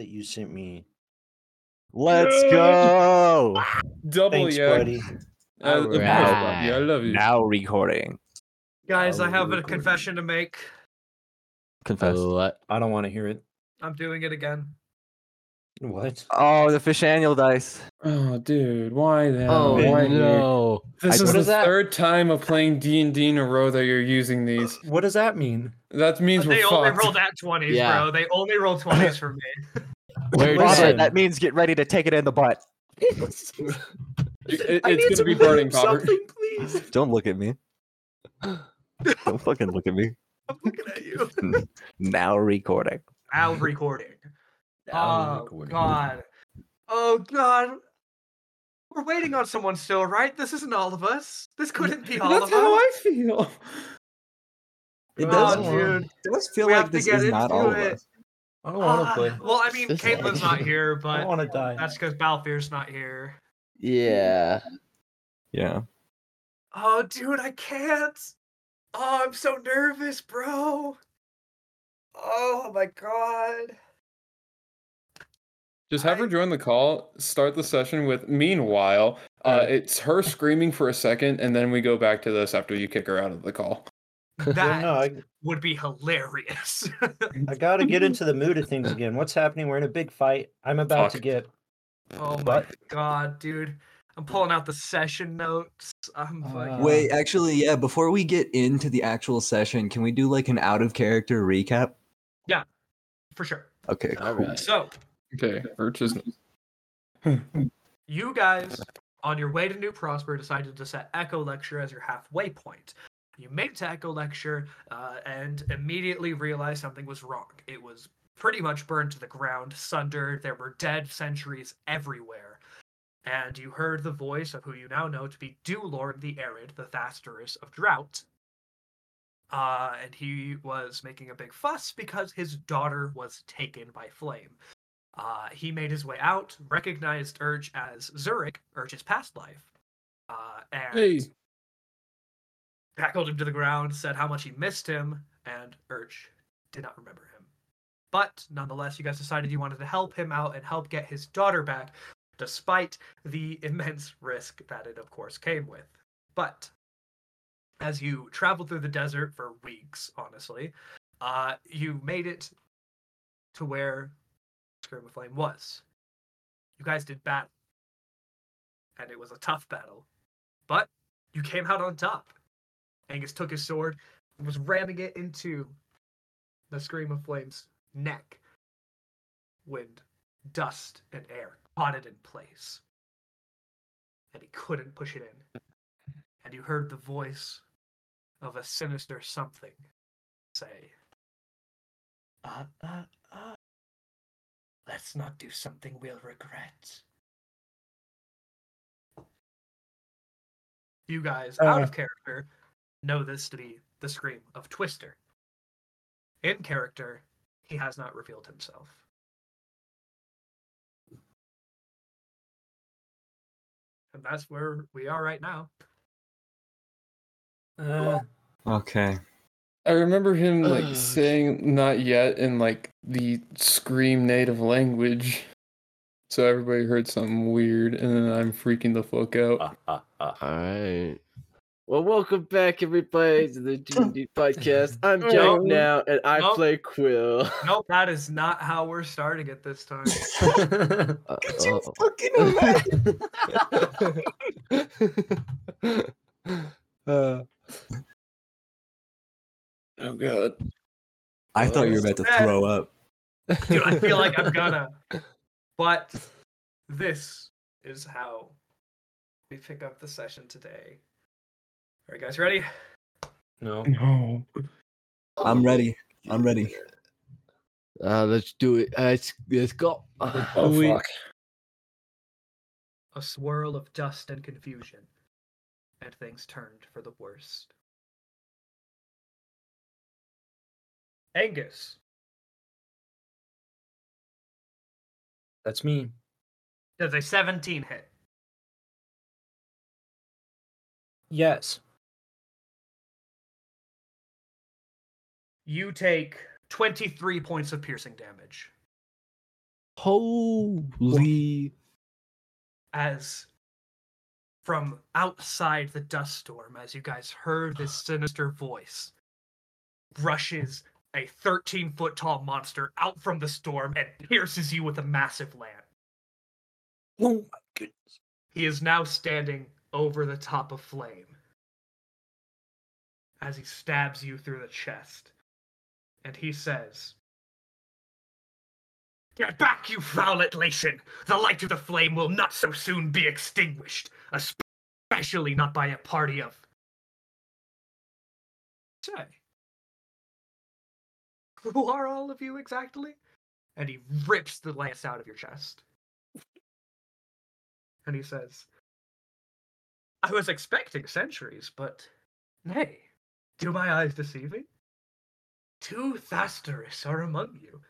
that you sent me. Let's go. Double Thanks, yeah. buddy. I, of course, Alright. love you. I love you. Now recording. Guys, Oh, I have a recording. confession to make. Confess. Let- I don't want to hear it. I'm doing it again. What? Oh, the fish annual dice. Oh, dude, why the hell? Oh why you- no! This I- is What the is that? third time of playing D and D in a row that you're using these. What does that mean? That means they we're only fucked. rolled at 20s, Yeah. bro. They only rolled 20s for me. Where Listen. did Robert, that means get ready to take it in the butt. It- it- it's gonna be burning, Robert. please. Don't look at me. Don't fucking look at me. I'm looking at you. Now recording. Now recording. Now oh, recording. God. Oh, God. We're waiting on someone still, right? This isn't all of us. This couldn't be all That's of how us. I feel. It Oh, does, dude. it does feel We like have to this get is not into all of it. us. I don't want to Ah, play. Well, I mean, This is- Caitlin's not here, I don't but want to die. that's because Balfir's not here. Yeah. Yeah. Oh, dude, I can't. Oh, I'm so nervous, bro. Oh my god. Just have her I- join the call. Start the session with. Meanwhile, uh, it's her screaming for a second, and then we go back to this after you kick her out of the call. That Yeah, no, I, would be hilarious. I got to get into the mood of things again. What's happening? We're in a big fight. I'm about to Fuck. get. oh my But- god, dude. I'm pulling out the session notes. I'm fucking. Wait, Wait, actually, yeah, before we get into the actual session, can we do like an out of character recap? For sure. Okay. All right. So, Okay, Urch is you guys, on your way to New Prosper, decided to set Echo Lecture as your halfway point. You made it to Echo Lecture uh, and immediately realized something was wrong. It was pretty much burned to the ground, sundered. There were dead sentries everywhere. And you heard the voice of who you now know to be Dew Lord the Arid, the Thasterus of Drought. Uh, and he was making a big fuss because his daughter was taken by Flame. Uh, he made his way out, recognized Urge as Zurich, Urge's past life, uh, and Hey, tackled him to the ground, said how much he missed him, and Urge did not remember him. But nonetheless, you guys decided you wanted to help him out and help get his daughter back, despite the immense risk that it, of course, came with. But as you traveled through the desert for weeks, honestly, uh, you made it to where Scream of Flame was. You guys did battle, and it was a tough battle, but you came out on top. Angus took his sword and was ramming it into the Scream of Flame's neck. Wind, dust, and air caught it in place. And he couldn't push it in. And you heard the voice of a sinister something say, Uh, uh, uh. Let's not do something we'll regret. You guys, out of character, know this to be the scream of Twister. In character, he has not revealed himself. And that's where we are right now. Uh, Okay. I remember him like Ugh. saying "not yet" in like the scream native language, so everybody heard something weird, and then I'm freaking the fuck Uh, out. All right. Well, welcome back, everybody, to the D&D podcast. I'm Jack Nope. now, and I Nope. play Quill. Nope, that is not how we're starting it this time. Could you fucking uh, Oh god! I thought you were about to throw up. Dude, I feel like I'm gonna. But this is how we pick up the session today. Are you guys ready? no. No. I'm ready. I'm ready. Uh, let's do it. Uh, let's, let's go. Oh, wait. a swirl of dust and confusion, and things turned for the worst. Angus, That's me. does a 17 hit. Yes. You take 23 points of piercing damage. Holy. as from outside the dust storm, as you guys heard this sinister voice, rushes a 13 foot tall monster out from the storm and pierces you with a massive lance. Oh my goodness. He is now standing over the top of Flame as he stabs you through the chest. And he says, Get back, you foul Atlacian! The light of the flame will not so soon be extinguished, especially not by a party of. Say, who are all of you exactly? And he rips the lance out of your chest. And he says, I was expecting centuries, but nay, do my eyes deceive me? Two Thasterus are among you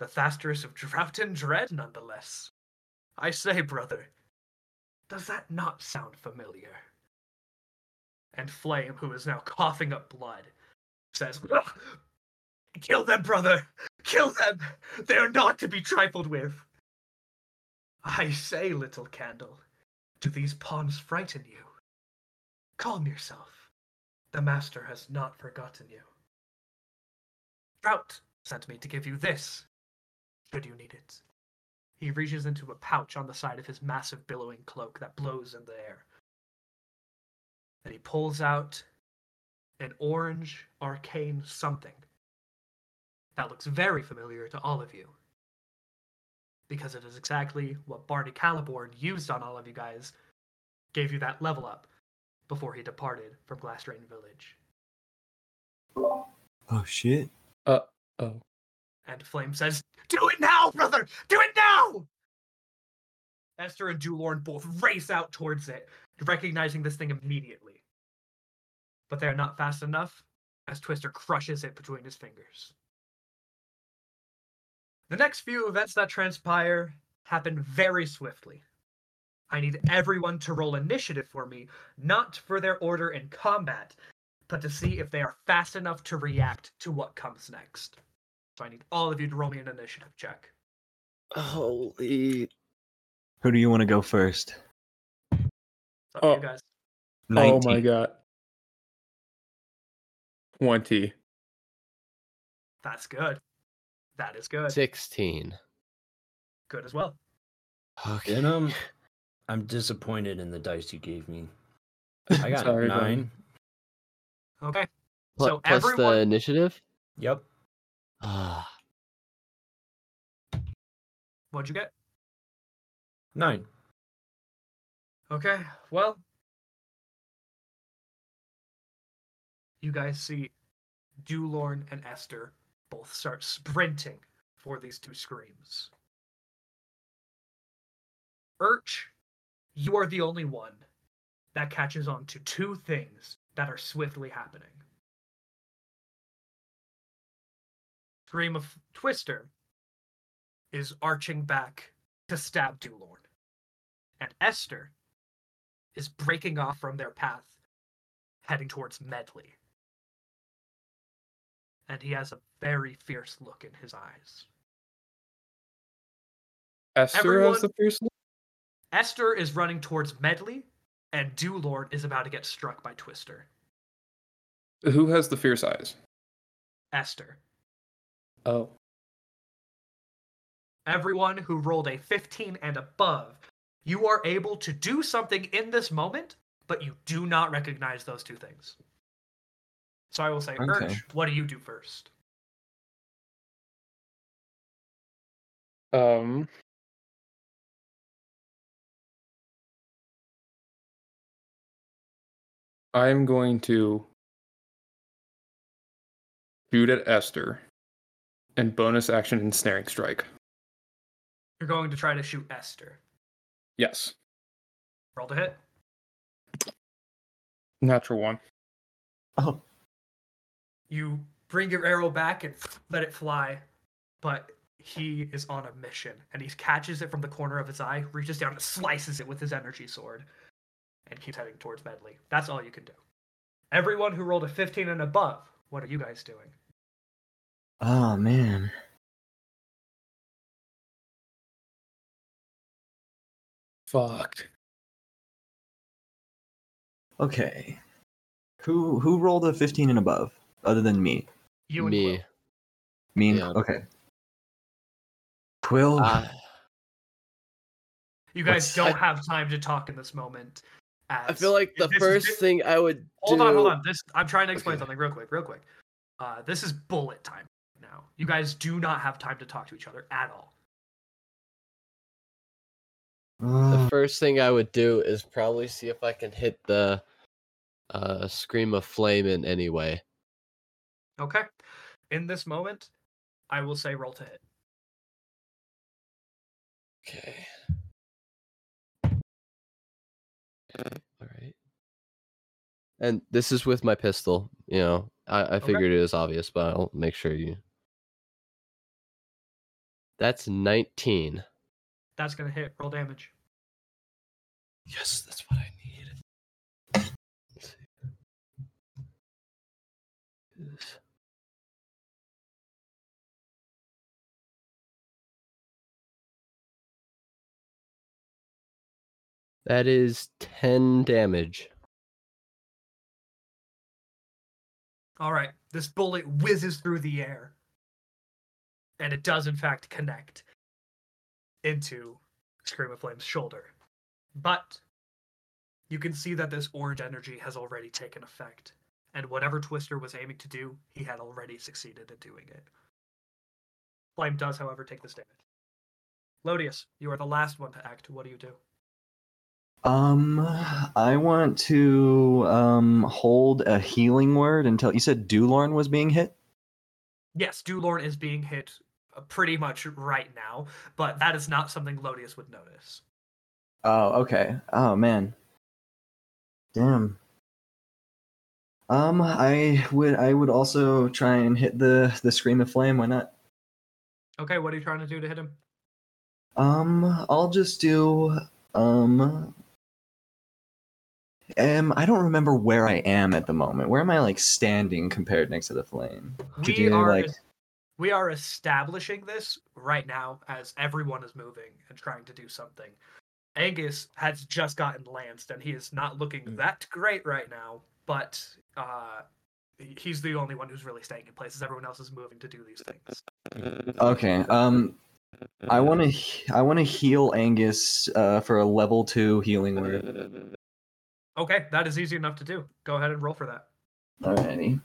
the Thasterus of drought and dread, nonetheless. I say, brother, does that not sound familiar? And Flame, who is now coughing up blood, says, "Ugh! Kill them, brother! Kill them! They are not to be trifled with! I say, little candle, do these pawns frighten you? Calm yourself. The master has not forgotten you. Drought sent me to give you this should you need it. He reaches into a pouch on the side of his massive billowing cloak that blows in the air. And he pulls out an orange arcane something that looks very familiar to all of you. Because it is exactly what Barney Caliborn used on all of you guys, gave you that level up before he departed from Glassdrain Village. Oh shit. Oh. And Flame says, Do it now, brother! Do it now! Esther and Dulorn both race out towards it, recognizing this thing immediately. But they are not fast enough as Twister crushes it between his fingers. The next few events that transpire happen very swiftly. I need everyone to roll initiative for me, not for their order in combat, but to see if they are fast enough to react to what comes next. So I need all of you to roll me an initiative check. Holy. Who do you want to go Oh first? So you Oh. guys, Oh my god. 20. that's good. That is good. 16. Good as well. Okay. Denim, I'm disappointed in the dice you gave me. I got Sorry, Brian. nine. Okay. Pl- so plus everyone- the initiative? Yep. Ah. What'd you get? Nine. Okay. Well, you guys see Dulorn and Esther both start sprinting for these two screams. Urch, you are the only one that catches on to two things that are swiftly happening. Scream of Twister is arching back to stab Dulorn. And Esther is breaking off from their path, heading towards Medley. And he has a very fierce look in his eyes. Esther Everyone- has the first one? Esther is running towards Medley, and Dewlord is about to get struck by Twister. Who has the fierce eyes? Esther. Oh. everyone who rolled a 15 and above, you are able to do something in this moment, but you do not recognize those two things. So I will say, Okay. Urch, what do you do first? Um. I'm going to shoot at Esther and bonus action and snaring strike. You're going to try to shoot Esther. Yes. Roll to hit. Natural one. Oh. You bring your arrow back and let it fly, but he is on a mission and he catches it from the corner of his eye, reaches down and slices it with his energy sword, and keeps heading towards Medley. That's all you can do. Everyone who rolled a 15 and above, what are you guys doing? Oh man. fucked. Okay. Who who rolled a 15 and above other than me? You and me. Quill. Me and Yeah. okay. Quill. Ah, You guys What's- don't I- have time to talk in this moment. As I feel like the this is first bit- thing I would Hold do. on, hold on. This I'm trying to explain Okay. something real quick, real quick. Uh, this is bullet time now. You guys do not have time to talk to each other at all. The Uh, first thing I would do is probably see if I can hit the uh, scream of flame in any way. Okay. In this moment, I will say roll to hit. Okay. Mm-hmm. All right. And this is with my pistol. You know, I, I figured it was obvious, but I'll make sure you. That's 19. That's gonna hit. Roll damage. Yes, that's what I need. Let's see. This. That is 10 damage. All right. This bullet whizzes through the air, and it does in fact connect into Scream of Flame's shoulder, but you can see that this orange energy has already taken effect, and whatever Twister was aiming to do, he had already succeeded in doing it. Flame does, however, take this damage. Lodius, you are the last one to act. What do you do? um I want to um hold a healing word until you said Dulorn was being hit. Yes, Dulorn is being hit uh, pretty much right now, but that is not something Lodius would notice. Oh, okay. Oh man. Damn. Um I would I would also try and hit the the scream of flame, why not? Okay, what are you trying to do to hit him? Um, I'll just do um um I don't remember where I am at the moment. Where am I like standing compared next to the flame? Could we you, are like- es- we are establishing this right now as everyone is moving and trying to do something. Angus has just gotten lanced and he is not looking Hmm. Mm. that great right now, but uh, he- he's the only one who's really staying in place as everyone else is moving to do these things. Okay. Um I want to I want to heal Angus uh for a level 2 healing word. Okay, that is easy enough to do. Go ahead and roll for that. Alrighty.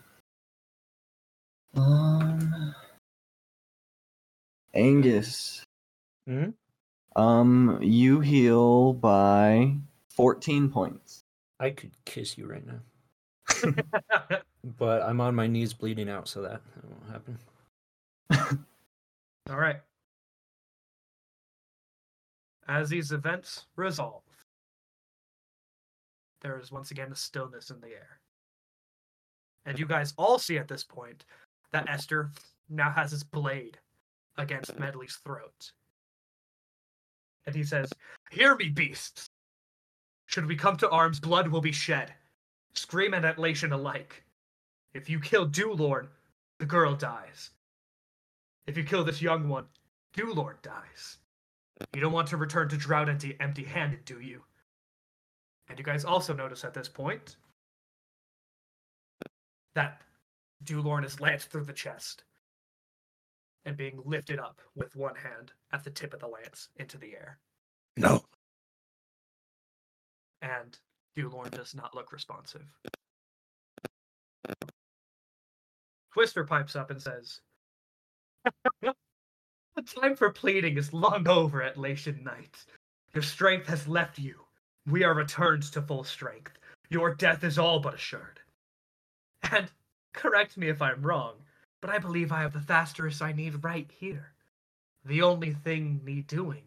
Um Angus. Hmm? Mhm. Um you heal by 14 points. I could kiss you right now, but I'm on my knees bleeding out, so that, that won't happen. All right. As these events resolve, there is once again a stillness in the air. And you guys all see at this point that Esther now has his blade against Medley's throat. And he says, Hear me, beasts! Should we come to arms, blood will be shed. Scream and Atlation alike. If you kill Dulorn, the girl dies. If you kill this young one, Dulord dies. You don't want to return to Drought empty, empty-handed, do you? And you guys also notice at this point that Dulorn is lanced through the chest and being lifted up with one hand at the tip of the lance into the air. No. And Dulorn does not look responsive. Twister pipes up and says, the time for pleading is long over at Latian Night. Your strength has left you. We are returned to full strength. Your death is all but assured. And correct me if I'm wrong, but I believe I have the Thasterus I need right here. The only thing me doing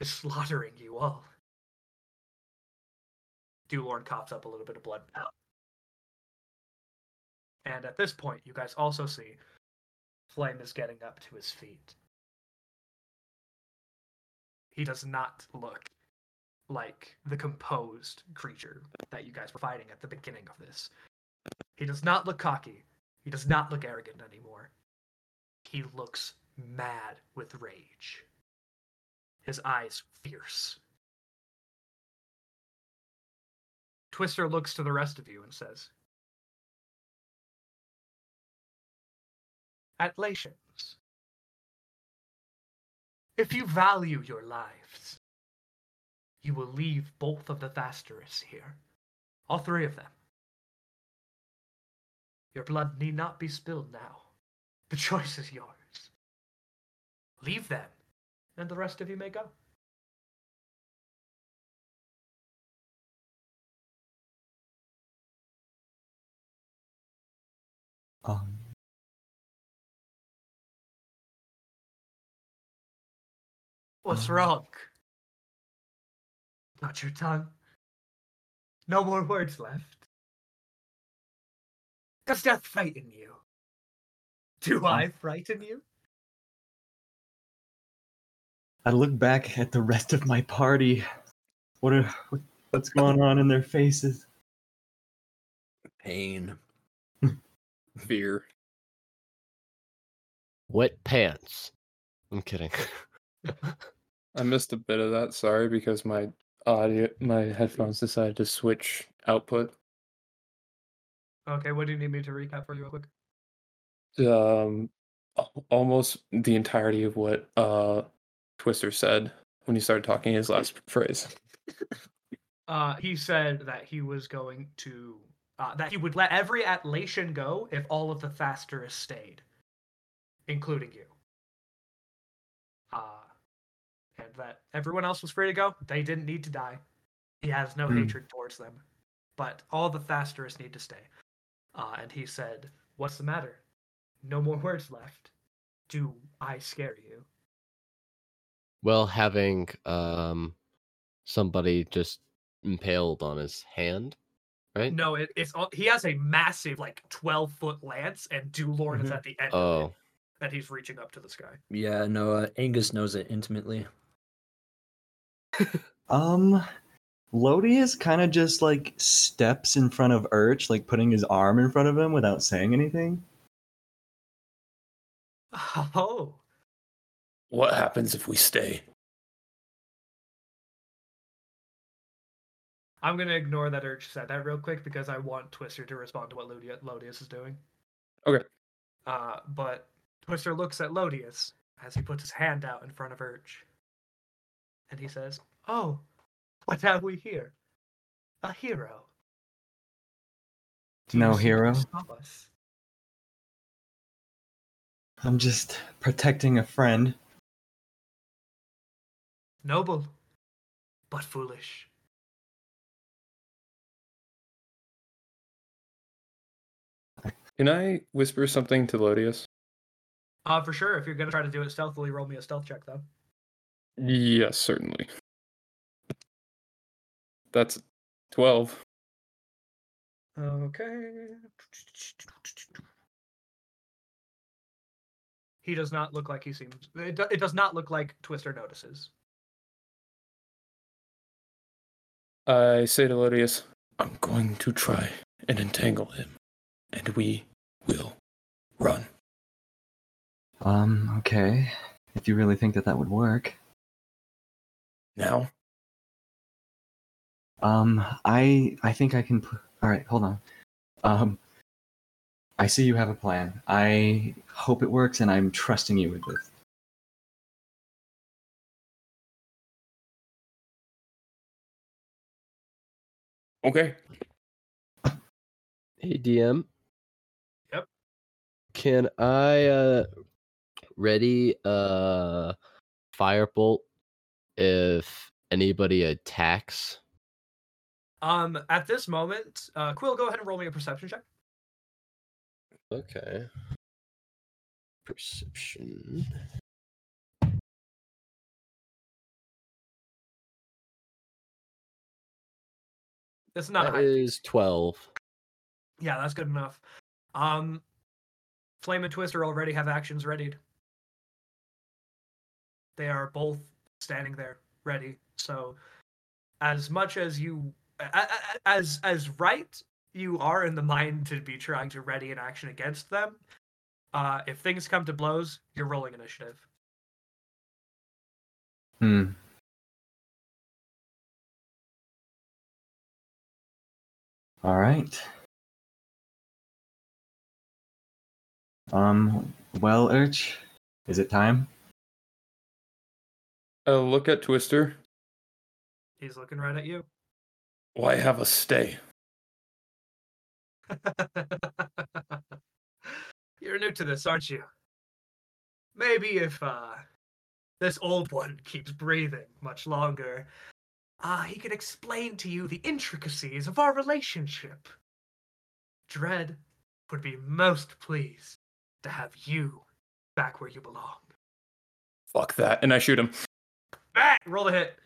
is slaughtering you all. Dulorn coughs up a little bit of blood. And at this point, you guys also see Flame is getting up to his feet. He does not look like the composed creature that you guys were fighting at the beginning of this. He does not look cocky. He does not look arrogant anymore. He looks mad with rage. His eyes fierce. Twister looks to the rest of you and says, Atlations, if you value your lives, you will leave both of the Vasterus here. All three of them. Your blood need not be spilled now. The choice is yours. Leave them, and the rest of you may go. Um. What's Um. wrong? Not your tongue. No more words left. Does death frighten you? Do I frighten you? I look back at the rest of my party. What are what, what's going on in their faces? Pain. Fear. Wet pants. I'm kidding. I missed a bit of that. Sorry, because my audio, my headphones decided to switch output. Okay, what do you need me to recap for you real quick? Um, al- almost the entirety of what uh Twister said when he started talking his last phrase. Uh, he said that he was going to uh, that he would let every Atlation go if all of the Fasterus stayed, including you. Uh, and that everyone else was free to go. They didn't need to die. He has no Hmm. hatred towards them, but all the Fasterus need to stay. Uh, and he said, "What's the matter? No more words left. Do I scare you?" well, having um somebody just impaled on his hand, right? No, it, it's all, he has a massive like twelve foot lance, and Dulorn is Mhm. at the end. of it. Oh, that he's reaching up to the sky. Yeah, no, uh, Angus knows it intimately. Um, Lodius kind of just like steps in front of Urch, like putting his arm in front of him without saying anything. Oh, What happens if we stay? I'm gonna ignore that Urch said that real quick because I want Twister to respond to what Lodi- Lodius is doing. Okay. Uh, but Twister looks at Lodius as he puts his hand out in front of Urch, and he says, "Oh, what have we here? A hero." Do you No seek to hero. stop us? I'm just protecting a friend. Noble, but foolish. Can I whisper something to Lodius? Uh, for sure. If you're gonna try to do it stealthily, roll me a stealth check though. Yes, certainly. That's twelve. Okay. He does not look like he seems. It, do, it does not look like Twister notices. I say to Lodius, I'm going to try and entangle him, and we will run. Um, okay. If you really think that that would work. Now? Um, I I think I can. Pl- All right, hold on. Um, I see you have a plan. I hope it works, and I'm trusting you with this. Okay. hey DM. Yep. Can I uh ready uh firebolt if anybody attacks? Um, at this moment, uh, Quill, go ahead and roll me a perception check. Okay. Perception. It's not a That high. is 12. Yeah, that's good enough. Um, Flame and Twister already have actions readied. They are both standing there ready. So, as much as you, a- a- a- as as right you are in the mind to be trying to ready an action against them, uh, if things come to blows, you're rolling initiative. Hmm. All right. Um. Well, Urch, is it time? I look at Twister. He's looking right at you. Why have a stay? You're new to this, aren't you? Maybe if uh, this old one keeps breathing much longer, uh, he can explain to you the intricacies of our relationship. Dread would be most pleased to have you back where you belong. Fuck that. And I shoot him. Back! Roll the hit.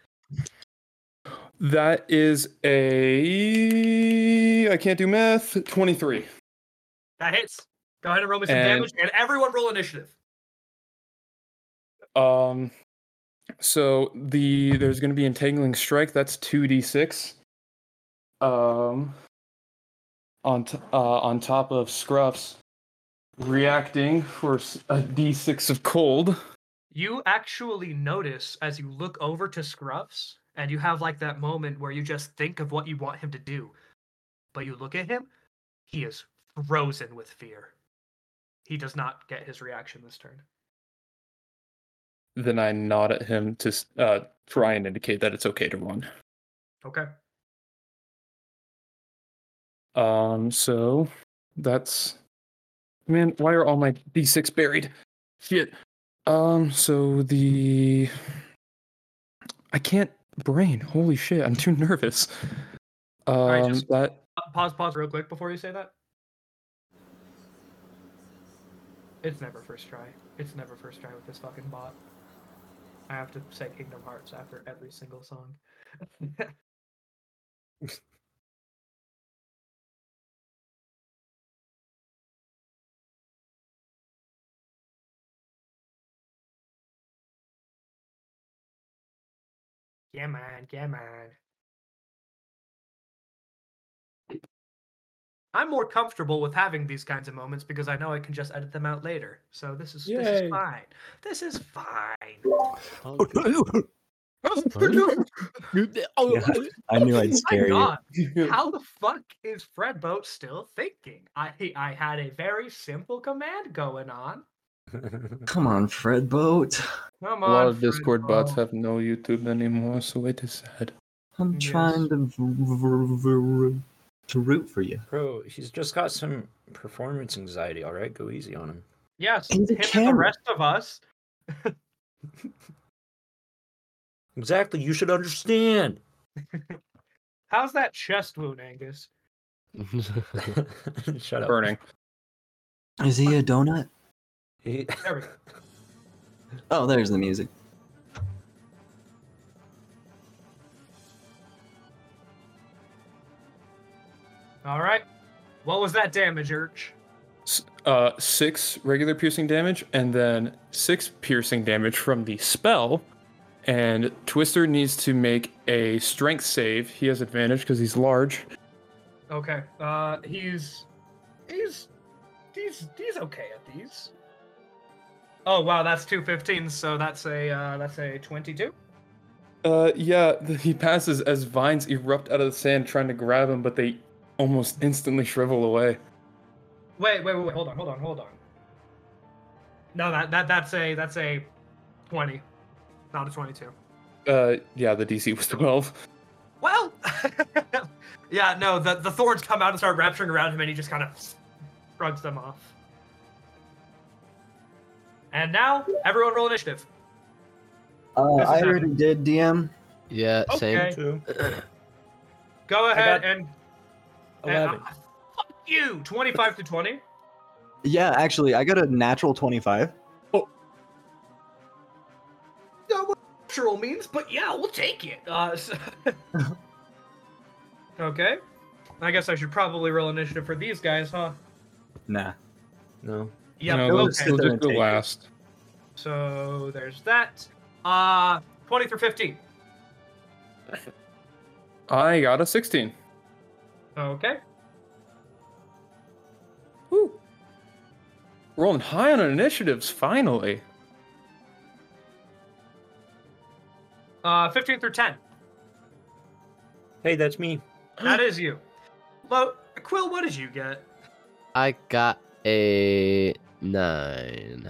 That is a. I can't do math. 23. That hits. Go ahead and roll me some And- damage, and everyone roll initiative. Um, so the there's going to be entangling strike. That's two d six. Um, on t- uh, on top of Scruff's reacting for s- a d six of cold. You actually notice as you look over to Scruffs, and you have like that moment where you just think of what you want him to do. But you look at him, he is frozen with fear. He does not get his reaction this turn. Then I nod at him to s- uh, try and indicate that it's okay to run. Okay. Um, so that's man, why are all my d6 buried? Shit. Um, so the I can't brain. Holy shit, I'm too nervous. Um, right, just- that Uh, Pause, pause real quick before you say that. It's never first try. It's never first try with this fucking bot. I have to say Kingdom Hearts after every single song. yeah, man. Yeah, man. I'm more comfortable with having these kinds of moments because I know I can just edit them out later. So this is this Yay. is fine. This is fine. I knew I'd My scare you. God, how the fuck is Fredboat still thinking? I I had a very simple command going on. Come on, Fred Boat. Come a on, lot of Discord bots Fredboat. have no YouTube anymore, so it is sad. I'm Yes. trying to v- v- v- to root for you. Bro, he's just got some performance anxiety. All right, go easy on him. Yes, In the him and the camera. rest of us. Exactly. You should understand. How's that chest wound, Angus? Shut up. Burning. Is he a donut? He- There we go. Oh, there's the music. All right. What was that damage, Urch? S- Uh, six regular piercing damage, and then six piercing damage from the spell. And Twister needs to make a strength save. He has advantage because he's large. Okay. Uh, he's he's he's he's okay at these. Oh wow, that's two fifteen. So that's a uh, that's a twenty-two. Uh, yeah, th- he passes as vines erupt out of the sand trying to grab him, but they almost instantly shrivel away. Wait, wait, wait, wait. Hold on, hold on, hold on. No, that that that's a that's a twenty, not a twenty-two. Uh, yeah, the DC was 12. Well, yeah, no. The the thorns come out and start rapturing around him, and he just kind of shrugs them off. And now, everyone roll initiative. Uh, This is I already did DM. yeah, same. Okay, Two, go ahead got- and And, Eleven. uh, fuck you! 25 to 20. Yeah, actually, I got a natural twenty-five. No, what natural means, but yeah, we'll take it. Uh, so- okay. I guess I should probably roll initiative for these guys, huh? Nah. No. Yep, No, we'll okay. Uh, let's- we'll there just and go take it. last. So there's that. Uh, 20 through 15. I got a 16. Okay. Woo! Rolling high on initiatives, finally. Uh, 15 through 10. Hey, that's me. That is you. Well, Quill, what did you get? I got a nine.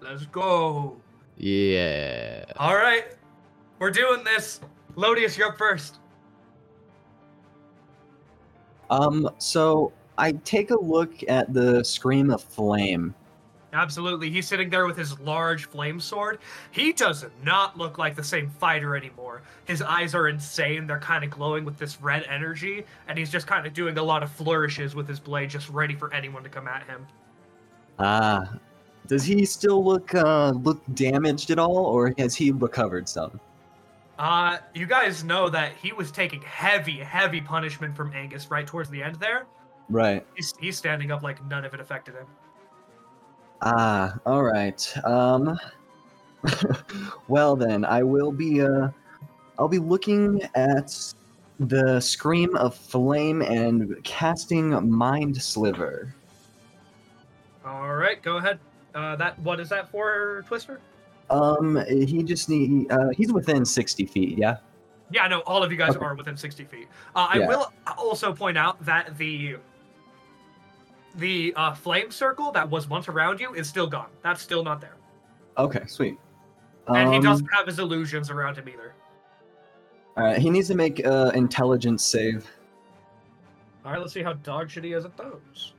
Let's go. Yeah. All right, we're doing this. Lodius, you're up first. Um, so I take a look at the scream of flame. Absolutely. He's sitting there with his large flame sword. He does not look like the same fighter anymore. His eyes are insane. They're kind of glowing with this red energy, and he's just kind of doing a lot of flourishes with his blade, just ready for anyone to come at him. Ah, does he still look uh look damaged at all, or has he recovered some? Uh, you guys know that he was taking heavy, heavy punishment from Angus right towards the end there. Right. He's, he's standing up like none of it affected him. Ah, all right. Um, well then, I will be. Uh, I'll be looking at the scream of flame and casting mind sliver. All right, go ahead. Uh, that what is that for, Twister? Um, he just need. Uh, he's within sixty feet. Yeah. Yeah, I know all of you guys Okay. are within 60 feet. Uh, I Yeah. will also point out that the the uh, flame circle that was once around you is still gone. That's still not there, Okay. Sweet. and he Um, doesn't have his illusions around him either. All right. He needs to make uh, intelligence save. All right, let's see how dog shit he is at those.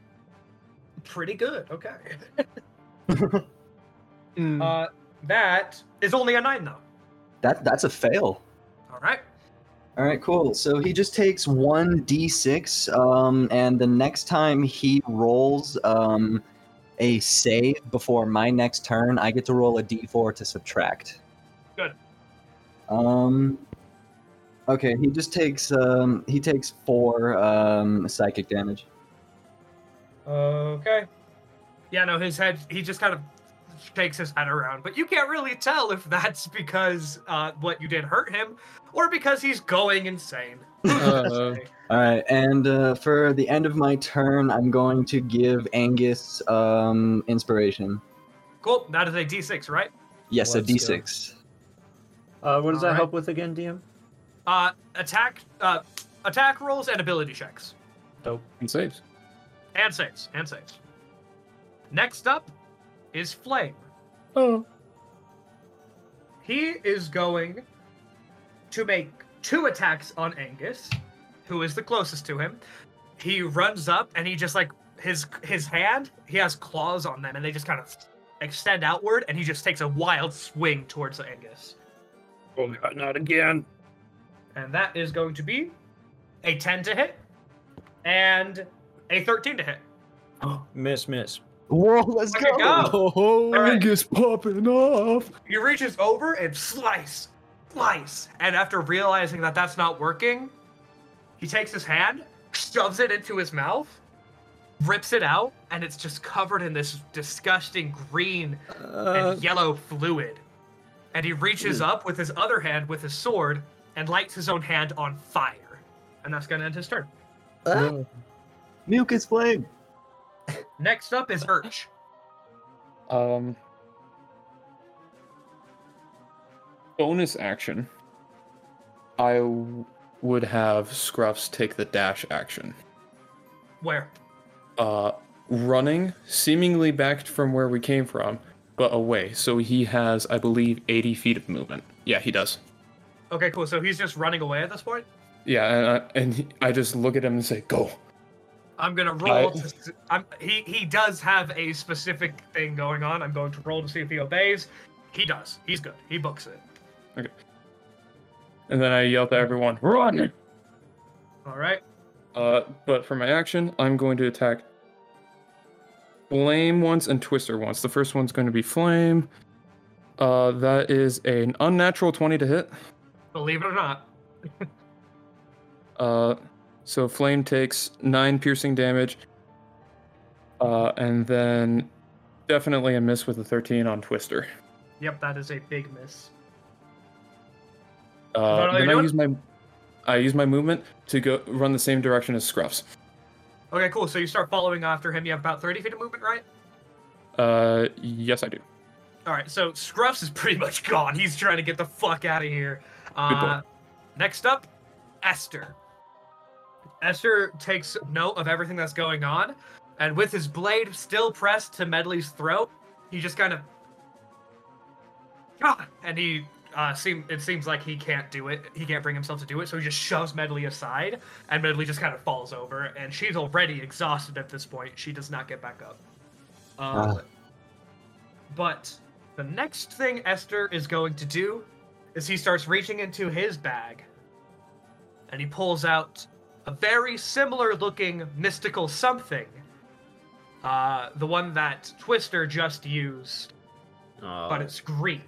Pretty good. Okay. Uh, that is only a nine though. That that's a fail. All right. All right, cool. So he just takes one d6, um, and the next time he rolls um, a save before my next turn, I get to roll a d4 to subtract. Good. Um. Okay, he just takes um, he takes four um, psychic damage. Okay. Yeah, no, his head, he just kind of shakes his head around, but you can't really tell if that's because uh, what you did hurt him or because he's going insane. Uh, All right, and uh, for the end of my turn, I'm going to give Angus um, inspiration. Cool. That is a d6, right? Yes, Let's a go. d6. Uh, what does that Alright. help with again, DM? Uh, attack, uh, attack rolls and ability checks. and saves. And saves. And saves. Next up is Flame. Oh. He is going to make two attacks on Angus, who is the closest to him. He runs up and he just like his his hand, he has claws on them and they just kind of extend outward and he just takes a wild swing towards Angus. Oh my god, not again. And that is going to be a 10 to hit and a 13 to hit. Miss, miss. Whoa, let's Look at God. Oh, All right. Angus popping off. He reaches over and slice, slice. And after realizing that that's not working, he takes his hand, shoves it into his mouth, rips it out, and it's just covered in this disgusting green Uh, and yellow fluid. And he reaches up with his other hand with his sword and lights his own hand on fire. And that's going to end his turn. uh, Mucus flame. Next up is Urch. um. Bonus action. I w- would have Scruffs take the dash action. Where? uh, running, seemingly back from where we came from, but away. So he has, I believe, 80 feet of movement. Yeah, he does. Okay, cool. So he's just running away at this point. Yeah, and I, and he- I just look at him and say, "Go." I'm gonna roll. I- To, s- I'm, he he does have a specific thing going on. I'm going to roll to see if he obeys. He does. He's good. He books it. And then I yell to everyone, "Run!" All right. Uh, but for my action, I'm going to attack Flame once and Twister once. The first one's going to be Flame. Uh, that is an unnatural 20 to hit. Believe it or not. Uh, so flame takes nine piercing damage. Uh, and then definitely a miss with a 13 on Twister. Yep, that is a big miss. that all Uh, then you're I use my I use my movement to go run the same direction as Scruffs. Okay, cool. So you start following after him. You have about 30 feet of movement, right? Uh, yes, I do. All right. So Scruffs is pretty much gone. He's trying to get the fuck out of here. Uh, next up, Esther. Esther takes note of everything that's going on, and with his blade still pressed to Medley's throat, he just kind of, ah, and he uh, seem it seems like he can't do it. He can't bring himself to do it, so he just shoves Medley aside, and Medley just kind of falls over, and she's already exhausted at this point. She does not get back up. Um, Ah. But the next thing Esther is going to do is he starts reaching into his bag, and he pulls out a very similar looking mystical something. Uh, the one that Twister just used, Oh, Uh, but it's green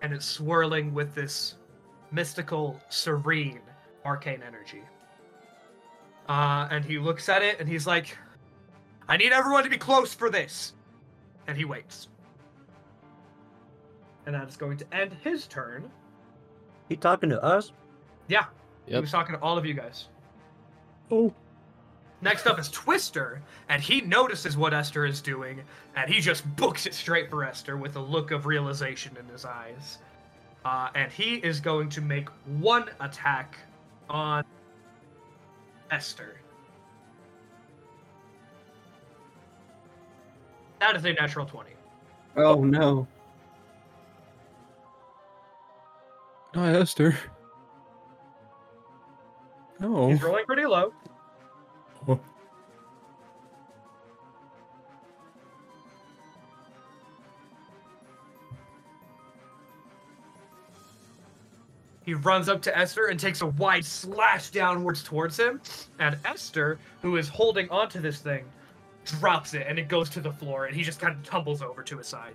and it's swirling with this mystical, serene, arcane energy. Uh, and he looks at it and he's like, I need everyone to be close for this. And he waits. And that is going to end his turn. He talking to us? Yeah. He Yep. was talking to all of you guys. Oh. Next up is Twister, and he notices what Esther is doing, and he just books it straight for Esther with a look of realization in his eyes. Uh, and he is going to make one attack on Esther. That is a natural 20. Oh no. Hi, Esther. No. He's rolling pretty low. Oh. He runs up to Esther and takes a wide slash downwards towards him, and Esther, who is holding onto this thing, drops it and it goes to the floor, and he just kind of tumbles over to his side.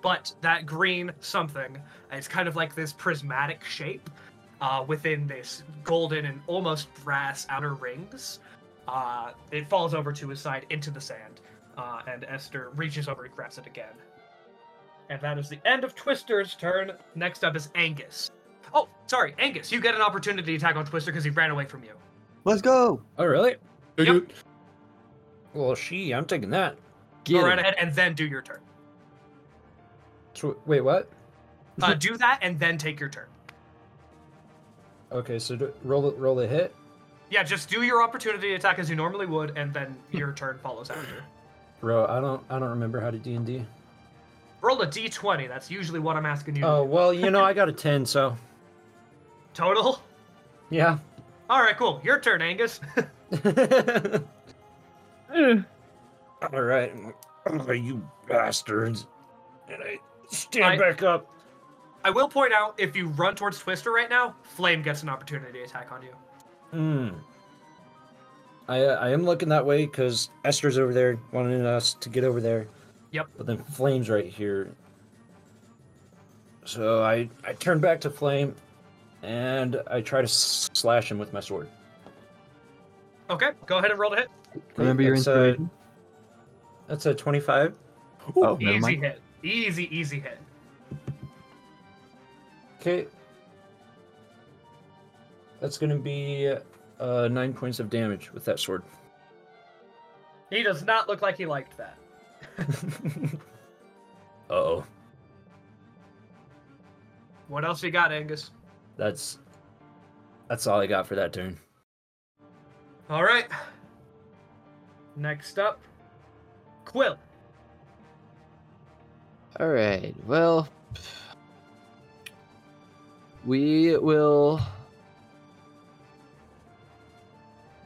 But that green something, it's kind of like this prismatic shape uh, within this golden and almost brass outer rings. Uh, it falls over to his side into the sand, uh, and Esther reaches over and grabs it again. And that is the end of Twister's turn. Next up is Angus. Oh, sorry, Angus, you get an opportunity attack on Twister because he ran away from you. Let's go. oh, really? Yep. Dude, Well, she. I'm taking that. Get Go right him. ahead and then do your turn. So, wait, what? Uh, do that and then take your turn. Okay, so do, roll it. Roll a hit. Yeah, just do your opportunity attack as you normally would, and then your turn follows after. Bro, I don't. I don't remember how to D and D. Roll a d20. That's usually what I'm asking you. to Oh do. well, you know I got a ten, so Total? yeah. All right, cool. Your turn, Angus. Mm. All right, I'm like, "Oh, you bastards! And I stand I- back up. I will point out if you run towards Twister right now, Flame gets an opportunity attack on you. Mm. I uh, I am looking that way because Esther's over there wanting us to get over there. Yep. But then Flame's right here. So I I turn back to Flame, and I try to s- slash him with my sword. Okay, go ahead and roll to hit. Remember your That's, uh, inspiration. That's a twenty-five. oh, never Easy mind. hit. Easy, easy hit. Okay. That's gonna be uh, nine points of damage with that sword. He does not look like he liked that. uh oh. What else you got, Angus? That's that's all I got for that turn. All right. Next up, Quill. All right. Well, we will.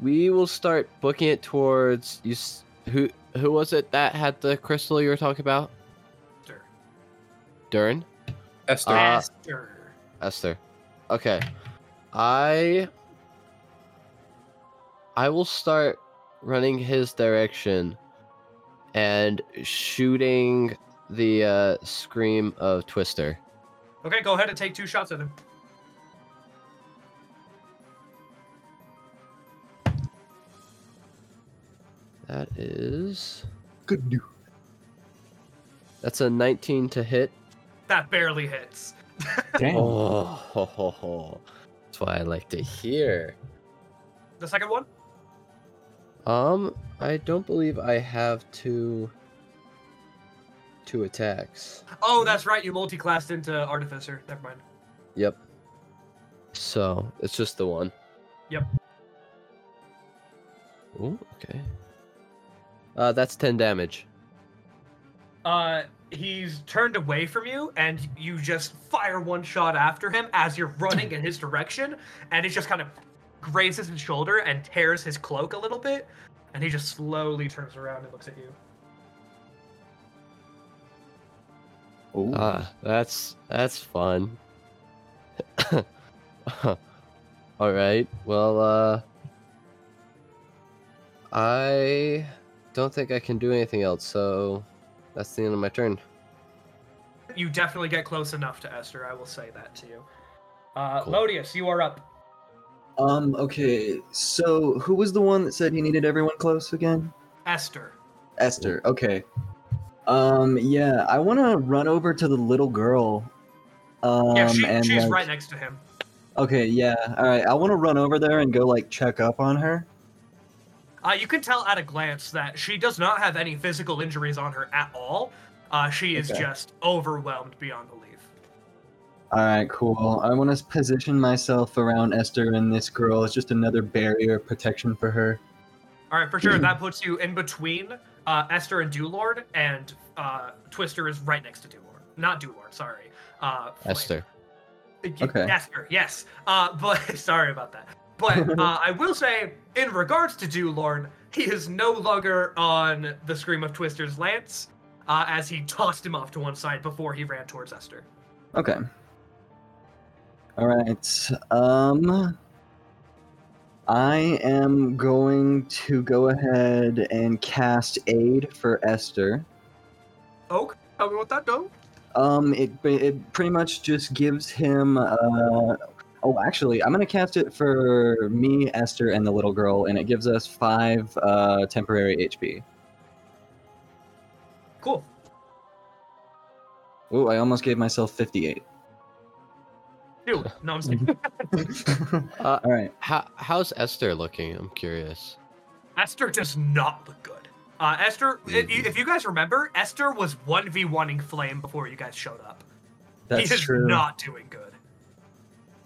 We will start booking it towards you. s- Who who was it that had the crystal you were talking about? Esther. Dern. Esther. Uh, Esther. Esther. Okay. I I will start running his direction and shooting the uh, scream of Twister. Okay, go ahead and take two shots at him. That is Good news. that's a 19 to hit. That barely hits. Damn. Oh, ho, ho, ho. that's what I like to hear. The second one? Um, I don't believe I have two two attacks. Oh, that's right. You multi-classed into Artificer. Never mind. Yep. So it's just the one. Yep. Ooh, okay. Uh, that's ten damage. Uh, he's turned away from you, and you just fire one shot after him as you're running in his direction, and it just kind of grazes his shoulder and tears his cloak a little bit, and he just slowly turns around and looks at you. Ooh. Ah, that's that's fun. All right. Well, uh I don't think I can do anything else, so that's the end of my turn. You definitely get close enough to Esther, I will say that to you. Uh, Cool. Modius, you are up. Um. Okay. So who was the one that said he needed everyone close again? Esther. Esther. Okay. Um. Yeah. I want to run over to the little girl. Um, Yeah, she, and, she's like- right next to him. Okay. Yeah. All right. I want to run over there and go like check up on her. Uh, you can tell at a glance that she does not have any physical injuries on her at all. Uh, she is Okay. just overwhelmed beyond belief. All right, cool. I want to position myself around Esther and this girl. It's just another barrier of protection for her. All right, for sure. that puts you in between uh, Esther and Dewlord, and uh, Twister is right next to Dewlord. Not Dewlord, sorry. Uh, Flame. Esther. Y- Okay. Esther, yes. Uh, but sorry about that. But uh, I will say, in regards to Dewlorn, he is no longer on the scream of Twister's lance, uh, as he tossed him off to one side before he ran towards Esther. Okay. All right. Um I am going to go ahead and cast aid for Esther. Oak, tell me what that does. Um it it pretty much just gives him uh Oh, actually, I'm going to cast it for me, Esther, and the little girl, and it gives us five uh, temporary HP. Cool. Ooh, I almost gave myself 58. Dude, no, I'm just kidding. Uh, All right. how how's Esther looking? I'm curious. Esther does not look good. Uh, Esther, i- i- Mhm. if you guys remember, Esther was 1v1ing Flame before you guys showed up. That's he is true. not doing good.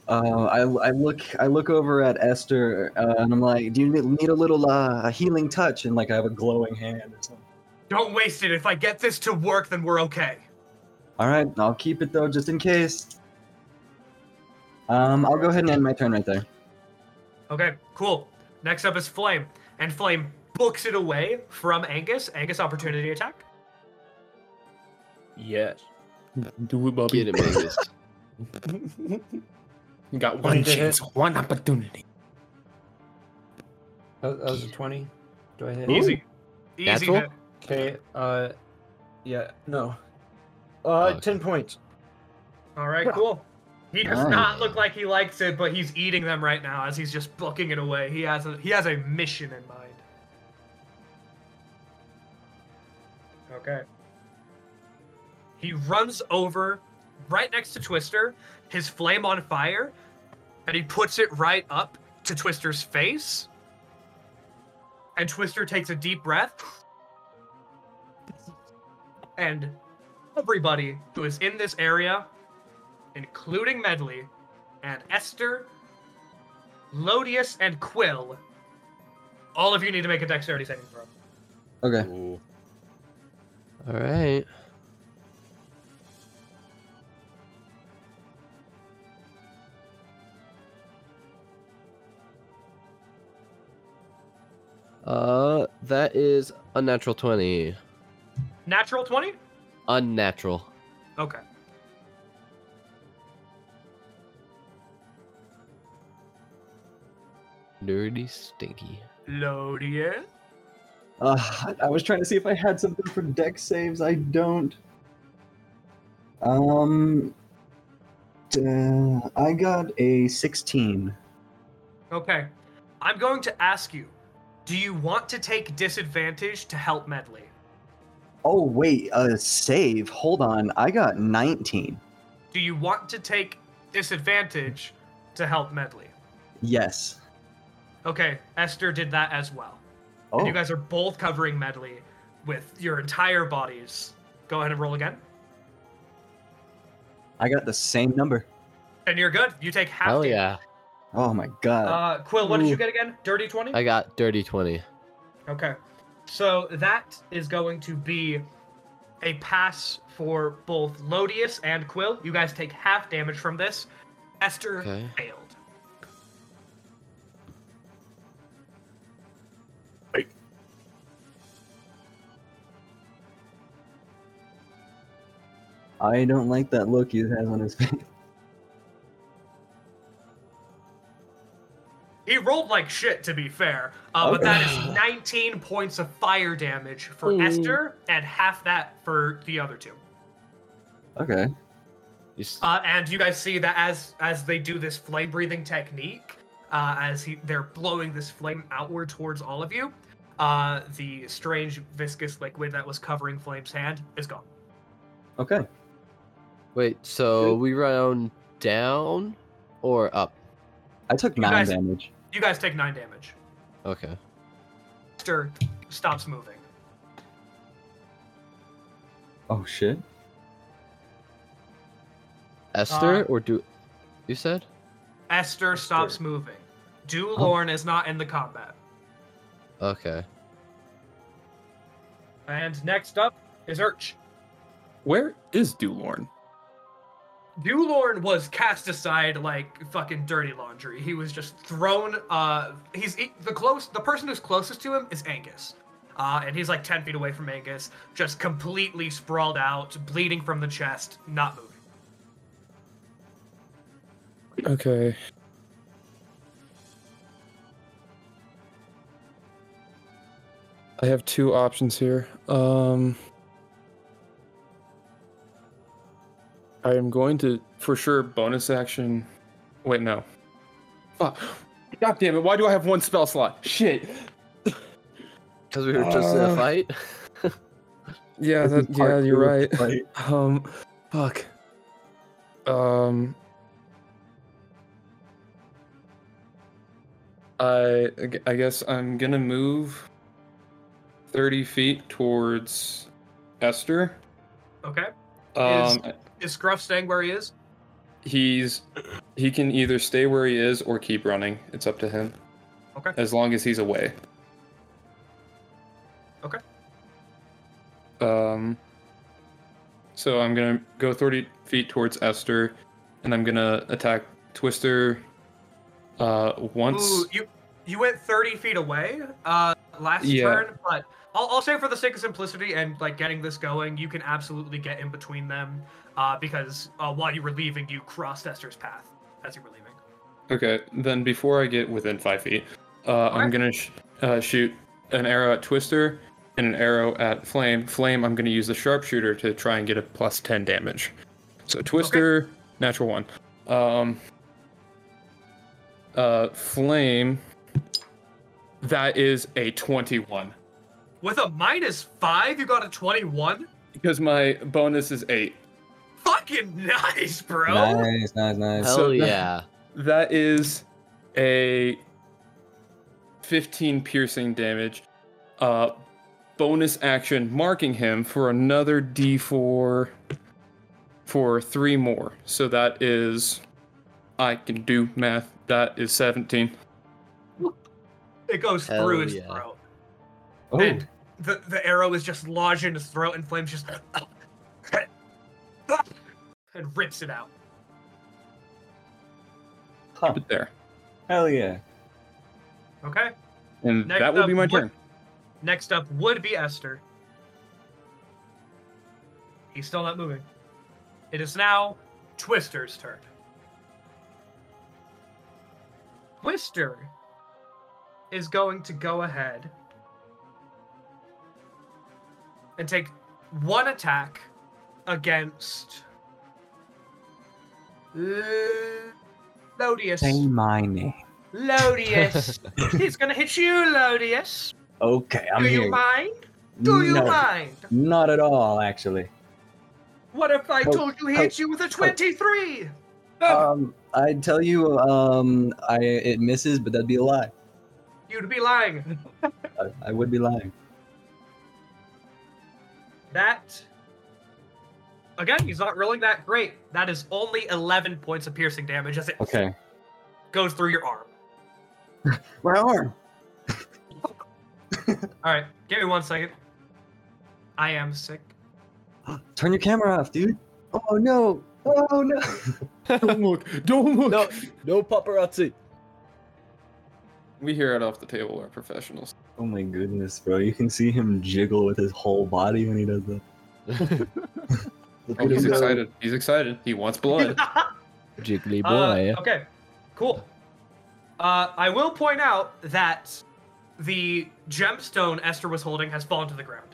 Uh, I, I look I look over at Esther uh, and I'm like, "Do you need, need a little uh, healing touch?" And like, I have a glowing hand or something. Don't waste it. If I get this to work, then we're okay. All right, I'll keep it though, just in case. Um, I'll go ahead and end my turn right there. Okay, cool. Next up is Flame, and Flame books it away from Angus. Angus opportunity attack. Yes. Do it, Bobby. Get it, Magus. You got Twenty one to hit. chance, one opportunity. That, that was a 20. Do I hit? Easy, easy. Natural? hit. Okay. Uh, yeah. No. Uh, Okay. ten points. All right, cool. He does Nice. not look like he likes it, but he's eating them right now as he's just booking it away. He has a he has a mission in mind. Okay. He runs over right next to Twister, his flame on fire, and he puts it right up to Twister's face. And Twister takes a deep breath. And everybody who is in this area, including Medley and Esther, Lodius, and Quill, all of you need to make a dexterity saving throw. Okay. All right. Uh, that is unnatural twenty. Natural 20? Unnatural. Okay. Dirty, stinky. Lodius? Uh, I was trying to see if I had something for deck saves. I don't. Um, uh, I got a 16. Okay. I'm going to ask you do you want to take disadvantage to help Medley? Oh wait, a save. Hold on, I got 19. Do you want to take disadvantage to help Medley? Yes. Okay, Esther did that as well. Oh. And you guys are both covering medley with your entire bodies. Go ahead and roll again. I got the same number. And you're good. You take half. Hell damage. yeah! Oh my god. Uh, Quill, what did Ooh. you get again? Dirty 20? I got dirty twenty. Okay. So that is going to be a pass for both Lodius and Quill. You guys take half damage from this. Esther Okay. failed. I don't like that look he has on his face. He rolled like shit, to be fair. Uh, But that is 19 points of fire damage for Esther and half that for the other two. Okay. You s- Uh, and you guys see that as as they do this flame breathing technique, uh, as he, they're blowing this flame outward towards all of you, uh, the strange viscous liquid that was covering Flame's hand is gone. Okay. Wait, so we round down or up? I took You nine guys- damage. You guys take nine damage. Okay. Esther stops moving. Oh shit. Esther or do you said? Esther stops moving. Dulorn is not in the combat. Okay. And next up is Urch. Where is Dulorn? Dulorn was cast aside like fucking dirty laundry. He was just thrown. Uh, he's he, the close. The person who's closest to him is Angus, uh, and he's like ten feet away from Angus, just completely sprawled out, bleeding from the chest, not moving. Okay. I have two options here. Um I am going to for sure bonus action. Wait, no. Fuck. God damn it, why do I have one spell slot? Shit. Because we were just in a Uh, fight. Yeah, This that, is part yeah, you're two of right. the fight. Um, fuck. Um, I I gu- I guess I'm gonna move thirty feet towards Esther. Okay. Um, Is Scruff staying where he is? he's he can either stay where he is or keep running. It's up to him. Okay. As long as he's away. Okay. Um. So I'm gonna go 30 feet towards Esther, and I'm gonna attack Twister. Uh, once. Ooh, you you went 30 feet away uh, last Yeah. turn, but I'll, I'll say for the sake of simplicity and like getting this going, you can absolutely get in between them uh, because uh, while you were leaving, you crossed Esther's path as you were leaving. Okay. Then before I get within five feet, uh, I'm Alright. gonna sh- uh, shoot an arrow at Twister and an arrow at Flame. Flame, I'm gonna use the sharpshooter to try and get a plus ten damage. So Twister, natural one. Um, uh, Flame. That is a twenty-one With a minus five, you got a 21? because my bonus is eight. Fucking nice, bro. Nice, nice, nice. Hell so that- yeah. That is a 15 piercing damage. Uh, bonus action marking him for another d4 for three more. So that is, I can do math. That is 17. It goes Hell through his yeah. throat. Oh, And the, the arrow is just lodged in his throat, and Flame's just. and rips it out. huh. But there. Hell yeah. Okay? And Next that will up, be my what- turn. Next up would be Esther. He's still not moving. It is now Twister's turn. Twister is going to go ahead and take one attack against L- Lodius. Say my name. Lodius. He's going to hit you, Lodius. Okay, I'm Do here. you mind? Do you no, mind? Not at all, actually. What if I Oh, told you he hit you with a 23? Uh. Um, I'd tell you, um, I it misses, but that'd be a lie. You'd be lying. I, I would be lying. That. Again, he's not rolling that great. That is only 11 points of piercing damage as it Okay. goes through your arm. My arm. All right, give me one second. I am sick. Turn your camera off, dude. Oh no. Oh no. don't look. Don't look. No. No paparazzi. We hear it off the table. Our professionals. Oh my goodness, bro. You can see him jiggle with his whole body when he does that. Look Oh, at he's him go. excited. He's excited. He wants blood. Jiggly boy. Uh, Okay, cool. Uh, I will point out that the gemstone Esther was holding has fallen to the ground.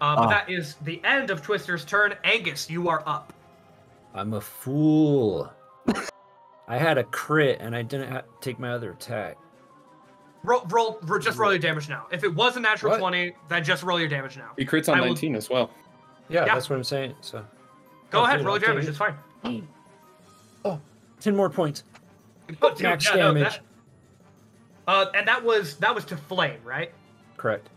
Uh, but Ah. that is the end of Twister's turn. Angus, you are up. I'm a fool. I had a crit and I didn't ha- take my other attack. Roll, roll, ro- just roll your damage now. If it was a natural What? 20, then just roll your damage now. He crits on I will- 19 as well. Yeah, Yeah. that's what I'm saying. So Go I'll ahead, do it, roll I'll your damage. take It's fine. it. ten more points. Oh, dude, Max yeah, no, that- damage. uh, and that was that was to flame, right? Correct.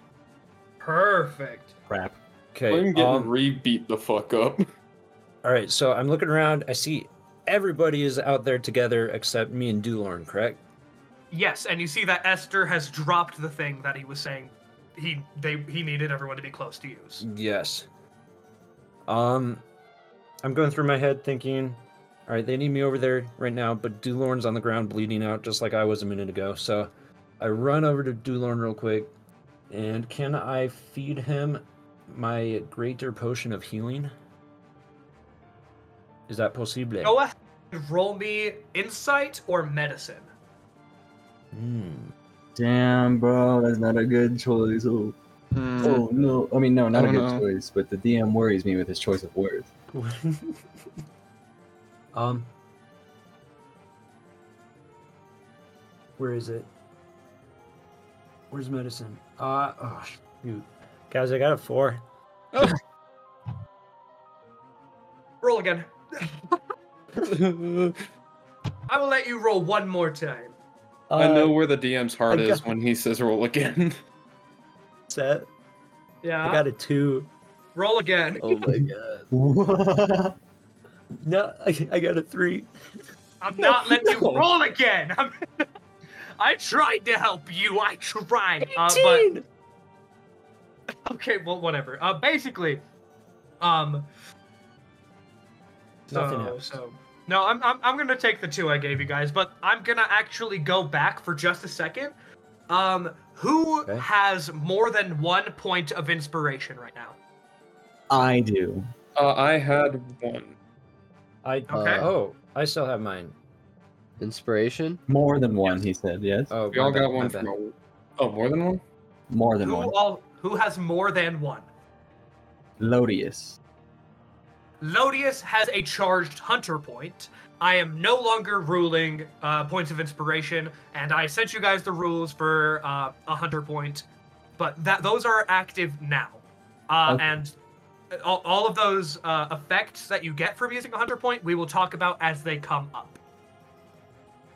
Perfect. Crap. Okay. um, re-beat the fuck up. all right. So I'm looking around. I see everybody is out there together except me and Dulorn. Correct. Yes, and you see that Esther has dropped the thing that he was saying. He they he needed everyone to be close to use. Yes. Um, I'm going through my head thinking, all right, they need me over there right now, but Dulorn's on the ground bleeding out just like I was a minute ago. So I run over to Dulorn real quick. And can I feed him my greater potion of healing? Is that possible? Go ahead, and roll me insight or medicine. Hmm. Damn, bro, that's not a good choice. Oh, oh no. I mean, no, not a Mm. I good don't know. choice, but the DM worries me with his choice of words. um, where is it? Where's medicine? Uh, oh, shoot. Guys, I got a four. Roll again. I will let you roll one more time. I Uh, know where the DM's heart I is got- when he says roll again. set. Yeah. I got a two. roll again. Oh my god. No, I, I got a three. I'm No, not letting no. you roll again. I'm, I tried to help you. I tried. Uh, but okay, well, whatever. Uh, basically, um. Nothing So, happens. so no, I'm, I'm I'm gonna take the two I gave you guys, but I'm gonna actually go back for just a second. Um, who Okay. has more than one point of inspiration right now? I do. Uh, I had one. I Okay. oh, I still have mine. Uh, Inspiration? More than one, he said, yes? Oh, We my all bad, got my one bad. from. A... Oh, more than one. More than Who one. all who has more than one? Lodius. Lodius has a charged hunter point. I am no longer ruling uh, points of inspiration, and I sent you guys the rules for uh, a hunter point, but that those are active now, uh, Okay. and all, all of those uh, effects that you get from using a hunter point, we will talk about as they come up.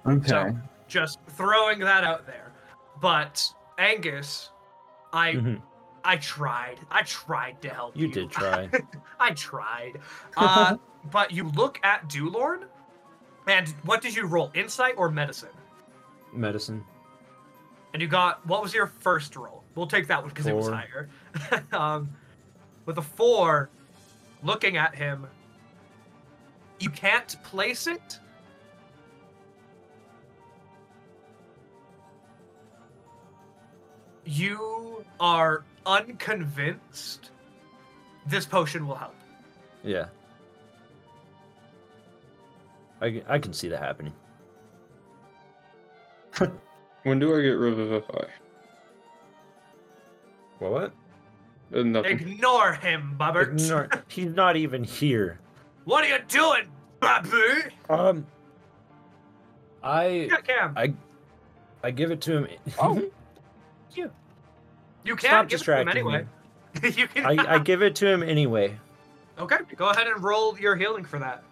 Okay. So- Just throwing that out there. But Angus, I Mhm. I tried. I tried to help you. You did try. I tried. Uh, but you look at Dulorn, and what did you roll? Insight or medicine? Medicine. And you got what was your first roll? We'll take that one because it was Four. higher. um, with a four, looking at him, you can't place it. You are unconvinced this potion will help. Yeah. I, c- I can see that happening. When do I get revivify? Well, what? Uh, nothing. Ignore him, Bubbert. Ignore, he's not even here. What are you doing, Babu? Um, I Yeah, Cam. I give it to him. Oh. You Stop can give it to him distracting anyway. me. you can. I, I give it to him anyway. Okay, go ahead and roll your healing for that.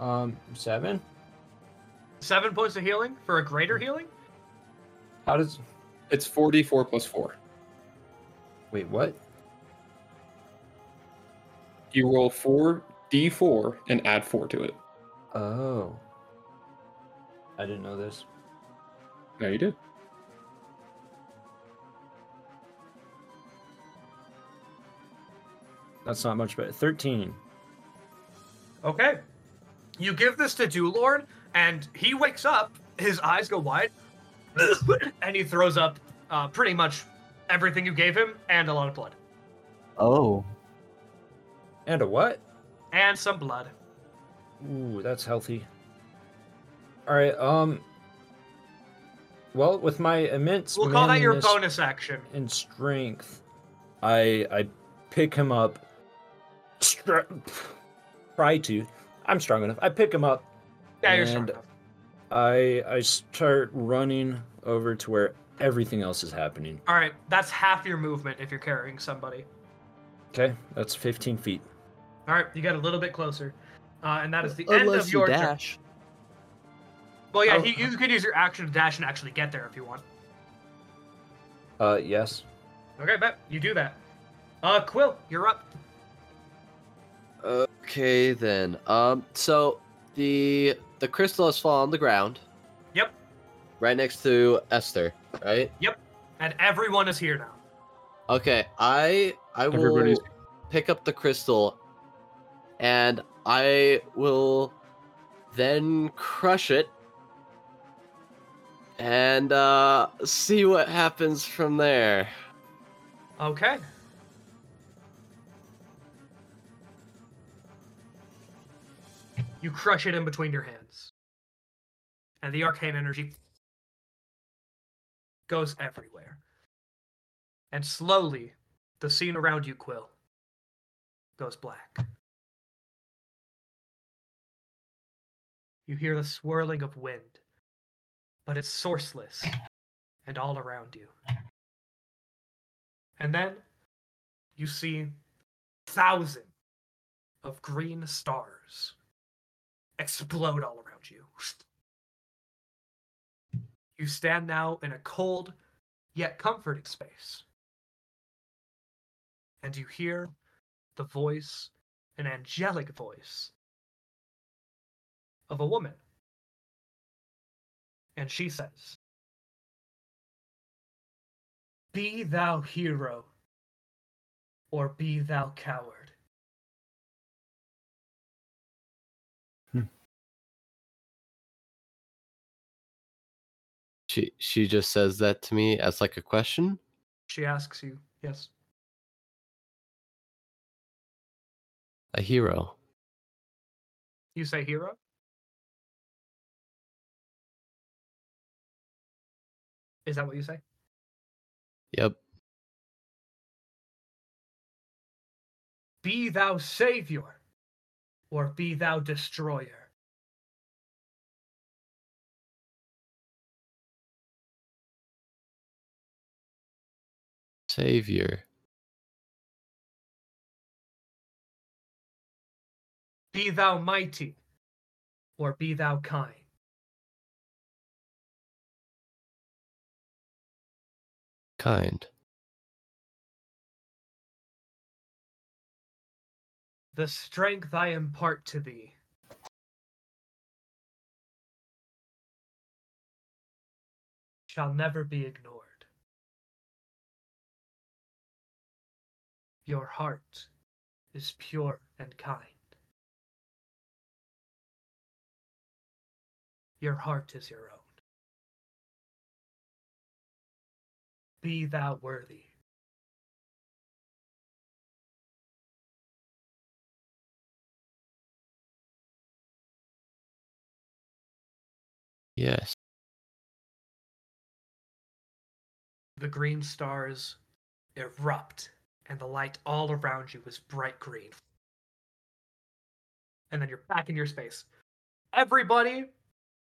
Um, seven. Seven points of healing for a greater healing. How does? It's forty-four plus four. Wait, what? You roll four d4 and add four to it. Oh. I didn't know this. No, you did. That's not much, but 13. Okay. You give this to Dulorn, and he wakes up. His eyes go wide, and he throws up uh, pretty much everything you gave him and a lot of blood. Oh, And a what? And some blood. Ooh, that's healthy. All right. Um. Well, with my immense We'll call that your manliness bonus action. and strength, I I pick him up. Str- try to. I'm strong enough. I pick him up. Yeah, you're strong And- enough. I I start running over to where everything else is happening. All right, that's half your movement if you're carrying somebody. Okay, that's 15 feet. All right, you got a little bit closer, uh, and that is the end Unless of you your turn. dash. Well, yeah, Oh. he, you could use your action to dash and actually get there if you want. Uh, yes. Okay, bet you do that. Uh, Quill, you're up. Okay then. Um. So the the crystal has fallen on the ground. Yep. Right next to Esther. Right. And everyone is here now. Okay. I I will Everybody's- pick up the crystal, and I will then crush it, and uh, see what happens from there. Okay. You crush it in between your hands. And the arcane energy goes everywhere. And slowly, the scene around you, Quill, goes black. You hear the swirling of wind, but it's sourceless and all around you. And then you see thousands of green stars explode all around you. You stand now in a cold yet comforting space. And you hear the voice, an angelic voice, of a woman. And she says, be thou hero, or be thou coward. She she just says that to me as like a question. She asks you, yes. A hero. You say hero? Is that what you say? Yep. Be thou savior, or be thou destroyer. Savior. Be thou mighty, or be thou kind. Kind. The strength I impart to thee. Shall never be ignored. Your heart is pure and kind. Your heart is your own. Be thou worthy. Yes. The green stars erupt, and the light all around you is bright green. And then you're back in your space. Everybody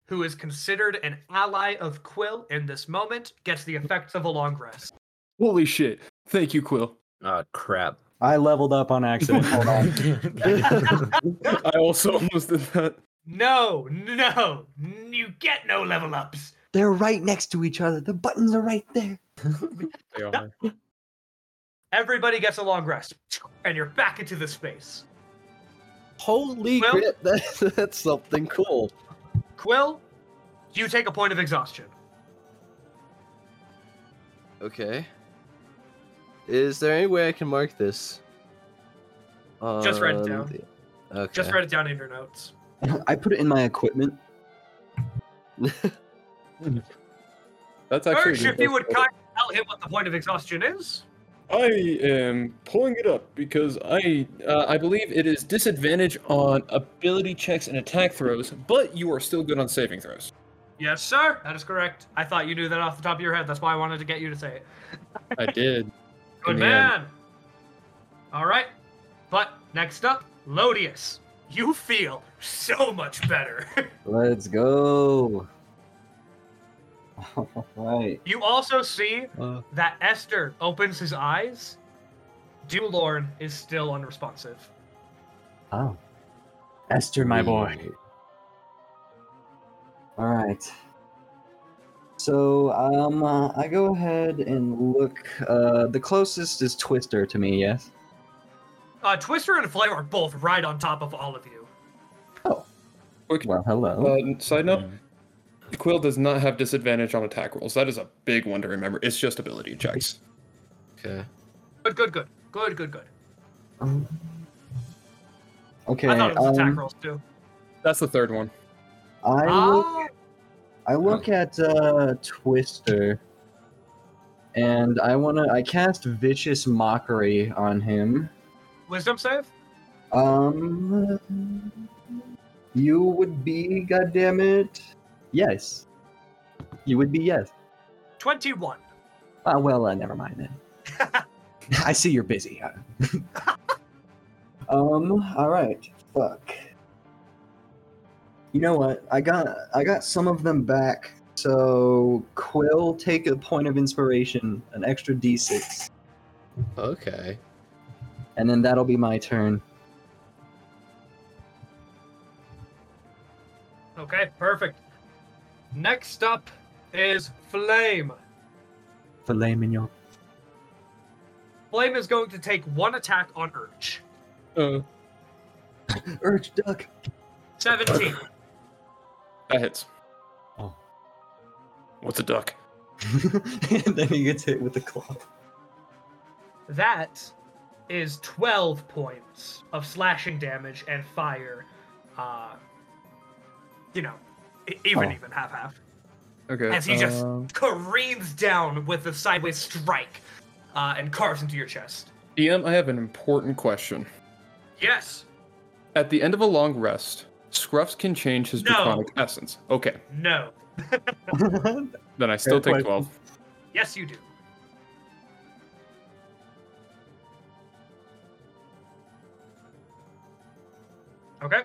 who is considered an ally of Quill in this moment gets the effects of a long rest. Holy shit! Thank you, Quill. Ah, crap. I leveled up on accident. Hold on. I also almost did that. no, no, n- you get no level ups. They're right next to each other. The buttons are right there. They are. Everybody gets a long rest, and you're back into the space. Holy Well- crap! That, that's something cool. Quill, you take a point of exhaustion. Okay. Is there any way I can mark this? Just write it on down. the- Okay. Just write it down in your notes. I put it in my equipment. That's actually. Urge, the if you best would way. kindly tell him what the point of exhaustion is. I am pulling it up because I uh, I believe it is disadvantage on ability checks and attack throws, but you are still good on saving throws. Yes, sir. That is correct. I thought you knew that off the top of your head. That's why I wanted to get you to say it. I did. Good In the man. All right. But next up, Lodius. You feel so much better. Let's go. All right. you also see Uh, that Esther opens his eyes. Dulorn is still unresponsive. oh. Esther, my boy. All right. So, um, uh, I go ahead and look. Uh, the closest is Twister to me, yes? Uh, Twister and Flame are both right on top of all of you. Well, hello. Uh, side note: Quill does not have disadvantage on attack rolls. That is a big one to remember. It's just ability checks. Okay. Good, good, good. Good, good, good. Um, okay. I thought it was attack um, rolls too. That's the third one. I look, Ah, I look at uh, Twister, and I wanna. I cast vicious mockery on him. wisdom save? Um, you would be, goddammit. Yes. You would be, yes. 21. Ah, well, uh, never mind then. I see you're busy. um, alright. Fuck. You know what? I got I got some of them back. So Quill take a point of inspiration, an extra D6, Okay. and then that'll be my turn. Okay, perfect. Next up is Flame. Filet mignon. Flame is going to take one attack on Urch. Uh, Urge duck. 17. that hits. Oh. What's a duck? and then he gets hit with the claw. that is 12 points of slashing damage and fire. Uh, you know, e- even, Oh. even, half, half. Okay. As he just- um, Careens down with the sideways strike uh, and carves into your chest. DM, I have an important question. Yes. At the end of a long rest, Scruffs can change his No. draconic essence. Okay, No. then I still Fair question. take twelve. Yes, you do. Okay.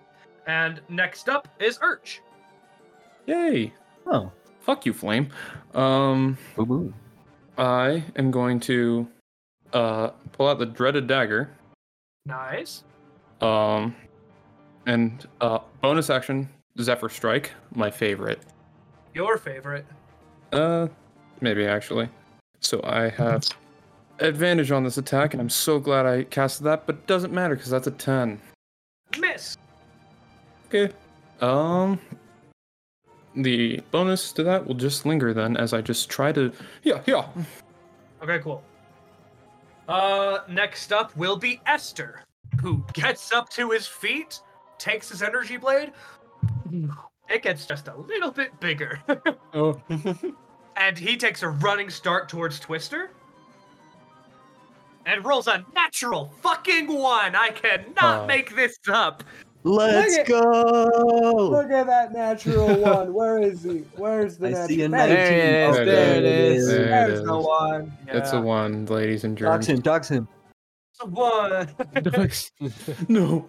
And next up is Urch. Yay! oh, Fuck you, Flame. Um, boo boo. I am going to uh pull out the dreaded dagger. Nice. Um, and uh, bonus action Zephyr Strike, my favorite. Your favorite. Uh, maybe actually. So I have advantage on this attack, and I'm so glad I cast that. But it doesn't matter because that's a ten. Miss. Okay. Um the bonus to that will just linger then as I just try to Yeah, yeah. Okay, cool. Uh, next up will be Esther, who gets up to his feet, takes his energy blade. It gets just a little bit bigger. Oh. and he takes a running start towards Twister. And rolls a natural fucking one. I cannot Oh. make this up. Let's Look at- go. Look at that natural one. Where is he? Where's the I natural? see a There it 19. is, Oh, there There it is. There it There's is. the one. It's Yeah. a one, ladies and Dox him. germs. Dox him. One. no.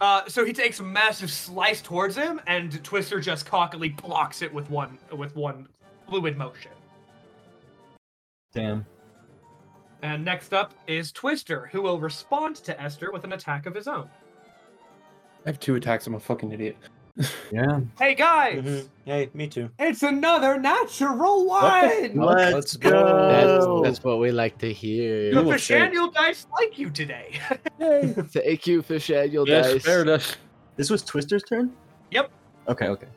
Uh, so he takes a massive slice towards him, and Twister just cockily blocks it with one with one fluid motion. Damn. And next up is Twister, who will respond to Esther with an attack of his own. I have two attacks, I'm a fucking idiot. Yeah. Hey guys, Mm-hmm. Mhm. Hey, me too. It's another natural What one. Let's, let's go. go. That's, that's what we like to hear. the Vishaniel dice like you today. Thank you, Fish Annual Yes, Dice. fair dish. This was Twister's turn? Yep. Okay, okay.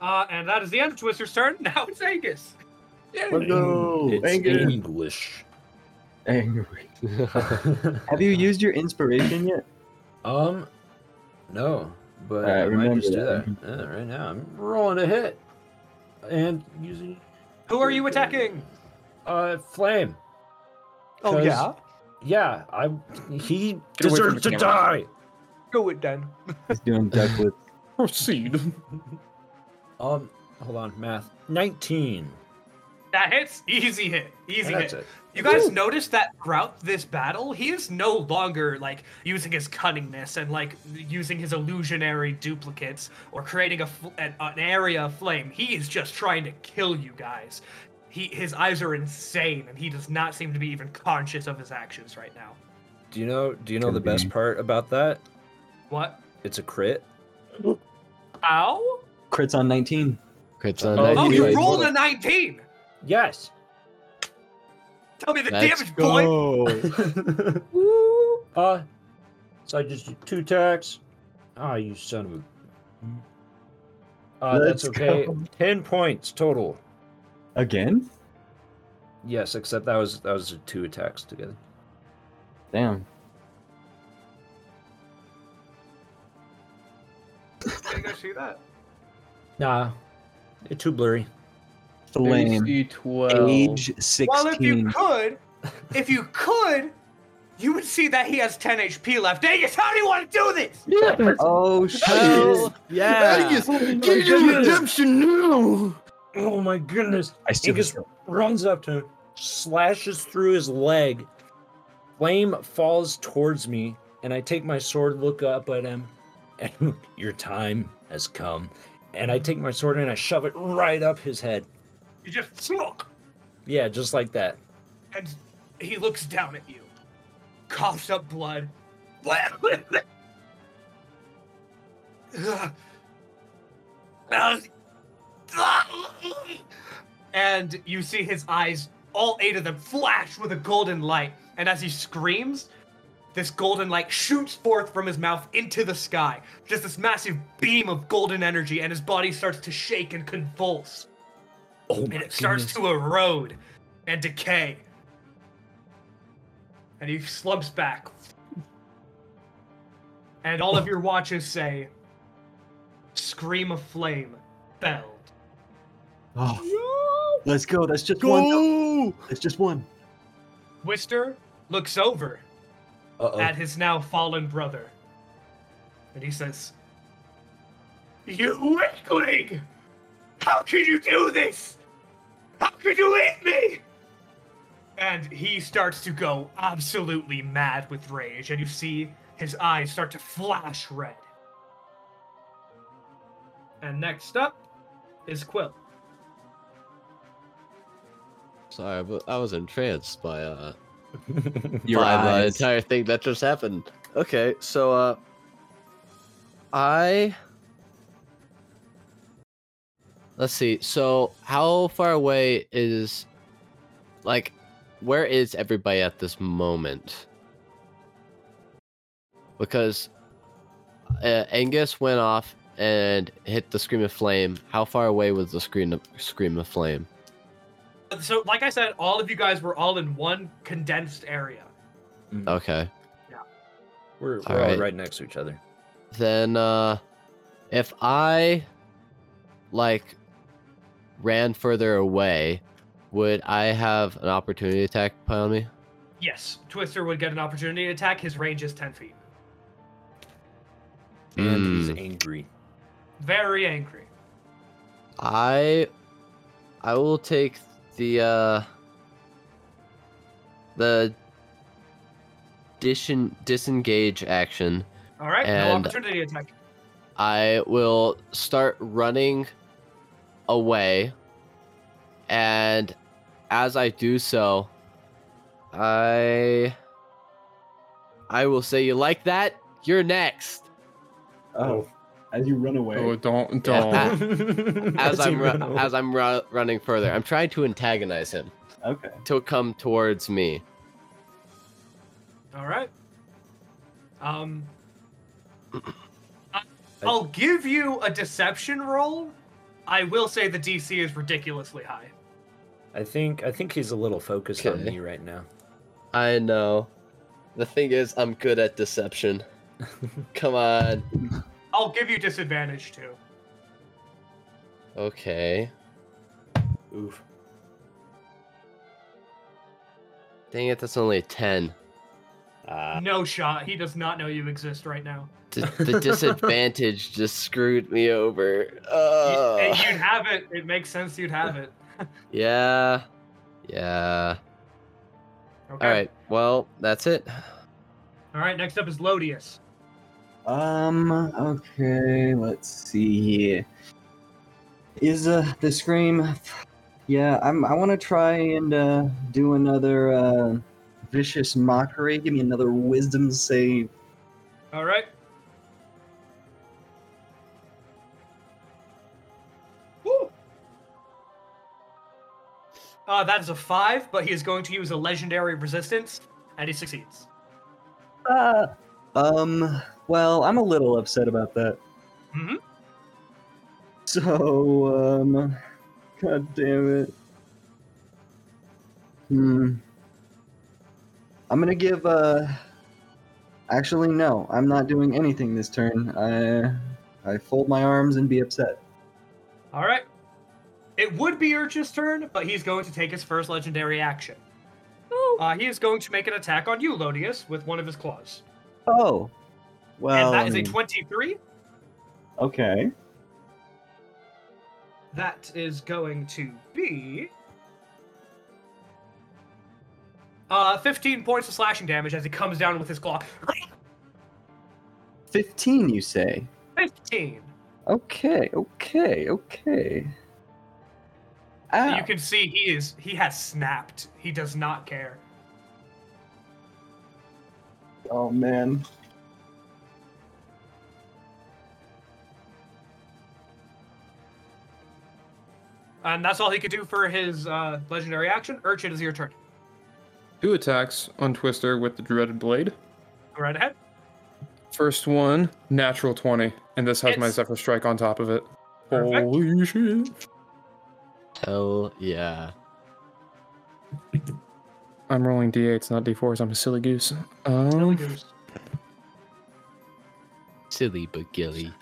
Uh, and that is the end of Twister's turn. Now it's Angus. Let's go. It's Anger. English. Angry. Have you used your inspiration yet? um, no, but Alright, I might remember just do that. that Yeah, right now. I'm rolling a hit and using Who are you attacking? uh flame. Oh 'Cause- yeah, Yeah, I he Get away from deserves to the camera. die. go it then. He's doing duck with. Proceed. Um, hold on, math. Nineteen. That hits. Easy hit. Easy That's hit. it. You guys noticed that throughout this battle, he is no longer like using his cunningness and like using his illusionary duplicates or creating a fl- an, an area of flame. He is just trying to kill you guys. He his eyes are insane, and he does not seem to be even conscious of his actions right now. Do you know? Do you know Can the best be. part about that? What? It's a crit. Ow! Crits on 19. Crits on Oh, that Oh, anyway. you rolled a nineteen. Yes. Tell me the Let's damage, boy. Woo. Uh, so I just do two attacks. Ah, you son of a. Uh, that's Let's okay. go. Ten points total. Again? Yes, except that was that was two attacks together. Damn. Did you guys see that? Nah, it's too blurry. Flame. twelve. Age 16. Well, if you could, if you could, you would see that he has 10 HP left. Angus, how do you want to do this? Oh, shit. Hell yeah! get your redemption now! Oh my goodness! I still Angus runs up to him, slashes through his leg. Flame falls towards me, and I take my sword, look up at him, and your time has come. And I take my sword and I shove it right up his head. You just smoke, Yeah, just like that. and he looks down at you, coughs up blood. And you see his eyes, all eight of them, flash with a golden light. And as he screams, this golden light shoots forth from his mouth into the sky. Just this massive beam of golden energy, and his body starts to shake and convulse Oh my and it starts goodness. to erode and decay. And he slumps back. And all of your watches say, Scream of Flame, Belled. Oh. Let's go. That's just one. That's just one. Wister looks over Uh-oh. at his now fallen brother. And he says, You weakling! How could you do this? How could you hit me? And he starts to go absolutely mad with rage, and you see his eyes start to flash red. And next up is Quill. Sorry, but I was entranced by uh Your by the eyes. entire thing that just happened. Okay, so uh I Let's see. So, how far away is like where is everybody at this moment? Because uh, Angus went off and hit the scream of flame. How far away was the scream of, scream of flame? So, like I said, all of you guys were all in one condensed area. Okay. We're, we're all All right. right next to each other. then uh if i like ran further away would i have an opportunity attack put on me Yes, Twister would get an opportunity to attack. His range is 10 feet. And he's Mm. angry. Very angry. i i will take the uh the disen- disengage action All right, And- no opportunity attack. I will start running away. And as I do so, I I will say you like that? You're next. Oh. As you run away. Oh, don't, Yeah. don't. As I'm ru- as I'm ru- running further. I'm trying to antagonize him Okay. to come towards me. All right. Um, I- I'll give you a deception roll. I will say the DC is ridiculously high. I think I think he's a little focused on Okay. me right now. I know. The thing is, I'm good at deception. Come on. I'll give you disadvantage too. Okay. Oof. Dang it, that's only a 10. Ah. No shot. He does not know you exist right now. D- the disadvantage just screwed me over. You- Uh, and you'd have it. It makes sense you'd have it. yeah. Yeah. Okay. All right. Well, that's it. All right. Next up is Lodius. Um. Okay. Let's see here. Is uh the scream? Yeah. I'm. I want to try and uh, do another uh, vicious mockery. Give me another wisdom save. All right. Woo! Uh, that is a five, but he is going to use a legendary resistance, and he succeeds. Ah. Um. Well, I'm a little upset about that. Mhm. So. Um. God damn it. Hmm. I'm gonna give. Uh. Actually, no. I'm not doing anything this turn. I. I fold my arms and be upset. All right. It would be Urch's turn, but he's going to take his first legendary action. Uh, he is going to make an attack on you, Lodius, with one of his claws. Oh. Well. and that I is mean, a 23. Okay. That is going to be. Uh, 15 points of slashing damage as he comes down with his claw. Fifteen, you say? 15. Okay. Okay. Okay. And Ah. You can see he is he has snapped. He does not care. Oh man. And that's all he could do for his uh, legendary action. Urchin is your turn. Two attacks on Twister with the dreaded blade. Go right ahead. First one, natural 20, and this has my Hits. Zephyr Strike on top of it. Perfect. Holy shit. Hell yeah. I'm rolling d8s, not d4s. I'm a silly goose. Um, Billy Goose. Silly but gilly.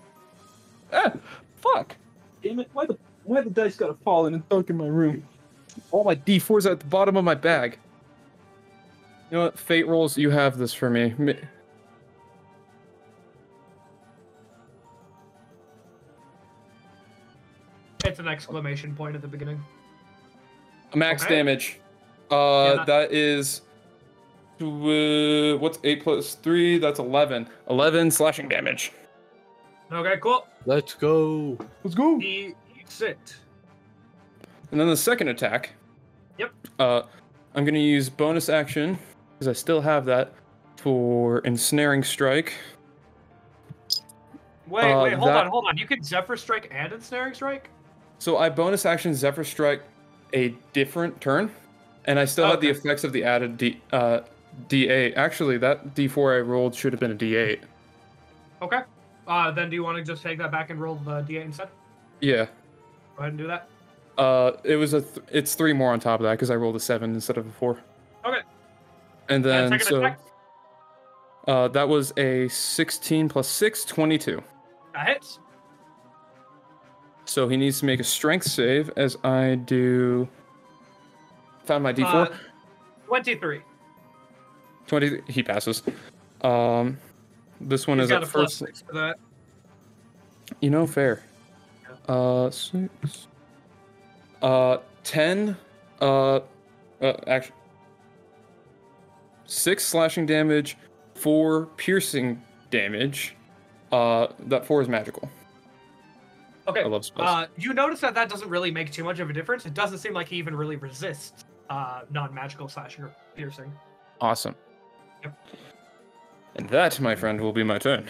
Ah, fuck. Damn it. Why the, why the dice gotta fall in and dunk in my room? All my d4s are at the bottom of my bag. You know what? Fate rolls, you have this for me. Mi- It's an exclamation point at the beginning. Max Okay. damage. Uh, Yeah. that is. Uh, what's 8 plus 3? That's 11. 11 slashing damage. Okay, cool. Let's go. Let's go. He eats it. And then the second attack. Yep. Uh, I'm gonna use bonus action because I still have that for ensnaring strike. Wait, Uh, wait, hold that- on, hold on. You can Zephyr Strike and Ensnaring Strike? So I bonus action Zephyr Strike a different turn, and I still have the Okay. effects of the added D uh, D8. Actually, that D4 I rolled should have been a D8. Okay. Uh, then do you want to just take that back and roll the D8 instead? Yeah. Go ahead and do that. Uh, it was a. Th- it's three more on top of that because I rolled a seven instead of a four. Okay. And then second so attack. uh, that was a 16 plus 6, 22. That hits. So he needs to make a strength save as I do. Found my d4. Uh, 23. 20. He passes. Um, this one He's is got at a plus first. six for that. You know, fair. Uh, six. Uh, 10. Uh, uh actually. Six slashing damage, four piercing damage. Uh, that four is magical. Okay. I love spells. Uh, you notice that that doesn't really make too much of a difference. It doesn't seem like he even really resists uh, non-magical slashing or piercing. awesome. Yep. And that, my friend, will be my turn.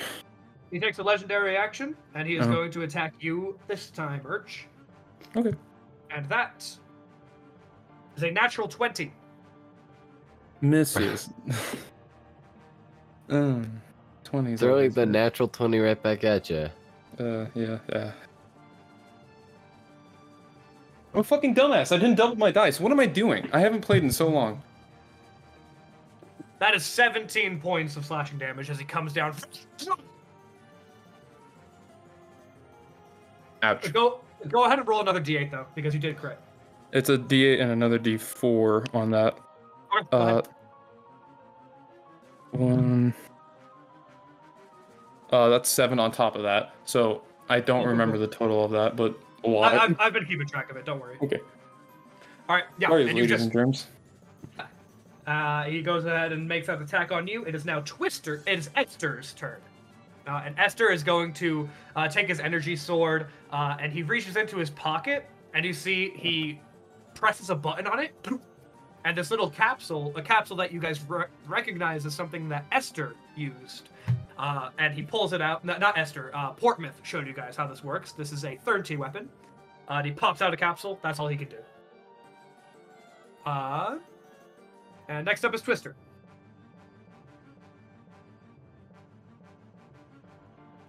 He takes a legendary action, and he is Uh-huh. going to attack you this time, Urch. Okay. And that is a natural 20. Misses. um, 20s. Throwing always the good. natural 20 right back at you. Uh, yeah, yeah. I'm a fucking dumbass. I didn't double my dice. What am I doing? I haven't played in so long. That is 17 points of slashing damage as he comes down. Ouch. Go go ahead and roll another d8 though, because you did crit. It's a D8 and another D4 on that. Okay, go Uh, ahead. one. Uh, that's seven on top of that. So I don't remember the total of that, but a lot. I, I've, I've been keeping track of it. Don't worry. okay. All right. Yeah. Sorry, and you ladies just and germs. Uh, he goes ahead and makes that attack on you. It is now Twister. It is Esther's turn. Uh, and Esther is going to uh, take his energy sword, uh, and he reaches into his pocket, and you see he presses a button on it, and this little capsule, a capsule that you guys re- recognize as something that Esther used, uh, and he pulls it out. No, not Esther. Uh, Portmouth showed you guys how this works. This is a third T weapon. Uh, and he pops out a capsule. That's all he can do. Uh, and next up is Twister.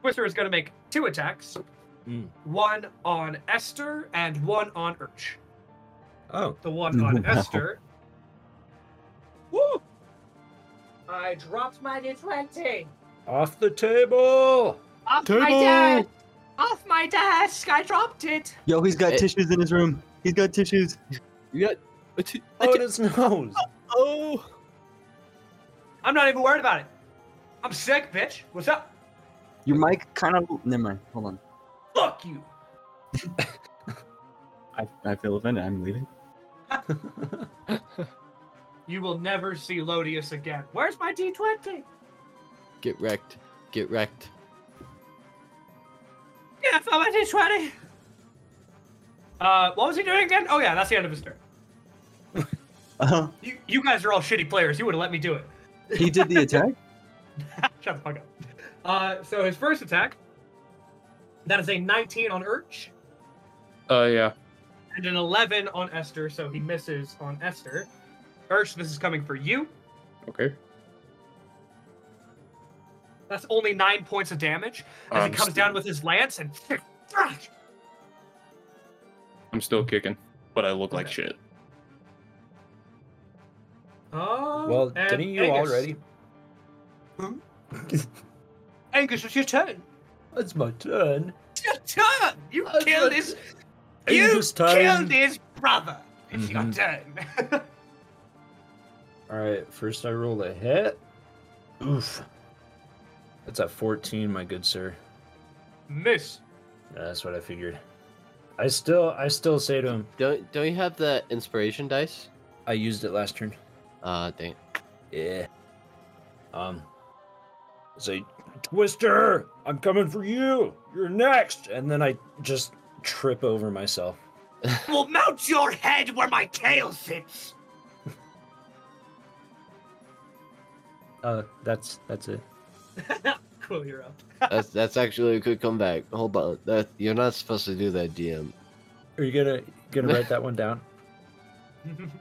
Twister is going to make two attacks Mm. one on Esther and one on Urch. Oh, The one on Wow. Esther. Woo! I dropped my D20. off the table. Off my Table! desk! Off my desk! I dropped it! Yo, he's got It- tissues in his room. He's got tissues. Yeah. Oh, in his nose. Oh. I'm not even worried about it. I'm sick, bitch. What's up? Your mic kind of. Never mind. Hold on. Fuck you. I, I feel offended. I'm leaving. You will never see Lodius again. Where's my D20? Get wrecked. Get wrecked. Yeah, I'm at his wedding. Uh, what was he doing again? Oh yeah, that's the end of his turn. Uh, You, you guys are all shitty players. You would have let me do it. he did the attack. Shut the fuck up. Uh, so his first attack. That is a 19 on Urch Uh, yeah. and an 11 on Esther, so he misses on Esther. Urch, this is coming for you. Okay. That's only nine points of damage as I'm he comes still- down with his lance and. I'm still kicking, but I look like Okay. shit. Oh, Well, and didn't you Angus. already? Angus, it's your turn. It's my turn. It's your turn. You It's killed my his Angus time. his brother. It's your Mhm. Mm-hmm. turn. All right, first I roll a hit. Oof. That's at 14, my good sir. Miss. Yeah, that's what I figured. I still, I still say to him, Don't don't you have the inspiration dice? I used it last turn. Uh, dang. Yeah. Um. Say, Twister, I'm coming for you. You're next. And then I just trip over myself. Well, mount your head where my tail sits. Uh, that's that's it. Cool, you're up. That's that's actually a good comeback. Hold on. That you're not supposed to do that, DM. Are you gonna gonna write that one down?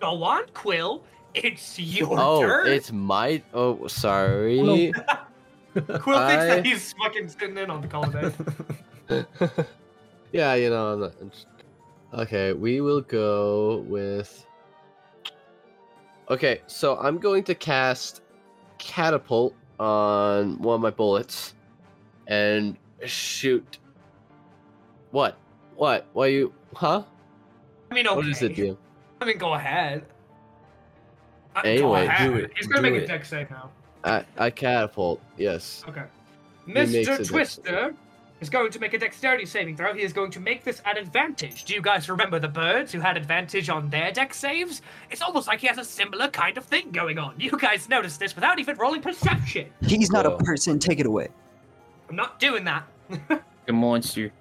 Go on, Quill. It's your oh, turn. it's my. Oh, sorry. Quill thinks I- that he's fucking sitting in on the call today. yeah, you know. I'm not, I'm just- okay, we will go with. Okay, so I'm going to cast catapult on one of my bullets, and shoot. What? What? Why you? Huh? I mean, okay. What is it, DM? I mean, go ahead. Uh, go Anyway, do ahead. it, He's gonna do make a it. deck save now. I, I catapult. Yes. Okay. makes a Mr. dex- Twister is going to make a dexterity saving throw. He is going to make this at advantage. Do you guys remember the birds who had advantage on their dex saves? It's almost like he has a similar kind of thing going on. You guys noticed this without even rolling perception. He's not Whoa. a person. Take it away. I'm not doing that. The monster.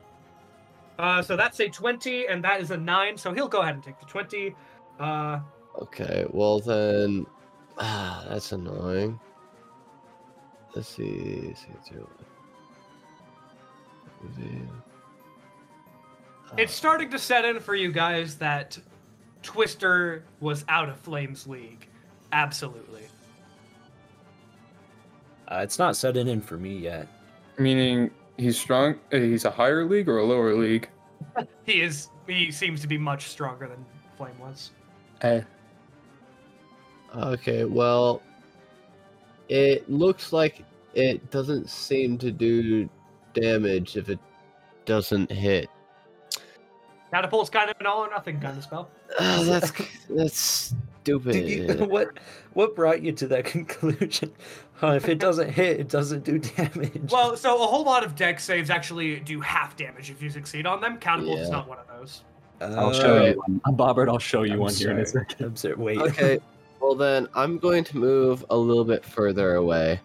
Uh, so that's a 20, and that is a 9, so he'll go ahead and take the 20. Uh, Okay, well then, ah, that's annoying. Let's see. let's see, let's see, what- the- It's ah, starting to set in for you guys that Twister was out of Flames League. Absolutely. Uh, it's not set in for me yet. Meaning He's strong. uh, He's a higher league or a lower league? He is. He seems to be much stronger than Flame was. Okay, well, it looks like it doesn't seem to do damage if it doesn't hit. Catapult's kind of an all or nothing kind of spell. Oh, that's that's Did you, stupid. what what brought you to that conclusion? Huh, if it doesn't hit, it doesn't do damage. Well, so a whole lot of deck saves actually do half damage if you succeed on them. Catapult is Yeah. not one of those. I'll show Alright. you one. Uh, I'm Bobbert. I'll show you Uh, I'm one here in a sorry. second. I'm sorry. Wait. okay, well then I'm going to move a little bit further away.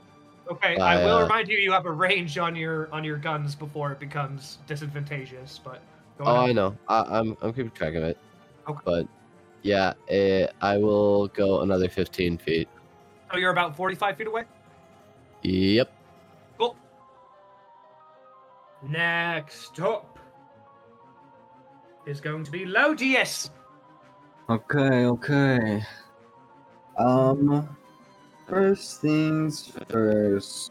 Okay, I, I will uh, remind you you have a range on your on your guns before it becomes disadvantageous, but go Oh, I ahead. know. I, I'm I'm keeping track of it. Okay. But yeah, eh, I will go another 15 feet. So you're about 45 feet away. Yep. Cool. Next up is going to be Lodius. Okay, okay. Um, first things first.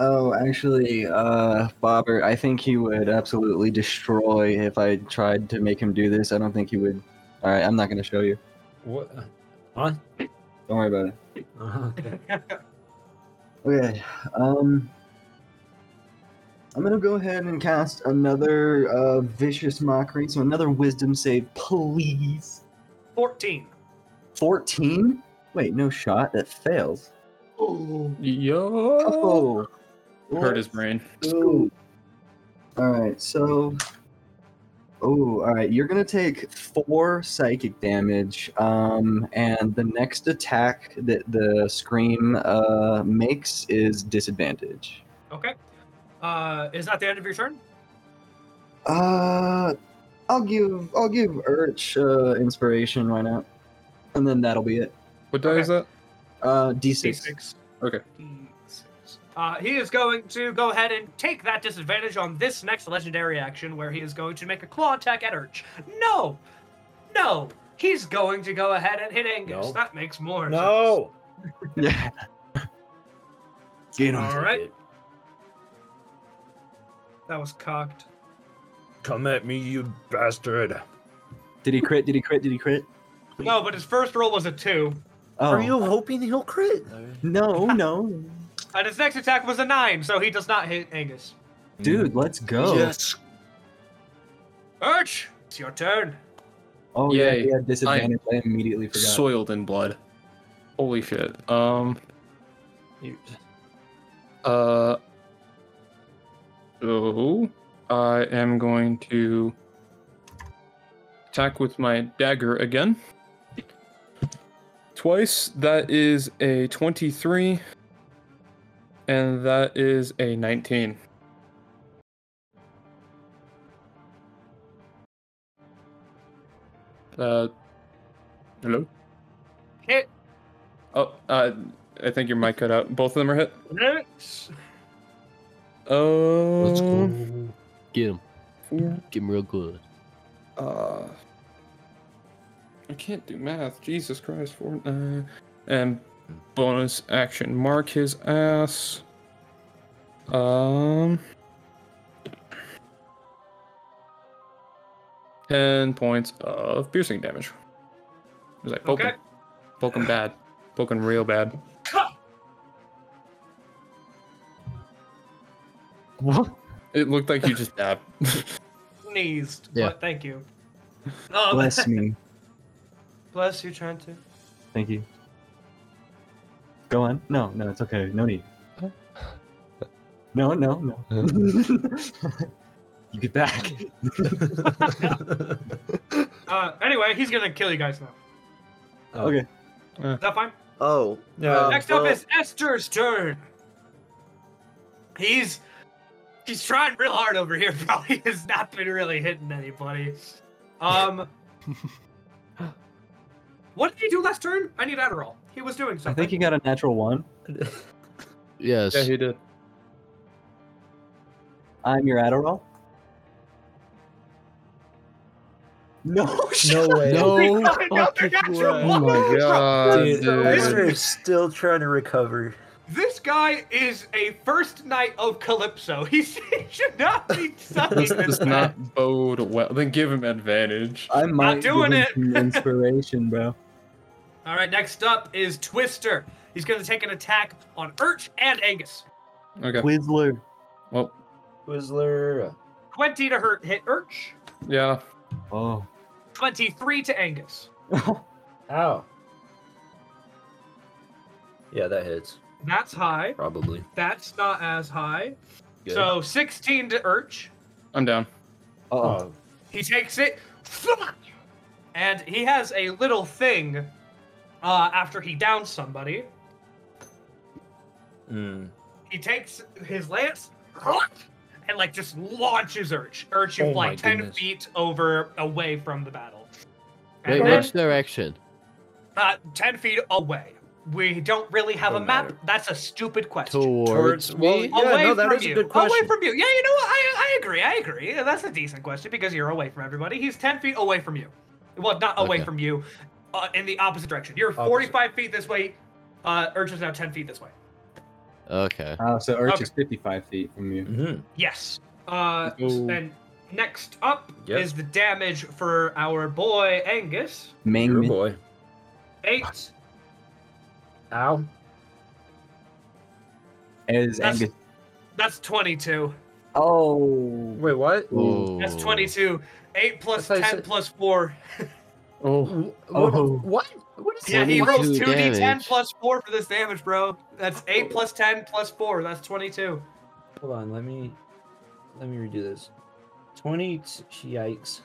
Oh, actually, uh, Bobber, I think he would absolutely destroy if I tried to make him do this. I don't think he would. All right, I'm not gonna show you. What? Huh? Don't worry about it. Uh-huh, okay. Okay, um, I'm gonna go ahead and cast another uh, vicious mockery. So another wisdom save, please. 14. 14? Wait, no shot. That fails. Yo. Oh. Hurt his brain. All right, so. Oh, all right. You're going to take four psychic damage. Um, and the next attack that the scream uh, makes is disadvantage. Okay. Uh, is that the end of your turn? Uh, I'll give I'll give Urch uh, inspiration. Why not? And then that'll be it. What die is that? Uh, D6. D6. Okay. D6. Uh, he is going to go ahead and take that disadvantage on this next legendary action where he is going to make a claw attack at Urch. No! No! He's going to go ahead and hit Angus. No. That makes more sense. No. Yeah. Get on. All right. That was cocked. Come at me, you bastard. Did he crit? Did he crit? Did he crit? No, but his first roll was a 2, Oh. Are you hoping he'll crit? No, no. and his next attack was a 9, so he does not hit Angus. Dude, let's go. Urch! It's your turn. Oh yeah, Yay. yeah, disadvantage. I, immediately forgot. Soiled in blood. Holy shit. Um. Uh. So I am going to attack with my dagger again. Twice. That is a twenty-three, and that is a nineteen. Uh, hello. Hit Oh, uh, I think your mic cut out. Both of them are hit. Urch. Oh, Let's go. Get him. Yeah. Get him real good. Uh, I can't do math. Jesus Christ. Four, uh, and bonus action. Mark his ass. Um. 10 points of piercing damage. It was like poking. Okay. Poking bad. Poking real bad. What? It looked like you just dabbed. sneezed. Yeah. But thank you. Um, Bless me. bless you, Trenton. Thank you. Go on. No, no, it's okay. No need. No, no, no. you get back. Oh. Uh, anyway, he's gonna kill you guys now. Okay. Is that fine? Oh, No. Uh, Next up well- is Esther's turn. He's he's trying real hard over here. Probably has not been really hitting anybody. Um, what did he do last turn? I need Adderall. He was doing I something. think you got a natural one. yes. yeah, he did. I'm your Adderall. No. No way. No got fucking the natural way. one. Oh my god, Uh, Dude, dude. Esther is still trying to recover. This guy is a first night of Calypso. He should not be sucking This this. does bad. not bode well. Then give him advantage. I might doing give it. him some inspiration, bro. All right, next up is Twister. He's going to take an attack on Urch and Angus. Okay. Whistler. Well, Twizzler. 20 to hurt hit Urch, yeah. Oh. 23 to Angus. Ow. Yeah, that hits. That's high. Probably. That's not as high. Good. So 16 to Urch. I'm down. Oh. Oh, He takes it. And he has a little thing uh, after he downs somebody. mm. He takes his lance and like just launches Urch. Urch Oh is my like ten goodness. feet over away from the battle. Wait, And then which direction? uh, ten feet away. We don't really have a Doesn't map. matter. That's a stupid question. Towards, Towards- well, me? yeah, away no, that from is a you. good question. Away from you. Yeah, you know what? I, I agree. I agree. Yeah, That's a decent question because you're away from everybody. He's 10 feet away from you. Well, not away Okay. from you, uh, in the opposite direction. You're Opposite. 45 feet this way. Uh, Urch is now 10 feet this way. Okay. Uh, Oh, so Urch Okay. is 55 feet from you. Mhm. Yes. Uh, Ooh. and next up Yep. is the damage for our boy Angus. Your Main boy. Eight. Ow. Is That's- Angus That's 22. Oh. Wait, what? Ooh. That's 22. Eight plus I thought you 10 said- plus 4. Oh, Oh. What? What is Yeah, he rolls 22 2d10 damage. plus 4 for this damage, bro. That's 8 plus 10 plus 4. That's 22. Hold on, let me let me redo this. Twenty. Yikes.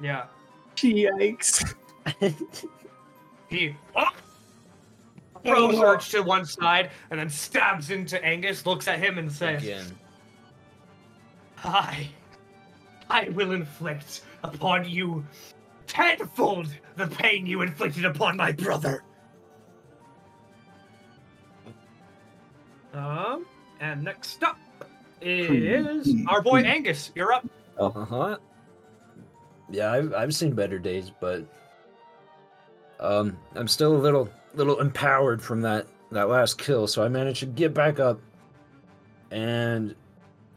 Yeah. Yikes. He ah! throws Urch to one side and then stabs into Angus, looks at him, and says, I, I will inflict upon you tenfold the pain you inflicted upon my brother. Um, and next up is our boy Angus. You're up. Uh huh. Yeah, I've I've seen better days, but um, I'm still a little little empowered from that that last kill, so I managed to get back up and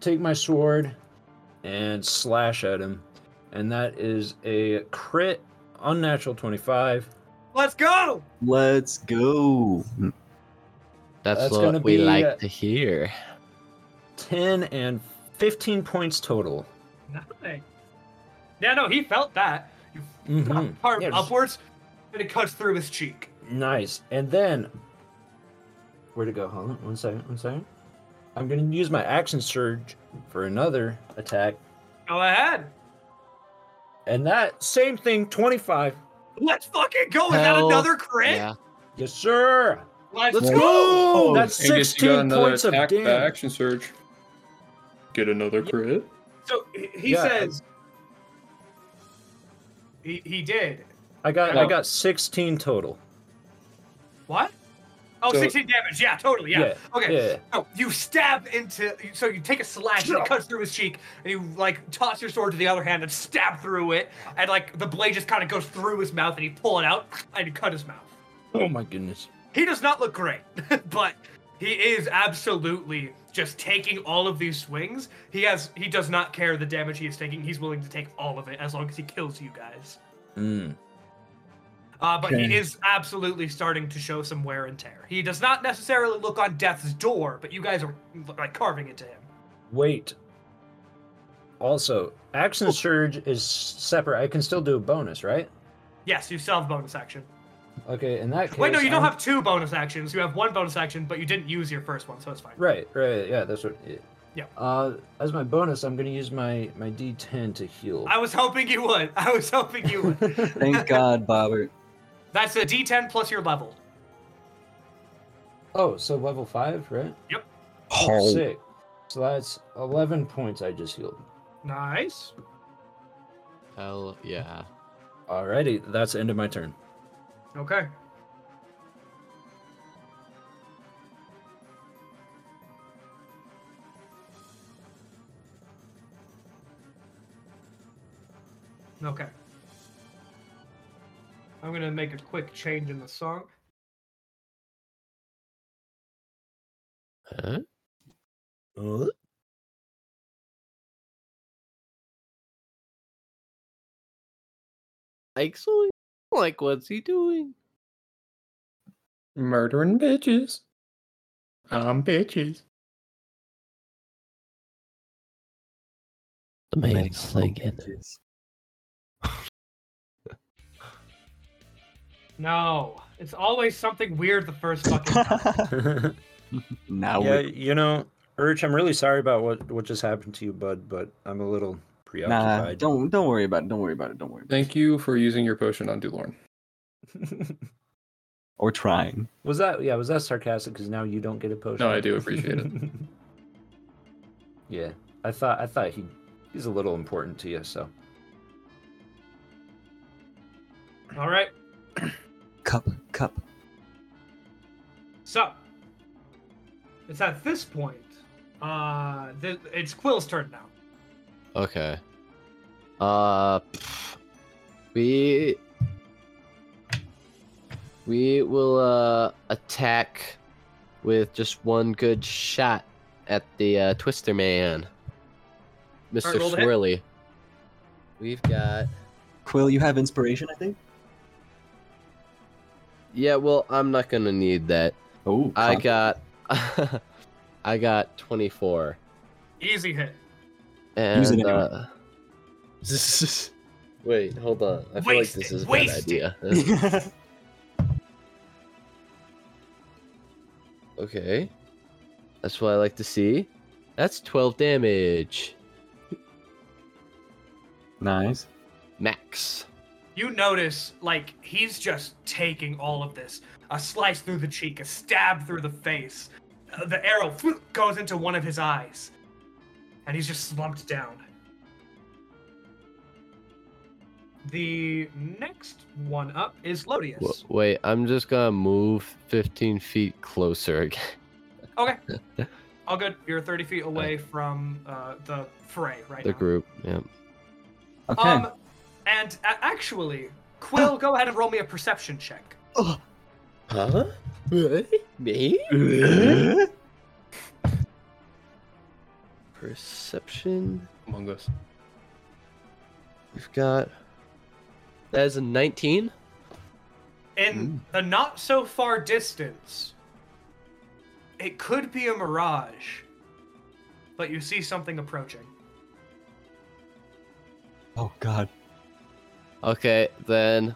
take my sword and slash at him, and that is a crit, unnatural twenty-five. Let's go. Let's go. That's, That's gonna what we be, like uh, to hear. 10 and 15 points total. Nothing. Yeah, no, he felt that. You Mhm. part Yeah, just- upwards, and it cuts through his cheek. Nice. And then, where to go? Hold on. One second. One second. I'm going to use my action surge for another attack. Go ahead. And that same thing, 25. Let's fucking go. Is that Hell another crit? Yeah. Yes, sir. Let's, Let's go. go. That's Angus, you got 16 another points of attack with the damage. action surge. Get another crit. So he- he Yeah. says he, he did. I got, I No. got 16 total. What? Oh, So- 16 damage. Yeah, totally. Yeah. okay. Yeah. No, you stab into. So you take a slash and it cuts through his cheek, and you like toss your sword to the other hand and stab through it, and like the blade just kind of goes through his mouth, and you pull it out and you cut his mouth. Oh, my goodness. He does not look great, but he is absolutely just taking all of these swings. He has he does not care the damage he is taking. He's willing to take all of it as long as he kills you guys. Mm. Uh, but Okay. he is absolutely starting to show some wear and tear. He does not necessarily look on death's door, but you guys are like carving into him. Wait. Also, action surge is separate. I can still do a bonus, right? Yes, you still have a bonus action. Okay, in that case. Wait, no, you don't I'm- have two bonus actions. You have one bonus action, but you didn't use your first one, so it's fine. Right, right, yeah, that's what. Yeah. Yeah. Uh, as my bonus, I'm gonna use my my D10 to heal. I was hoping you would. I was hoping you would. Thank God, Bobbert. That's a D10 plus your level. oh, so level five, right? Sick. So that's 11 points I just healed. Nice. Hell yeah. Alrighty, that's the end of my turn. Okay. Okay. I'm gonna make a quick change in the song. Huh? Actually, like, what's he doing? Murdering bitches. I'm bitches. The man's Nice. slinging. No, it's always something weird the first fucking time. Now yeah, we you know, Urch, I'm really sorry about what what just happened to you, bud. But I'm a little Nah, preoccupied. don't don't worry about it. Don't worry about it. Don't worry. About it. Thank you for using your potion on Dulorn. Or trying. was that yeah? Was that sarcastic? Because now you don't get a potion. No, I do appreciate it. yeah, I thought I thought he he's a little important to you. So All right, Cup, cup. so it's at this point. Uh, th- it's Quill's turn now. Okay. Uh, pff, we we will uh attack with just one good shot at the uh, Twister Man, Mister roll to hit. Swirly. We've got Quill, you have inspiration, I think. yeah. Well, I'm not gonna need that. Oh, I fuck. got I got 24. Easy hit. And, it anyway. uh, wait, hold on. I feel like Waste this it, is a bad waste it. idea. Okay. That's what I like to see. That's 12 damage. Nice. Max. You notice, like, he's just taking all of this. A slice through the cheek, a stab through the face. Uh, the arrow phew, goes into one of his eyes. And he's just slumped down. The next one up is Lodius. W- wait, I'm just gonna move 15 feet closer again. Okay. All good. You're 30 feet away from uh, the fray right The now. group. Yeah. Okay. Um, and uh, actually, Oh. Quill, go ahead and roll me a perception check. Huh? Me? Perception. Among us. We've got. That is a 19. In the not so far distance, it could be a mirage, but you see something approaching. oh God. Okay, then.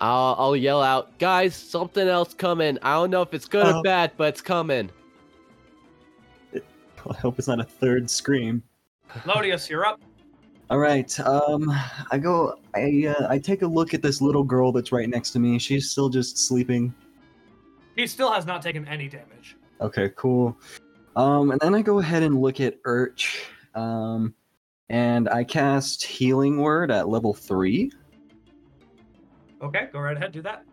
I'll, I'll yell out, guys, something else coming. I don't know if it's good Oh. Uh, or bad, but it's coming. I hope it's not a third scream. Lodius, you're up. All right. Um, I go. I uh, I take a look at this little girl that's right next to me. She's still just sleeping. He still has not taken any damage. Okay, cool. Um, and then I go ahead and look at Urch. Um, and I cast Healing Word at level three. Okay, go right ahead, do that.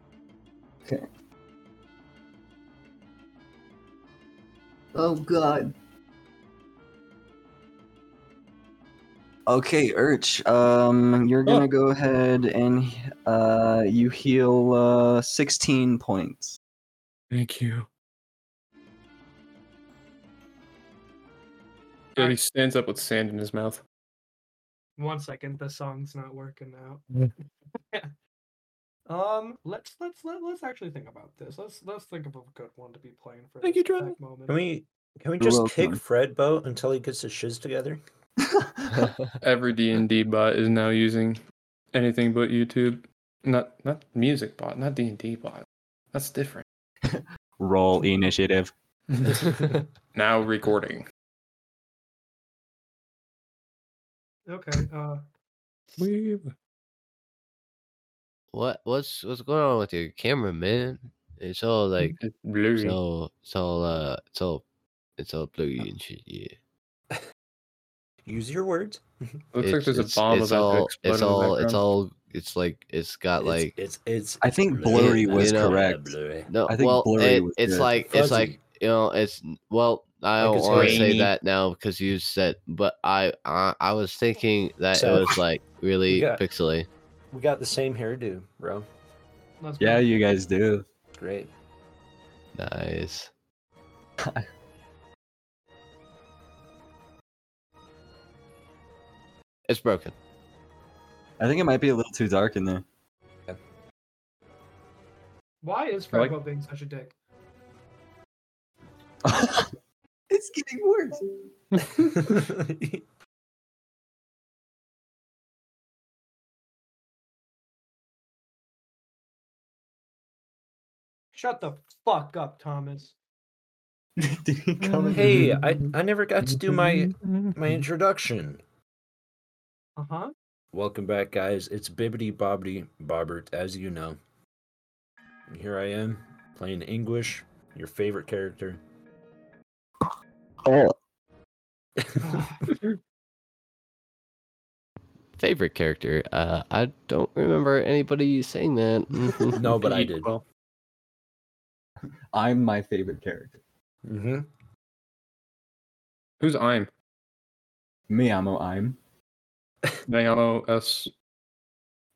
Oh God. Okay, Urch. Um, you're gonna go ahead and uh, you heal uh, 16 points. Thank you. Yeah, he stands up with sand in his mouth. One second, the song's not working out. um, let's let's let, let's actually think about this. Let's let's think of a good one to be playing for Thank this you, exact moment. can we can we You're just welcome. kick Fred boat until he gets his shiz together? Every D and D bot is now using anything but YouTube. Not not music bot, not D and D bot. That's different. Roll initiative. now recording. Okay. Uh, We what what's what's going on with your camera, man? It's all like it's blurry. it's all it's all uh it's all it's all blue Uh, and shit. Yeah, Use your words. Looks it's, like there's it's- a bomb It's about to all explode it's in the all it's background. all it's like it's got like it's it's, it's I think Blurry, blurry you was know. correct. Blurry. no. I think well, blurry it- was it's good. like it's Fuzzy. like you know it's well. I Like don't it's want to say grainy. that now because you said, but I I, I was thinking that So- it was like really Yeah. pixely. We got the same hairdo, bro. let's go. yeah, you guys do. Great. Nice. It's broken. I think it might be a little too dark in there. Why is I like- Franco being such a dick? it's getting worse. Shut the fuck up, Thomas. Did he come in? hey, I, I never got to do my my introduction. Uh huh. Uh-huh. Welcome back, guys. It's Bibbity Bobbity Bobbert, as you know. And Here I am, playing English, your favorite character. Oh, Favorite character? Uh, I don't remember anybody saying that. Mhm. No, but I did. Well, I'm my favorite character. Mm-hmm. who's I'm? Me, I'm a- I'm. Nayamo S.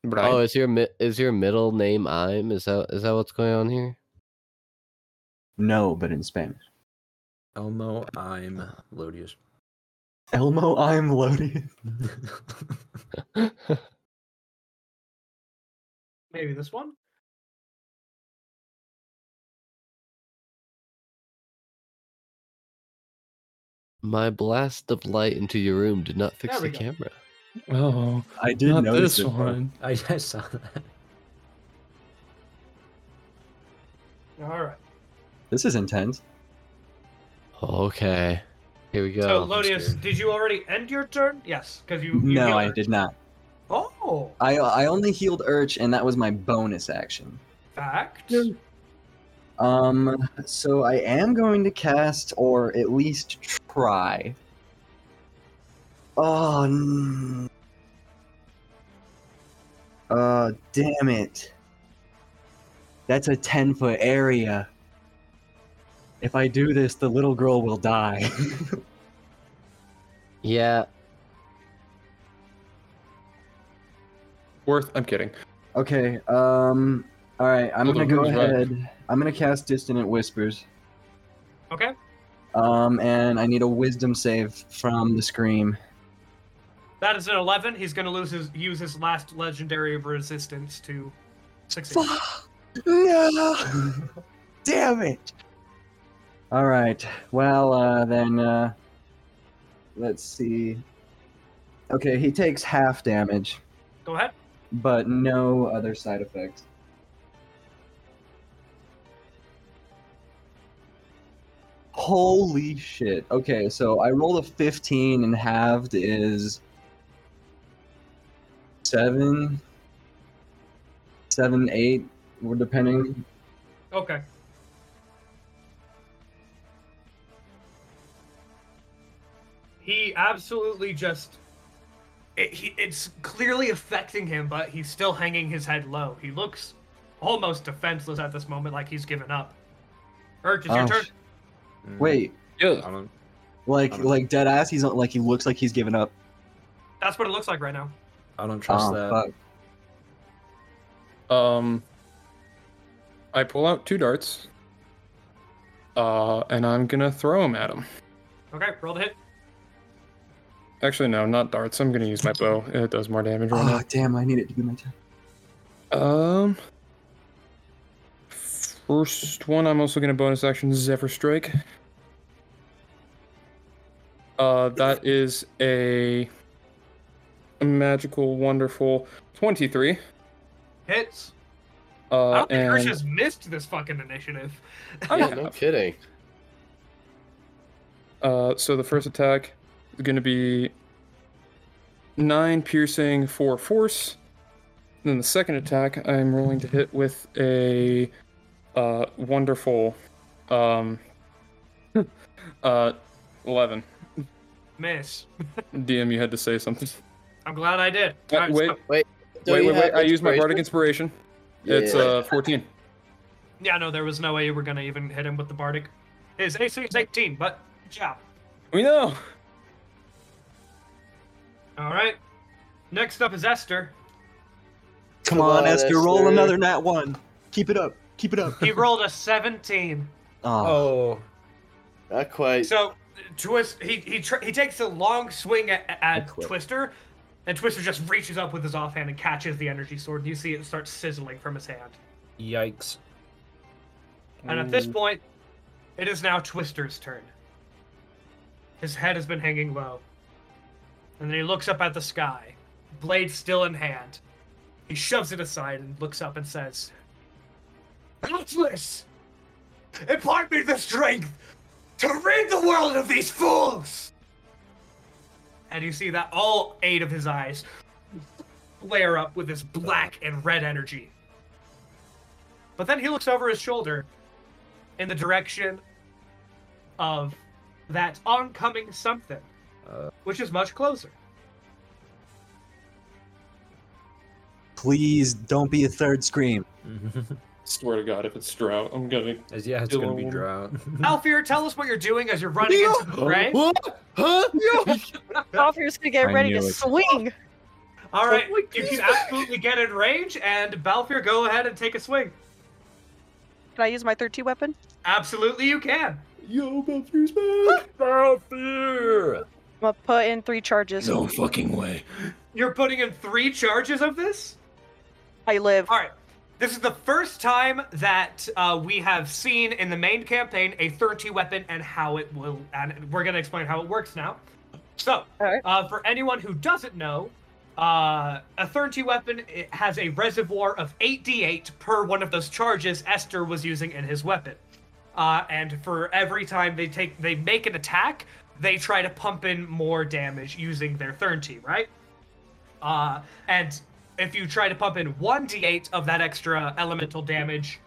Brian. Oh, is your mi- is your middle name I'm? Is that is that what's going on here? No, but in Spanish. Elmo, I'm Lodius. Elmo, I'm loaded. Maybe this one? My blast of light into your room did not fix There we the go. camera. oh I did not notice this it, though. one. I, I saw that. All right. This is intense. Okay, here we go. so, I'm Lodius, scared. did you already end your turn? Yes, because you, you. No, healed I her. did not. Oh, I I only healed Urch, and that was my bonus action. fact. Um, so I am going to cast, or at least try. Oh, n- uh, damn it! That's a ten foot area. If I do this, the little girl will die. Yeah, Worth. I'm kidding. okay. Um. All right. I'm Little gonna go girl's right. ahead. I'm gonna cast Dissonant Whispers. Okay. Um, and I need a Wisdom save from the scream. That is an 11. He's going to lose his use his last legendary of resistance to succeed. no! Damn it! All right. Well, uh, then, uh, let's see. Okay, he takes half damage, Go ahead. but no other side effects. Holy shit. Okay, so I rolled a 15 and halved is 7 7 8 we're depending Okay. He absolutely just. It, he, it's clearly affecting him, but he's still hanging his head low. He looks almost defenseless at this moment, like he's given up. Urch, it's your Oh, turn. sh- Wait, Yeah. Mm, I don't. like Okay. like dead ass. He's like he looks like he's giving up. That's what it looks like right now. I don't trust Oh, that. fuck. Um. I pull out two darts. Uh, and I'm gonna throw them at him. Okay, roll the hit. Actually, no, not darts. I'm gonna use my bow. It does more damage right Oh damn! I need it to be my turn. now. Um. First one, I'm also gonna bonus action Zephyr Strike. Uh, that is a magical, wonderful 23. Hits. Uh, I don't think and oh, Urch has missed this fucking initiative. I yeah, have. no kidding. Uh, so the first attack is going to be nine piercing, four force. Then the second attack, I'm rolling to hit with a uh, wonderful um, uh, eleven. Miss. DM, you had to say something. I'm glad I did. Uh, Alright, wait, so- Don't wait, you wait, wait! have I used my bardic inspiration? inspiration. It's Yeah. uh, fourteen. yeah, no, there was no way you were gonna even hit him with the bardic. His AC is 18, but good job. We know. All right. Next up is Esther. Come on, on, Esther, roll Esther. another nat one. Keep it up. Keep it up. He rolled a 17. Oh, Oh, Not quite. So twist he he tr- he takes a long swing at, at quit. Twister, and Twister just reaches up with his offhand and catches the energy sword. And you see it start sizzling from his hand. Yikes. And at this point, it is now Twister's turn. His head has been hanging low. And then he looks up at the sky, blade still in hand. He shoves it aside and looks up and says, Atlas! Impart me the strength to rid the world of these fools! And you see that all eight of his eyes flare up with this black and red energy. But then he looks over his shoulder in the direction of that oncoming something, Uh. which is much closer. Please don't be a third scream. Swear to God, if it's drought, I'm gonna. As, yeah, it's gonna be Dylan. drought. Alfier, tell us what you're doing as you're running into the fray. What? Huh? Alfier's gonna get I ready knew to it. swing. All right, you can absolutely get in range, and Balfour, go ahead and take a swing. Can I use my third T weapon? Absolutely, you can. Yo, Belfier's back! Belfier! I'm gonna put in three charges. No fucking way. You're putting in three charges of this. I live. All right, this is the first time that uh, we have seen in the main campaign a 30 weapon and how it will. And we're gonna explain how it works now. So, All right. uh, for anyone who doesn't know, uh, a 30 weapon it has a reservoir of 8d8 per one of those charges Esther was using in his weapon. Uh, and for every time they take, they make an attack, they try to pump in more damage using their 30, right? Uh, and if you try to pump in 1d8 of that extra elemental damage,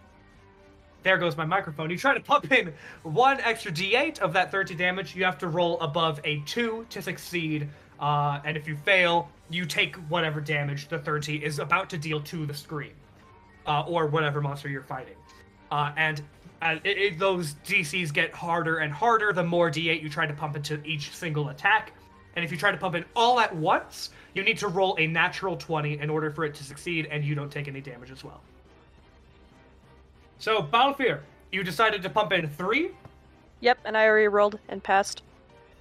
there goes my microphone. You try to pump in one extra d8 of that 30 damage, you have to roll above a 2 to succeed. Uh, and if you fail, you take whatever damage the 30 is about to deal to the screen uh, or whatever monster you're fighting. Uh, and uh, it, it- those DCs get harder and harder the more d8 you try to pump into each single attack. And if you try to pump it all at once, you need to roll a natural 20 in order for it to succeed, and you don't take any damage as well. So, Balfour, you decided to pump in three. Yep, and I already rolled and passed.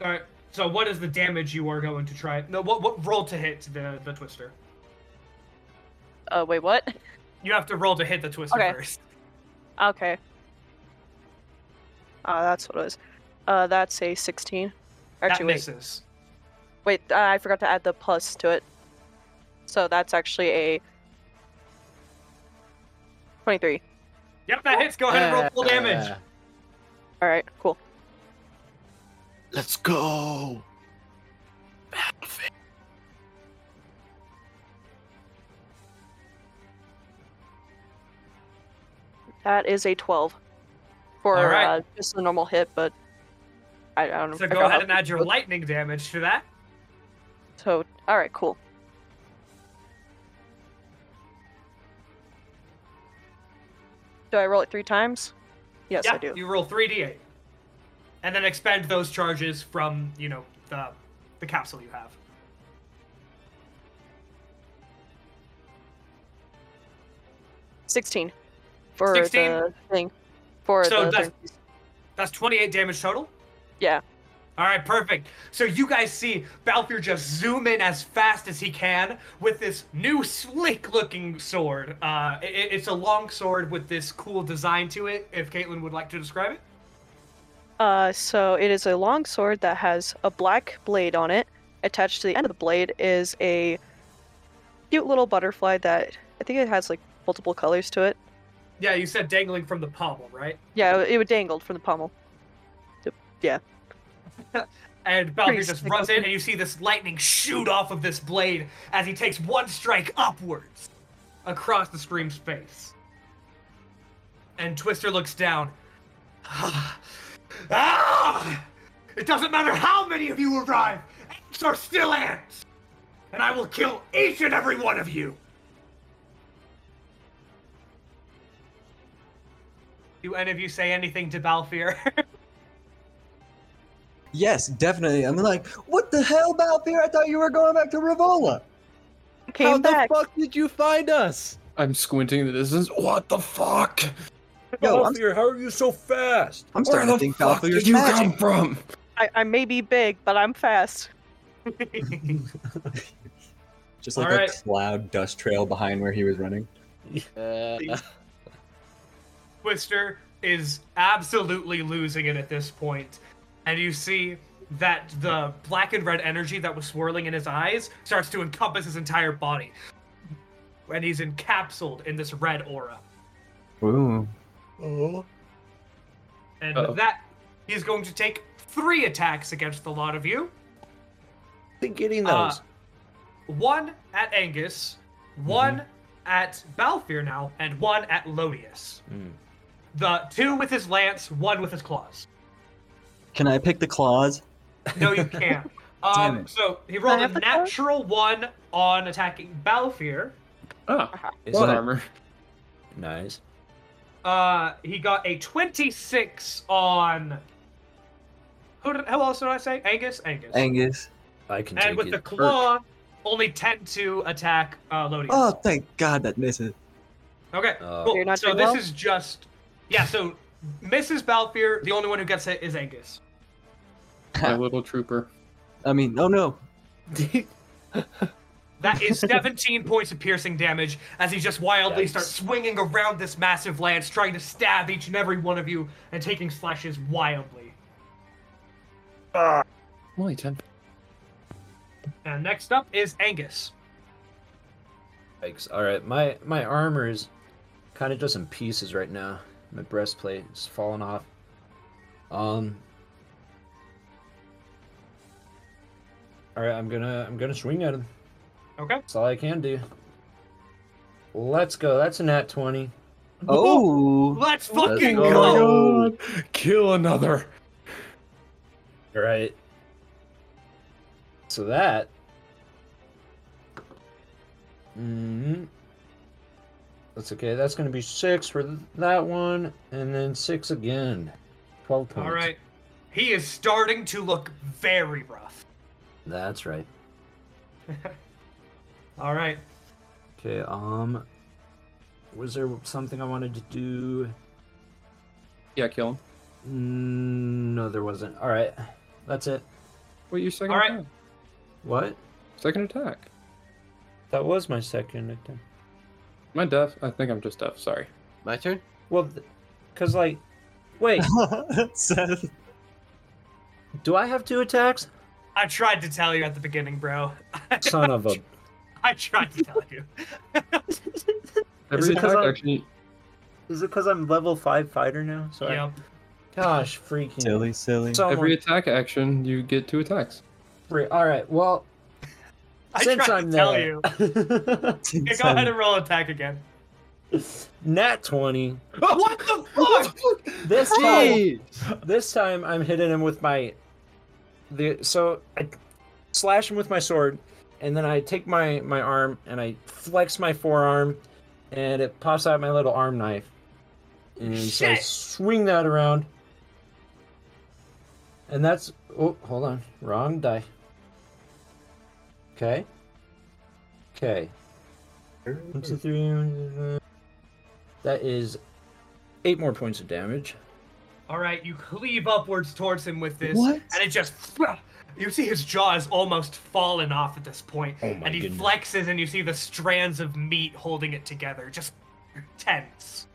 All right. So, what is the damage you are going to try? No, what what roll to hit the the twister? Uh, wait, what? You have to roll to hit the twister Okay. first. Okay. Ah, that's what it was. Uh, that's a 16. That Actually, wait, misses. wait, uh, I forgot to add the plus to it. So that's actually a 23. Yep, that hits. Go ahead and roll full Uh, Uh, damage. All right, cool. Let's go. That is a 12 for All right. uh, just a normal hit, but I, I don't know. So I go forgot ahead how- and add your lightning damage to that. So, all right, cool. Do I roll it three times? Yes, yeah, I do. you roll three d8, and then expend those charges from you know the the capsule you have. Sixteen for 16? the thing. For So the that's- thing. That's 28 damage total? Yeah. All right, perfect. So you guys see Balfour just zoom in as fast as he can with this new slick-looking sword. Uh, i- i it's a long sword with this cool design to it. If Caitlin would like to describe it, Uh, so it is a long sword that has a black blade on it. Attached to the end of the blade is a cute little butterfly that I think it has like multiple colors to it. yeah, you said dangling from the pommel, right? Yeah, it would dangled from the pommel. And Balfour Pretty just slick runs in, looking. and you see this lightning shoot off of this blade as he takes one strike upwards across the scream's face. And Twister looks down. ah! It doesn't matter how many of you arrive, ants are still ants! And I will kill each and every one of you! Do any of you say anything to Balfour? Yes, definitely. I'm like, what the hell, Balfier? I thought you were going back to Rivola. Came back. fuck did you find us? I'm squinting in the distance. What the fuck? Yo, I'm, Alfier, how are you so fast? I'm Where starting to the think fuck Valfier's did you magic. come from? I, I may be big, but I'm fast. Just like All a right. cloud dust trail behind where he was running. Uh, Twister is absolutely losing it at this point, and you see that the black and red energy that was swirling in his eyes starts to encompass his entire body, and he's encapsulated in this red aura. Ooh. And Uh-oh. with that, he's going to take three attacks against the lot of you. Been getting those. Uh, one at Angus, one at Balfour now, and one at Lodius. Mm. The two with his lance, one with his claws. Can I pick the claws? No, you can't. Um, Damn it. So he rolled I a have the card? natural one on attacking Balfour. Ah, Is blood that armor. nice? Uh, he got a 26 on. Who, did, who else did I say? Angus? Angus. Angus. I can and take with it. the Urch. claw, only 10 to attack uh, Lodius. Oh, thank God that misses. Okay. Uh, cool. You're not so doing this well? is just yeah. So Mrs. Balfour, the only one who gets hit is Angus. My little trooper. I mean, oh no. That is 17 points of piercing damage as he just wildly Yikes. starts swinging around this massive lance, trying to stab each and every one of you and taking slashes wildly. Only ten. And next up is Angus. Yikes. All right, my my armor is kind of just in pieces right now. My breastplate is falling off. Um. All right, I'm gonna I'm gonna swing at him. Okay. That's all I can do. Let's go. That's a nat twenty. Oh. Let's fucking go. go. Oh. Kill another. All right. So that. Mm, that's okay. That's going to be six for th- that one, and then six again. Twelve points. All right. He is starting to look very rough. That's right. All right. Okay. Um. Was there something I wanted to do? Yeah, kill him. Mm, No, there wasn't. All right. That's it. Wait, your second All right. attack. What? Second attack. That was my second attempt. Am I deaf? I think I'm just deaf. Sorry. my turn. Well, because like, wait, Seth. do I have two attacks? I tried to tell you at the beginning, bro. Son of a I tried to tell you. Every it 'cause attack I'm- actually. Is it because I'm level five fighter now? So yep. I, gosh, freaking Silly, silly. Someone Every attack action, you get two attacks. free- All right, well, I since tried I'm to tell there, you. Yeah, go ahead and roll attack again. nat twenty. what the fuck? This time, this time I'm hitting him with my the so I slash him with my sword, and then I take my my arm and I flex my forearm, and it pops out my little arm knife, and so I Shit. swing that around, and that's oh hold on wrong die. Okay. Okay. One, two, three, uh, That is eight more points of damage. All right, you cleave upwards towards him with this, What? and it just. You see his jaw is almost fallen off at this point, Oh my and he goodness. flexes, and you see the strands of meat holding it together, just tense.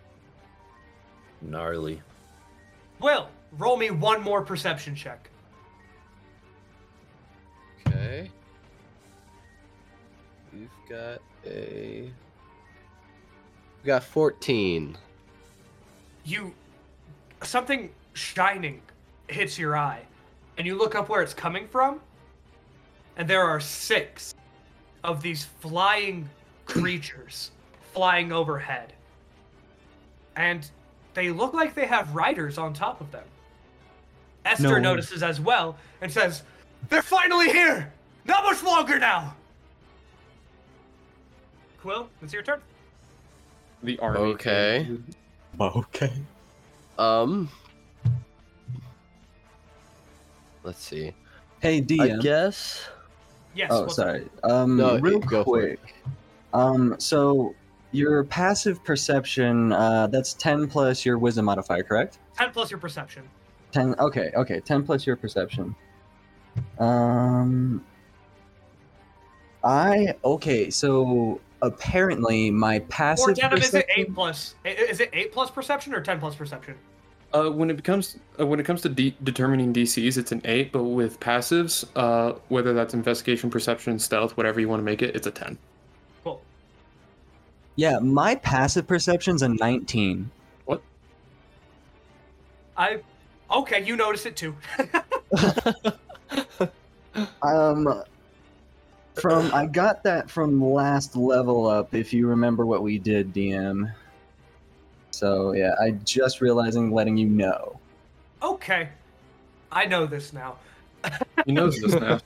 Gnarly. Will, roll me one more perception check. Okay. We've got a. We got 14. you something shining hits your eye and you look up where it's coming from and there are six of these flying creatures flying overhead and they look like they have riders on top of them No esther way. notices as well and says they're finally here not much longer now quill it's your turn The army. Okay. Okay. Um. Let's see. Hey, I DM. guess. yes Oh, what's up? sorry. Um, No, real go for quick. Um, so Your passive perception, uh, that's 10 plus your wisdom modifier, correct? Ten plus your perception. 10, okay, okay, 10 plus your perception. Um, I, okay, so apparently my passive or Denim, is it perception- eight plus? i- Is it eight plus perception or ten plus perception? Uh, when it becomes uh, when it comes to de- determining DCs, it's an eight. But with passives, uh, whether that's investigation, perception, stealth, whatever you want to make it, it's a ten. Cool. Yeah, my passive perception's a 19. I. Okay, you notice it too. Um, from I got that from last level up. If you remember what we did, DM. So yeah, I just realizing, letting you know. okay, I know this now. He knows this now.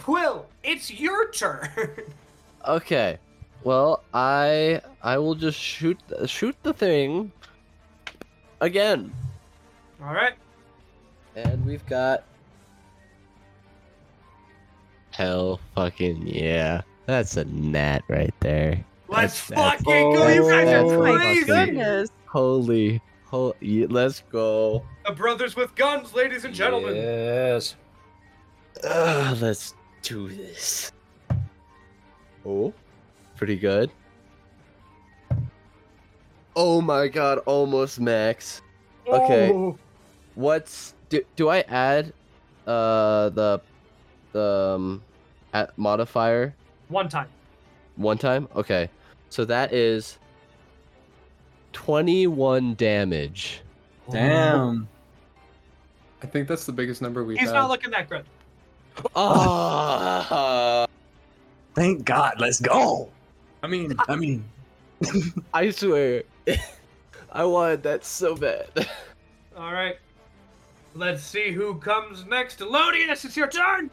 Quill, it's your turn. Okay. Well, I I will just shoot shoot the thing again. All right. And we've got Hell fucking yeah. That's a gnat right there. Let's That's- fucking go. You guys that's- are that's my crazy. goodness. Holy, holy let's go. The brothers with guns, ladies and gentlemen. Yes. Ugh, let's do this. Oh, pretty good. Oh my god, almost max. Okay. Oh. What's do, do I add uh the the um, at modifier One time. one time? Okay. So that is 21 damage. Damn. I think that's the biggest number we've He's had. not looking that good. Ah! Thank God. Let's go. I mean, I mean, I swear. I wanted that so bad. All right. Let's see who comes next. Elodius, it's your turn.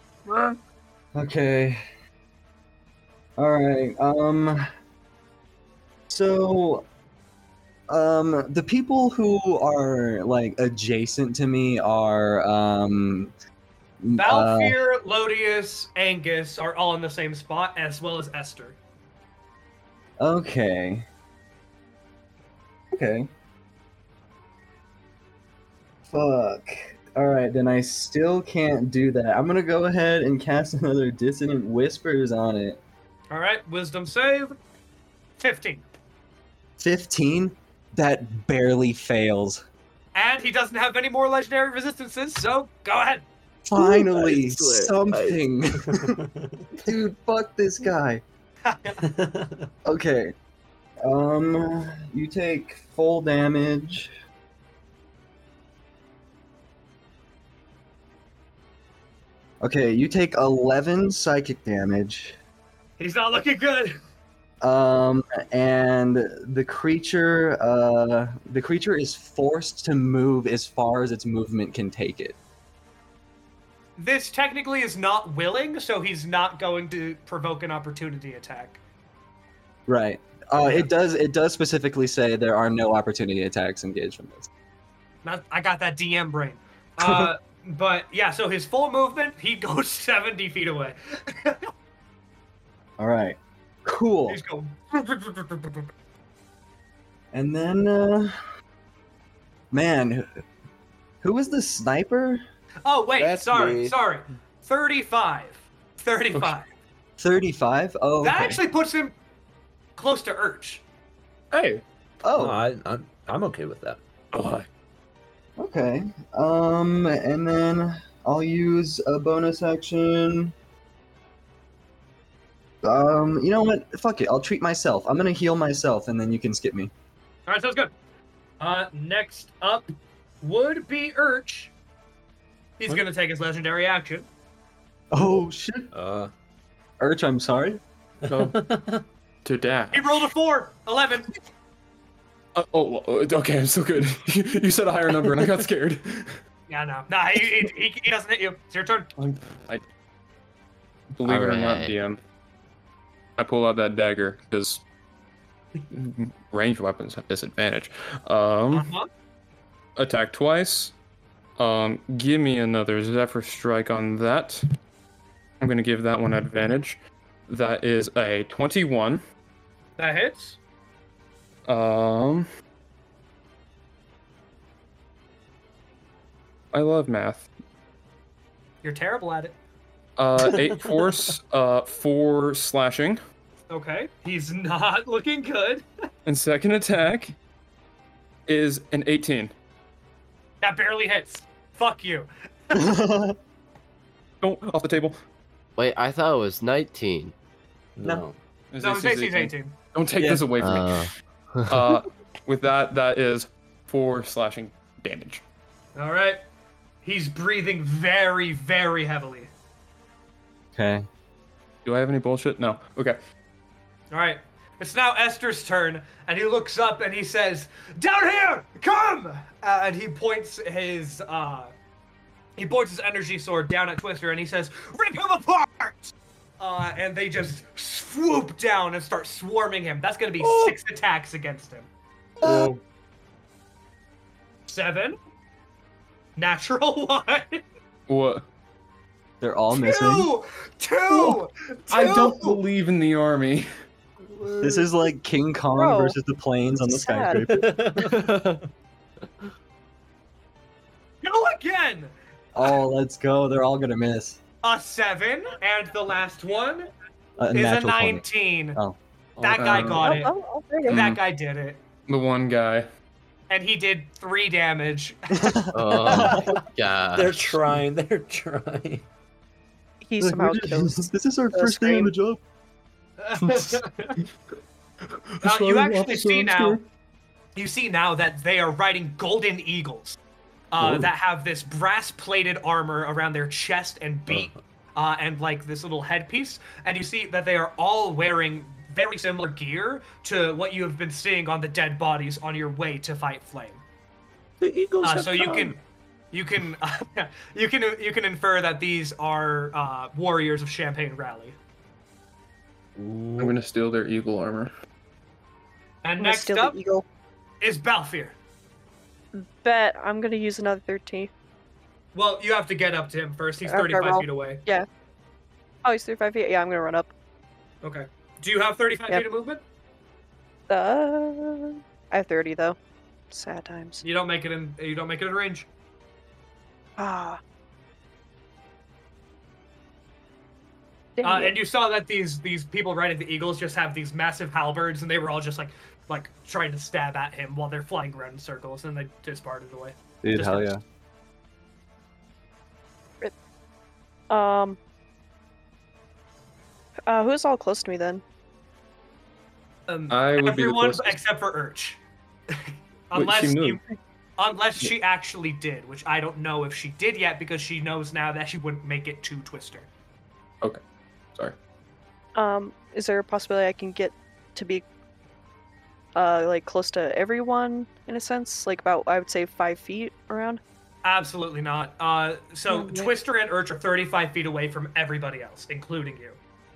Okay. All right. Um. So, um, the people who are like adjacent to me are um. m- uh, Balfir, Lodius, Angus are all in the same spot, as well as Esther. Okay. Okay. Fuck. Alright, then I still can't do that. I'm gonna go ahead and cast another Dissonant Whispers on it. All right, wisdom save. 15. 15? That barely fails. And he doesn't have any more legendary resistances, so go ahead. Finally, I swear, I- something! Dude, fuck this guy. Okay. Um, you take full damage. Okay, you take 11 psychic damage. He's not looking good. Um, and the creature, uh, the creature is forced to move as far as its movement can take it. This technically is not willing, so he's not going to provoke an opportunity attack. Right. Uh, it does. It does specifically say there are no opportunity attacks engaged from this. Not, I got that DM brain. Uh, but yeah, so his full movement, he goes 70 feet away. All right. Cool. He's going. And then, uh, man, who- who was the sniper? Oh, wait, That's sorry, me. sorry. 35. 35. Thirty-five. Oh, That okay. actually puts him close to Urch. Hey. Oh, oh, I, I'm, I'm okay with that. Oh, okay. Um, and then I'll use a bonus action. Um, you know what? Fuck it. I'll treat myself. I'm gonna heal myself, and then you can skip me. All right, sounds good. Uh, next up would be Urch. He's What? going to take his legendary action. Oh shit, Uh, Urch. I'm sorry. oh. to dad. He rolled a 4, 11. Uh, oh, oh, okay. I'm still good. you said a higher number, and I got scared. Yeah, no. Nah, he, he- he, he doesn't hit you. It's your turn. I'm, I believe it or not, Alright. DM. I pull out that dagger because ranged weapons have disadvantage. Um, Uh-huh. attack twice. Um, give me another Zephyr Strike on that. I'm gonna give that one advantage. That is a 21. That hits. Um, I love math. You're terrible at it. Uh, eight force, uh, four slashing, Okay. He's not looking good. and second attack is an 18. That barely hits. Fuck you. Oh, off the table. Wait, I thought it was 19. No. His No, AC his is AC's 18. Don't take Yeah. this away from me. Uh, Uh, with that, that is four slashing damage. All right. He's breathing very, very heavily. Okay. Do I have any bullshit? No. Okay. All right. It's now Esther's turn, and he looks up and he says, "Down here, come!" Uh, and he points his uh, he points his energy sword down at Twister, and he says, "Rip him apart!" Uh, and they just swoop down and start swarming him. That's gonna be six attacks against him. Well, Seven. Natural one. What? They're all missing. Oh, Two. Two. I don't two. believe in the army. This is like King Kong Bro, versus the planes on the sad. skyscraper. Go again. Oh, let's go. They're all gonna miss. A seven, and the last one A is a natural 20. nineteen. That Oh, uh, guy got it. I'll, I'll, I'll bring him. That guy did it. the one guy. And he did three damage. oh my god. they're trying. They're trying. He Like, somehow we're just- kills. This is our the first day on screen. the job. Uh, you actually see now, you see now that they are riding golden eagles Oh. uh, that have this brass-plated armor around their chest Uh-huh. and beak, uh, and like this little headpiece. And you see that they are all wearing very similar gear to what you have been seeing on the dead bodies on your way to fight Flame. The Eagles. Ah, Uh, have so you come. can, you can, you can, you can infer that these are uh, warriors of Champagne Rally. I'm gonna steal their eagle armor. And I'm gonna next steal the E- up eagle. is Balfour. Bet I'm gonna use another 13. Well, you have to get up to him first. He's Okay, 35 well- feet away. Oh, he's 35 feet. Yeah, I'm gonna run up. Okay. Do you have 35 Yep. feet of movement? Uh, I have 30 though. Sad times. You don't make it in. You don't make it in range. Ah. Dang Uh, it. and you saw that these these people riding the eagles just have these massive halberds, and they were all just like like trying to stab at him while they're flying around in circles, and they just parted away. Dude, Just hell a- yeah. Um. Uh, who's all close to me then? Um, I would be the everyone closest. except for Urch, unless you, moved. unless she actually did, which I don't know if she did yet because she knows now that she wouldn't make it to Twister. Sorry. Um, is there a possibility I can get to be, uh, like close to everyone in a sense? Like about, I would say five feet around. Absolutely not. Uh, so Oh, yeah. Twister and Urch are 35 feet away from everybody else, including you.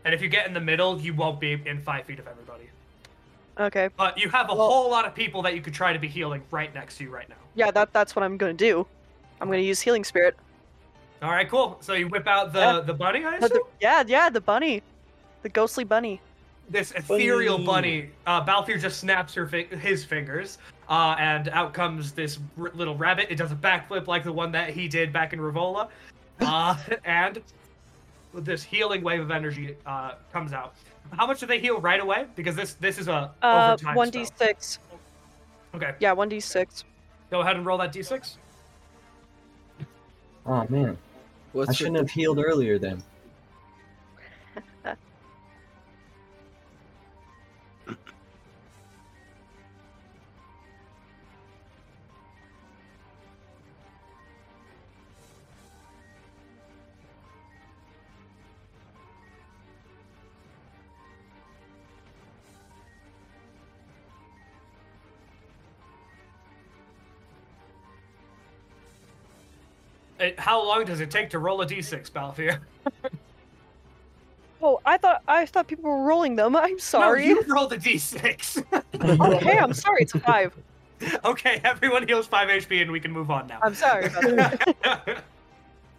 And if you get in the middle, you won't be in five feet of everybody. Okay. But you have a Well- whole lot of people that you could try to be healing right next to you right now. Yeah, that that's what I'm gonna do. I'm gonna use healing spirit. All right, cool. So you whip out the Yeah. the bunny, I But assume? Oh, the- yeah, yeah, the bunny, the ghostly bunny. this ethereal Bunny. bunny. Uh, Balfour just snaps her fi- his fingers, uh, and out comes this r- little rabbit. It does a backflip like the one that he did back in Rivola, uh, and this healing wave of energy uh, comes out. How much do they heal right away? Because this this is a Uh, overtime one d spell. six. Okay, Yeah, one d six. go ahead and roll that d6. Oh man, I What's shouldn't have healed earlier then. Uh, how long does it take to roll a d6, Balfour? Oh, I thought I thought people were rolling them. I'm sorry. No, you roll the d6. okay, I'm sorry. It's a five. okay, everyone heals five HP, and we can move on now. I'm sorry about that.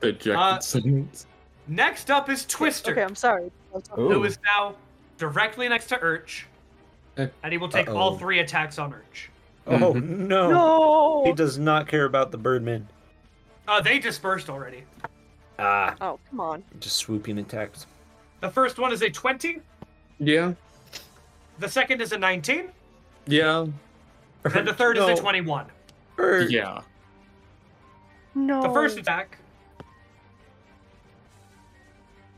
Dejected Uh, silence. Next up is Twister. Okay, I'm sorry. I was talking- Ooh. who is now directly next to Urch. and he will take all Uh-oh. three attacks on Urch. Oh no. No. Oh, He does not care about the Birdman. Uh, they dispersed already. Ah, Oh, come on. just swooping attacks. The first one is a 20, Yeah. the second is a 19, Yeah. and the third No. is a 21. Bird. Yeah. No. The first attack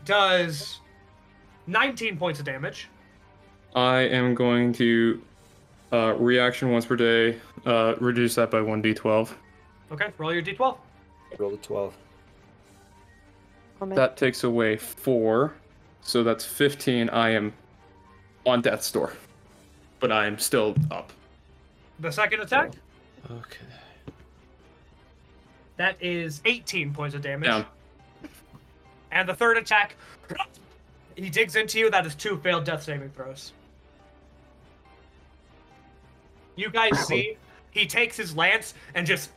does 19 points of damage. I am going to uh, reaction once per day, uh, reduce that by 1d12. Okay, roll your d12. Roll a 12. Woman. That takes away four, so that's 15. I am on death's door, but I am still up. The second attack, Okay. that is 18 points of damage. Down. And the third attack, he digs into you. That is two failed death saving throws. You guys see, he takes his lance and just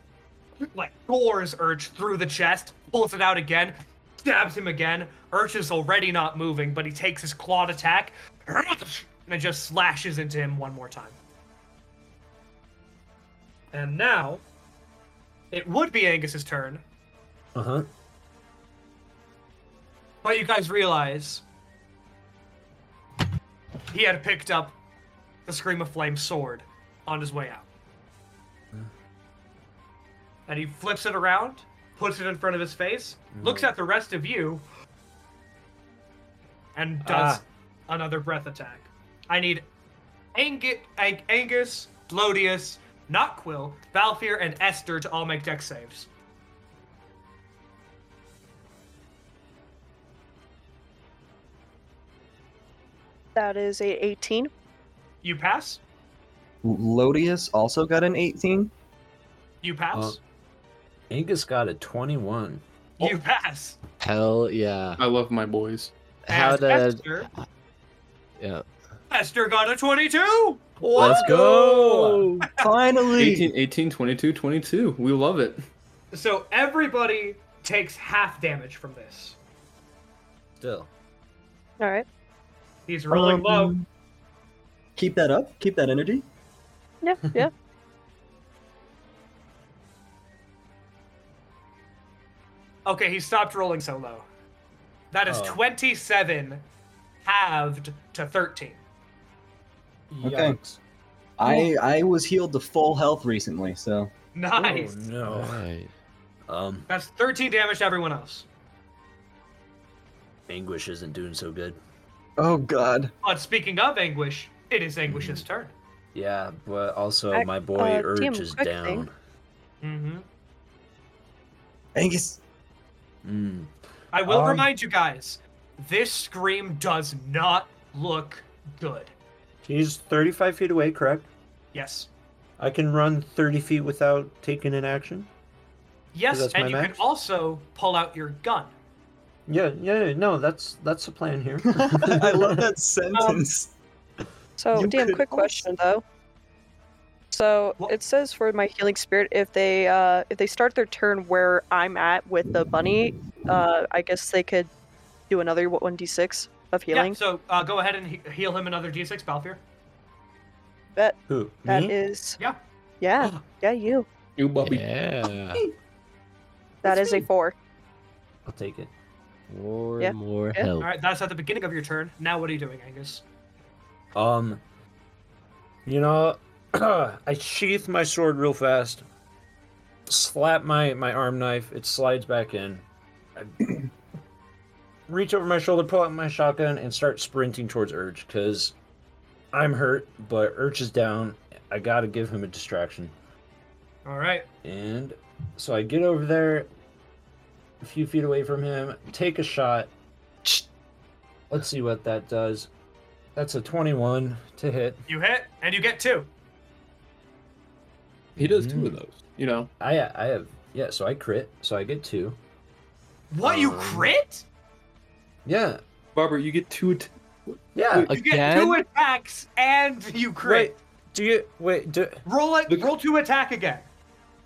like gores Urch through the chest, pulls it out again, stabs him again. Urch is already not moving, but he takes his clawed attack and just slashes into him one more time. And now, it would be Angus's turn, Uh huh. But you guys realize he had picked up the Scream of Flame sword on his way out. And he flips it around, puts it in front of his face, looks at the rest of you, and does another breath attack. I need Angi- Ang- Angus, Lodius, Not Quill, Valfir, and Esther to all make deck saves. That is a 18. You pass? Lodius also got an 18. You pass? Angus got a 21. you pass. Hell yeah. I love my boys. How And did? Esther, Yeah. Esther got a 22! Let's Oh. go. Oh. Finally! 18, 18, 22, 22. We love it. So everybody takes half damage from this. Still. All right. He's rolling Um, low. Keep that up. Keep that energy. Yeah, yeah. Okay, he stopped rolling so low. That is Oh. 27 halved to 13. Okay. Yikes. I I was healed to full health recently, so Nice. Oh, no. Alright. Um, That's 13 damage to everyone else. Anguish isn't doing so good. oh god. But speaking of Anguish, it is Hmm. Anguish's turn. Yeah, but also I- my boy uh, Urge damn is quick down. thing. Mm-hmm. Angus, Mm. I will Um, remind you guys this scream does not look good. He's 35 feet away, correct? Yes. I can run 30 feet without taking an action? Yes, that's my and you max? can also pull out your gun. Yeah, yeah, yeah, no, that's that's the plan here. I love Um, that sentence. So, You damn could quick question though. So What? it says for my healing spirit, if they uh, if they start their turn where I'm at with the bunny, uh, I guess they could do another one d six of Yeah, healing. so uh, go ahead and he- heal him another d6, Balfour. Who? That is, me? Yeah. yeah, yeah, you. You bubby. Yeah. That is a four. I'll take it. More Yeah. and more Oh. Yeah. All help. right, that's at the beginning of your turn. Now, what are you doing, Angus? Um, you know, I sheath my sword real fast, slap my my arm knife, it slides back in. I reach over my shoulder, pull out my shotgun, and start sprinting towards Urge because I'm hurt, but Urge is down. I gotta give him a distraction. All right. And so I get over there, a few feet away from him, take a shot. Let's see what that does. That's a 21 to hit. You hit, and you get two. He does two Mm. of those, you know. I I have yeah, so I crit, so I get two. What, you Um, crit? Yeah, Barbara, you get two. At- yeah. You get Again? two attacks, and you crit. do you wait? Do Roll it. Roll two attack again.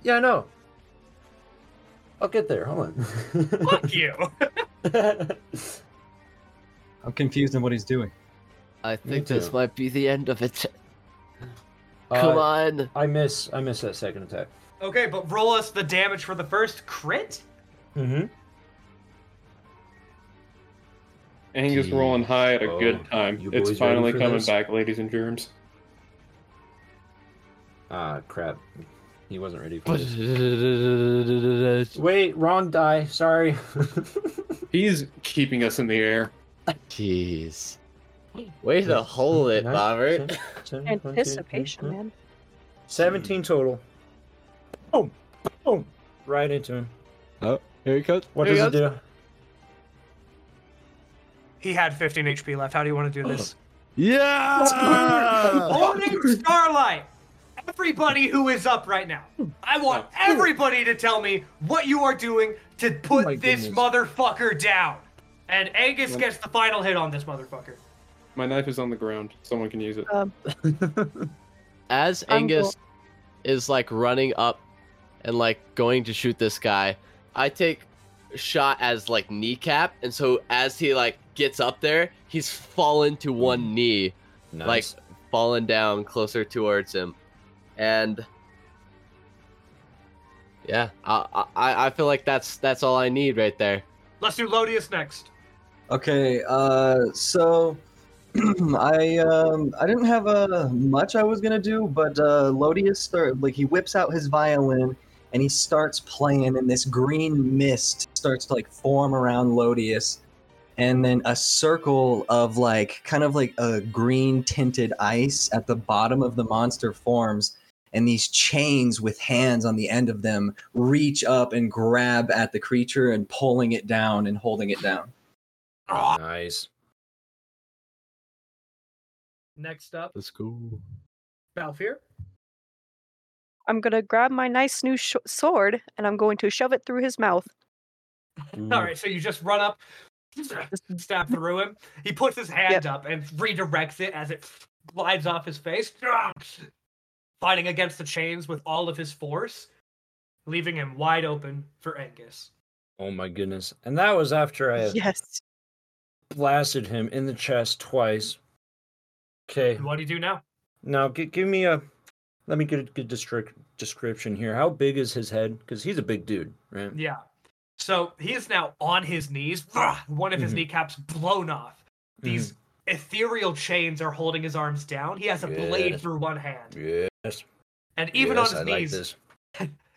yeah, no. I'll get there. Hold Uh, Fuck you. on. I'm confused on what he's doing. I think too. this might be the end of it. Come Uh, on. I miss. I miss that second attack. Okay, but roll us the damage for the first crit. Mm-hmm. Angus rolling high at a good Oh, time. you It's boys ready finally for coming this? back, ladies and germs. Ah, crap. He wasn't ready for this. Jeez. Wait, wrong die. Sorry. He's keeping us in the air. Way to hold Mm, it, Robert. Anticipation, man. Seventeen total. Boom, boom, right into him. Oh, here he comes. What Here he does comes. it do? He had 15 HP left. How do you want to do this? Yeah! Morning Starlight! Everybody who is up right now, I want everybody to tell me what you are doing to put my this goodness. motherfucker down. And Angus gets the final hit on this motherfucker. My knife is on the ground. Someone can use it. as I'm Angus is like running up and like going to shoot this guy, I take a shot as like kneecap, and so as he like gets up there, he's fallen to one knee, Nice. like fallen down closer towards him, and yeah, I I, I feel like that's that's all I need right there. Let's do Lodius next. Okay, uh, so I um, I didn't have uh, much I was gonna do, but uh, Lodius start like he whips out his violin and he starts playing, and this green mist starts to like form around Lodius, and then a circle of like kind of like a green tinted ice at the bottom of the monster forms. And these chains with hands on the end of them reach up and grab at the creature and pulling it down and holding it down. ah. nice. Next up, Let's go. Balfir. I'm gonna grab my nice new sh- sword and I'm going to shove it through his mouth. All right, so you just run up, stab through him. He puts his hand Yep. up and redirects it as it glides off his face, fighting against the chains with all of his force, leaving him wide open for Angus. Oh my goodness! And that was after I had Yes. blasted him in the chest twice. Okay, What do you do now? now g- give me a. Let me get a good descri- description here. How big is his head? Because he's a big dude, right? Yeah. So he is now on his knees, one of his Mhm. Mm-hmm. kneecaps blown off. These ethereal chains are holding his arms down. He has a blade Yes. through one hand. Mm. Yes. And even yes, on I his like knees, this.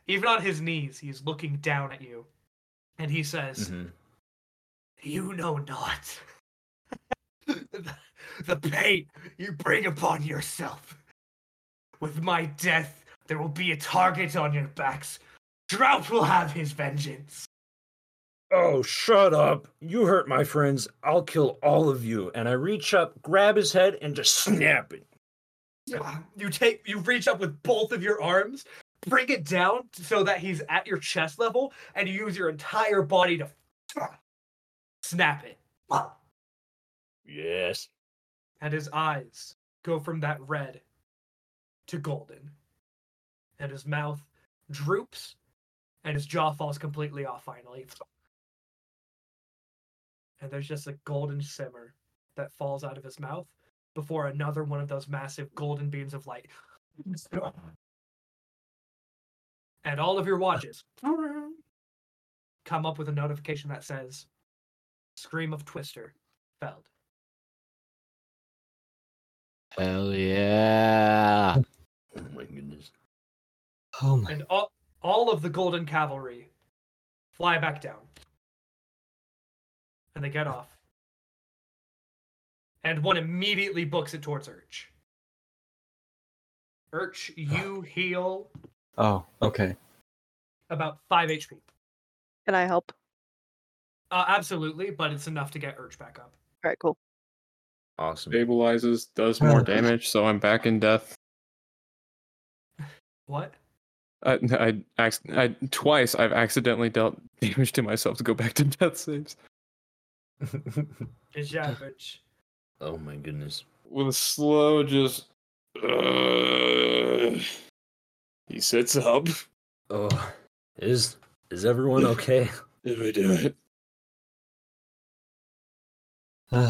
even on his knees, he's looking down at you. And he says, Mhm. You know not the, the pain you bring upon yourself. With my death, there will be a target on your backs. Drought will have his vengeance. Oh, shut up! You hurt my friends. I'll kill all of you. And I reach up, grab his head, and just snap it. Yeah, You take, you reach up with both of your arms, bring it down so that he's at your chest level, and you use your entire body to snap it. Yes. and his eyes go from that red to golden. And his mouth droops, and his jaw falls completely off finally. And there's just a golden simmer that falls out of his mouth before another one of those massive golden beams of light. And all of your watches come up with a notification that says Scream of Twister felled. Hell yeah! Oh my goodness. Oh my and all, all of the golden cavalry fly back down and they get off and one immediately books it towards urch urch you heal Oh, okay. about 5 hp Can I help? uh, absolutely but it's enough to get urch back up All right, cool. Awesome. Stabilizes, does more damage, so I'm back in death. what I, I, acc- I twice I've accidentally dealt damage to myself to go back to death saves is yeah urch Oh my goodness. with a slow just. Uh, he sits up. Oh, is is everyone okay? Did we do it?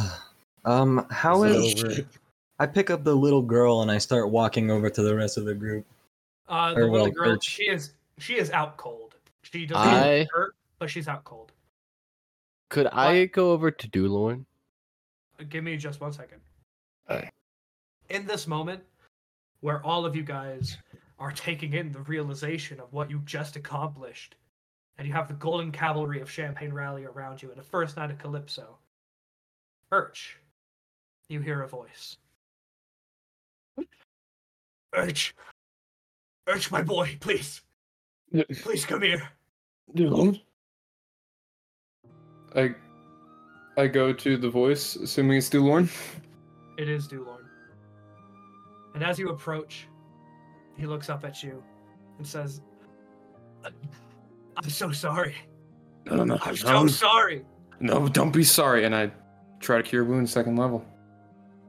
um, how Is it is over? Um, I pick up the little girl and I start walking over to the rest of the group. Uh, the Or, little well, girl, Urch. she is she is out cold. She doesn't I- hurt, but she's out cold. Could I go over to Dulorn? Give me just one second. Alright. In this moment, where all of you guys are taking in the realization of what you just accomplished, and you have the golden cavalry of Champagne Rally around you, and the first night of Calypso, Urch, you hear a voice. Urch, Urch, my boy, please, please come here. Dulorn. I I go to the voice, assuming it's Dulorn. It is Dulorn. And as you approach, he looks up at you and says, "I- I'm so sorry. No, no, no. I'm so sorry. No, don't be sorry. And I try to cure wound second level.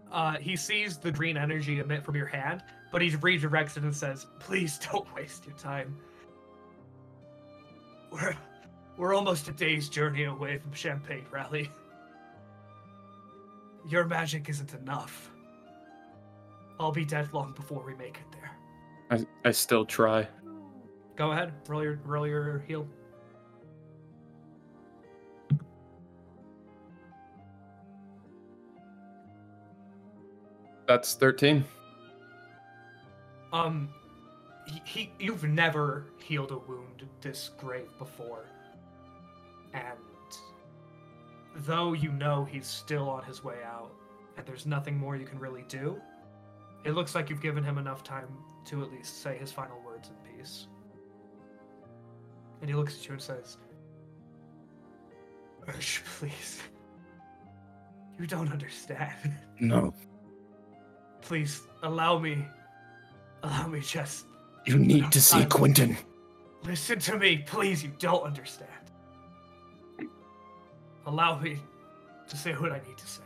Uh, he sees the green energy emit from your hand, but he redirects it and says, Please don't waste your time. We're, we're almost a day's journey away from Champagne Rally. Your magic isn't enough. I'll be dead long before we make it there. I, I still try. Go ahead, roll your roll your heal. That's 13. Um, he, he you've never healed a wound this grave before, and though you know he's still on his way out, and there's nothing more you can really do, it looks like you've given him enough time to at least say his final words in peace. And he looks at you and says, "Ursh, please. You don't understand." No, Please allow me. Allow me just you need to see I'm- Quentin. listen to me. Please, you don't understand. Allow me to say what I need to say.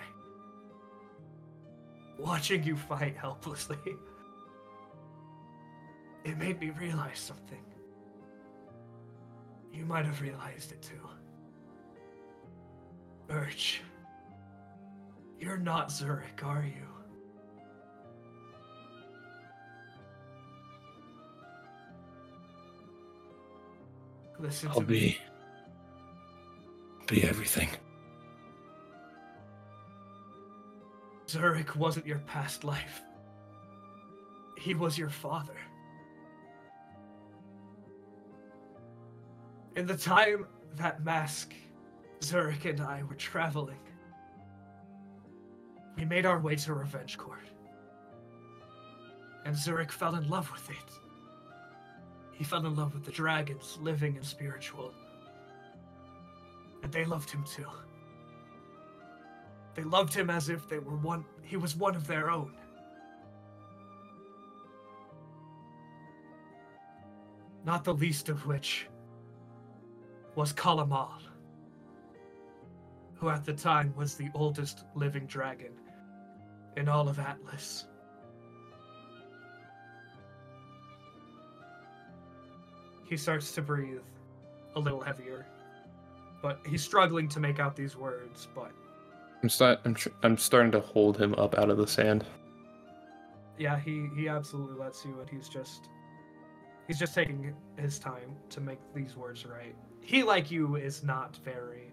Watching you fight helplessly, it made me realize something. You might have realized it too. Urch, you're not Zurich, are you? Listen I'll to me. be. be everything. Zurich wasn't your past life. He was your father. In the time that mask, Zurich and I were traveling, we made our way to Revenge Court. And Zurich fell in love with it. He fell in love with the dragons, living and spiritual. And they loved him too. They loved him as if they were one he was one of their own. Not the least of which was Kalamal, who at the time was the oldest living dragon in all of Atlas. He starts to breathe a little heavier, but he's struggling to make out these words, but I'm, sta- I'm, tr- I'm starting to hold him up out of the sand. yeah he he absolutely lets you and he's just he's just taking his time to make these words right he like you is not very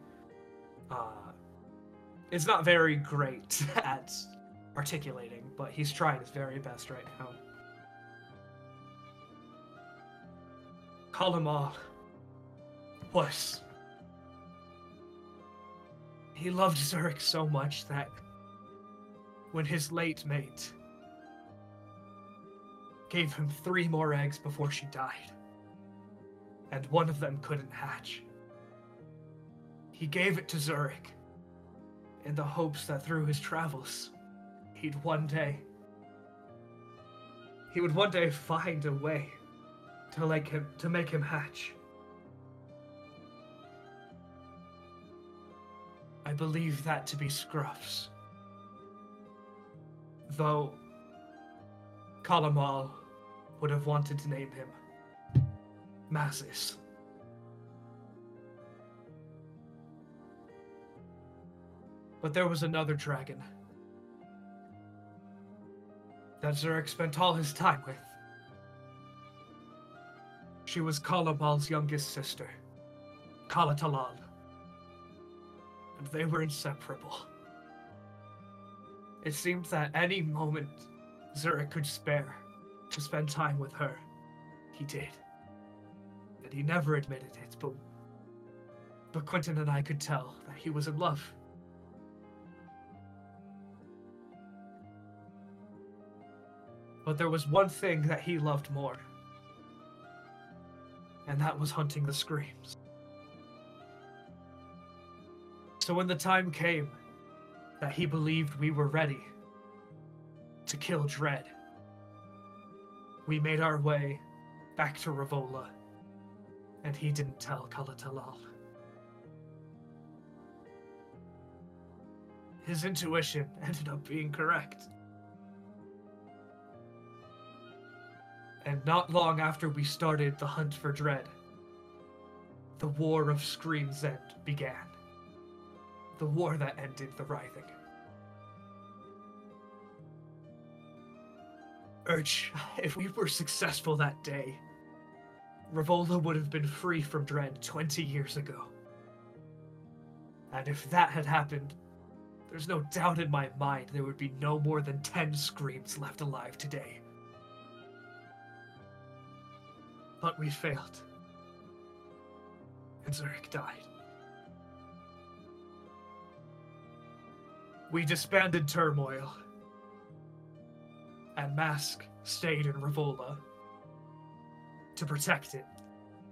uh is not very great at articulating but he's trying his very best right now Kalamal was he loved Zurich so much that when his late mate gave him three more eggs before she died. And one of them couldn't hatch. He gave it to Zurich in the hopes that through his travels, he'd one day. He would one day find a way to like him to make him hatch. I believe that to be Scruff's. Though Kalamal would have wanted to name him Mazis. But there was another dragon that Zurich spent all his time with. She was Kalamal's youngest sister, Kalatalal. And they were inseparable. It seemed that any moment Zurich could spare to spend time with her, he did. And he never admitted it, but but Quentin and I could tell that he was in love. But there was one thing that he loved more, and that was hunting the screams. So when the time came that he believed we were ready to kill Dread, we made our way back to Ravola, and he didn't tell Kalatalal. His intuition ended up being correct. And not long after we started the hunt for Dread, the War of Scream's End began. The war that ended the writhing. Urch, if we were successful that day, Revola would have been free from Dread 20 years ago. And if that had happened, there's no doubt in my mind there would be no more than 10 screams left alive today. But we failed. And Zurich died. We disbanded Turmoil. And Mask stayed in Revola to protect it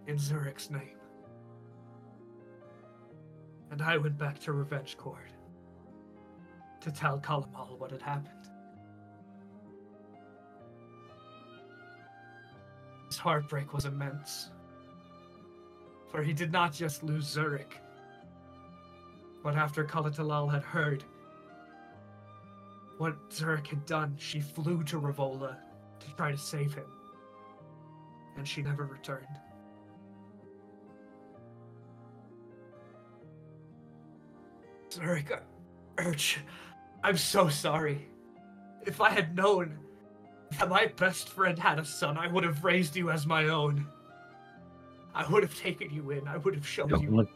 in Zurich's name. And I went back to Revenge Court to tell Kalamal what had happened. His heartbreak was immense. For he did not just lose Zurich, but after Kalatalal had heard what Zurich had done, she flew to Ravola to try to save him. And she never returned. Zurich, uh, Urch, I'm so sorry. If I had known that my best friend had a son, I would have raised you as my own. I would have taken you in. I would have shown Don't you. look.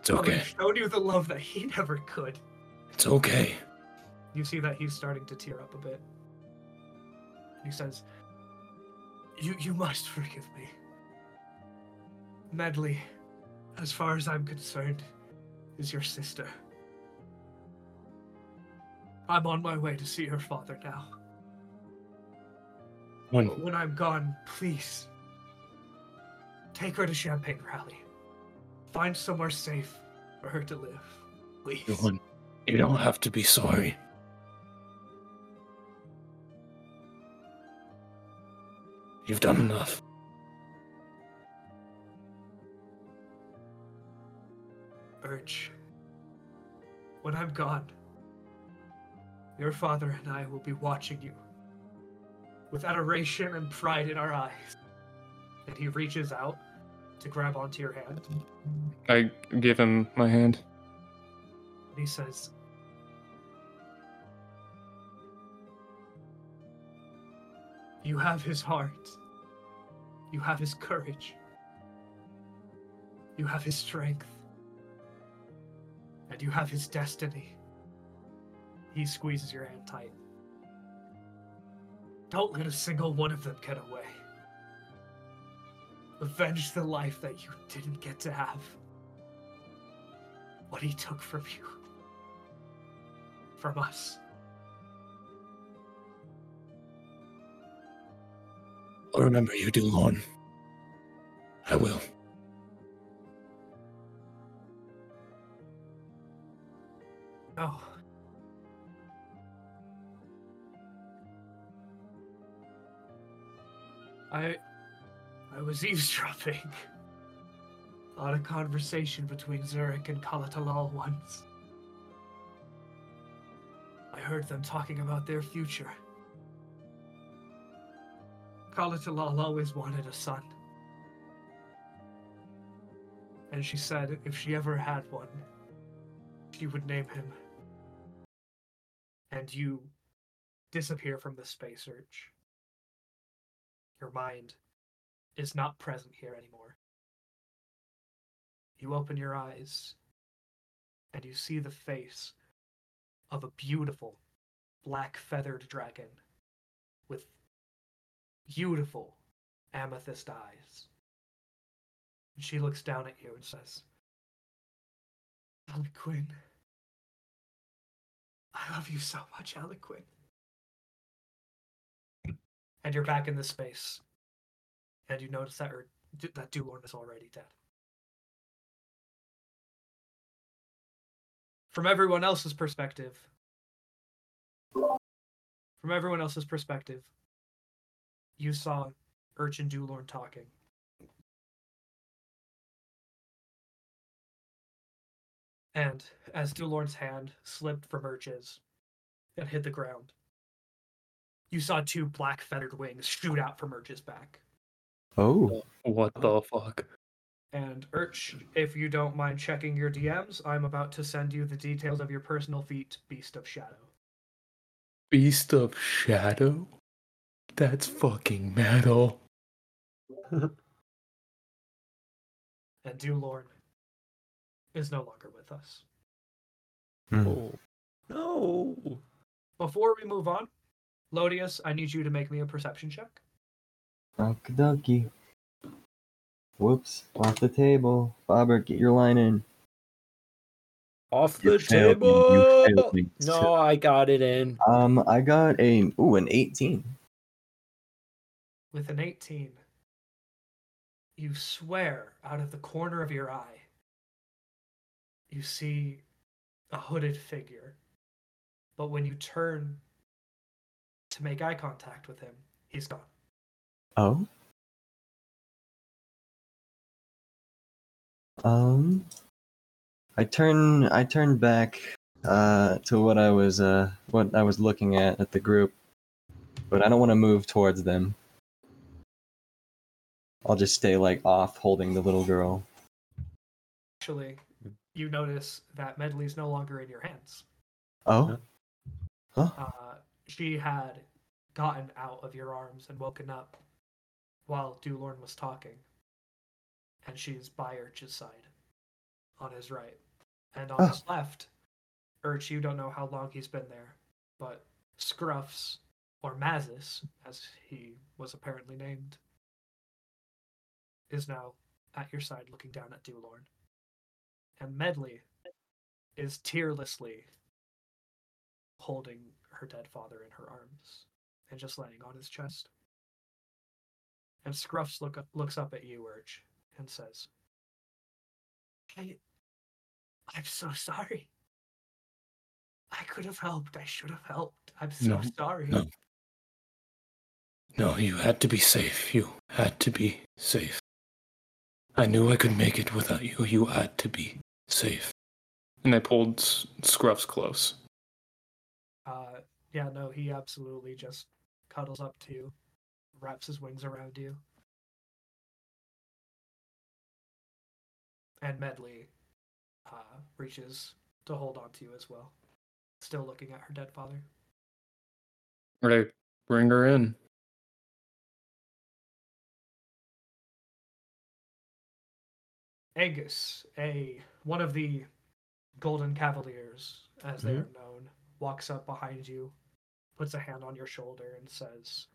It's I would okay. have shown you the love that he never could. It's okay. You see that he's starting to tear up a bit. He says, "You you must forgive me. Medley, as far as I'm concerned, is your sister. I'm on my way to see her father now. When- But when I'm gone, please take her to Champagne Rally. Find somewhere safe for her to live. Please." You don't- You don't have to be sorry. You've done enough. urge. When I'm gone, your father and I will be watching you with adoration and pride in our eyes. And he reaches out to grab onto your hand. And I give him my hand. he says, You have his heart. You have his courage. You have his strength. And you have his destiny. He squeezes your hand tight. Don't let a single one of them get away. Avenge the life that you didn't get to have. What he took from you. From us. I'll remember you, Dulon. I will. No. I I was eavesdropping on a conversation between Zurich and Kalatalal once. I heard them talking about their future. Kalatalal always wanted a son. And she said if she ever had one, she would name him and you disappear from the space search. Your mind is not present here anymore. You open your eyes and you see the face of a beautiful black feathered dragon with beautiful amethyst eyes. And she looks down at you and says, Aliquin, I love you so much, Aliquin. And you're back in this space, and you notice that er, d- that Dulorn is already dead. From everyone else's perspective, from everyone else's perspective, you saw Urch and Dulorn talking. And as Dulorn's hand slipped from Urch's and hit the ground, you saw two black feathered wings shoot out from Urch's back. Oh. What the fuck? And Urch, if you don't mind checking your DMs, I'm about to send you the details of your personal feat, Beast of Shadow. Beast of Shadow? That's fucking metal. And Dulorn is no longer with us. Hmm. No. Before we move on, Lodius, I need you to make me a perception check. Okie dokie. Whoops. Off the table. Bobbert, get your line in. Off You the failed me, you table. failed me. No, I got it in. Um, I got a ooh an eighteen. With an 18, you swear out of the corner of your eye, you see a hooded figure. But when you turn to make eye contact with him, he's gone. Oh. Um. I turn. I turn back. Uh, to what I was. Uh, what I was looking at at the group, but I don't want to move towards them. I'll just stay like off, holding the little girl. Actually, you notice that Medley's no longer in your hands. Oh. Uh, she had gotten out of your arms and woken up while Dulorn was talking. And she's by Urch's side, on his right. And on Oh. his left, Urch, you don't know how long he's been there, but Scruffs, or Mazis, as he was apparently named, is now at your side looking down at Dulorn. And Medley is tearlessly holding her dead father in her arms and just laying on his chest. And Scruffs look up, looks up at you, Urge, and says, I, I'm so sorry. I could have helped. I should have helped. I'm so No, sorry. no. No, you had to be safe. You had to be safe. I knew I could make it without you. You had to be safe. And I pulled S- Scruffs close. Uh, yeah, no, he absolutely just cuddles up to you, wraps his wings around you. And Medley uh, reaches to hold on to you as well, still looking at her dead father. Right. Bring her in. Angus, a one of the Golden Cavaliers, as they are known, walks up behind you, puts a hand on your shoulder, and says,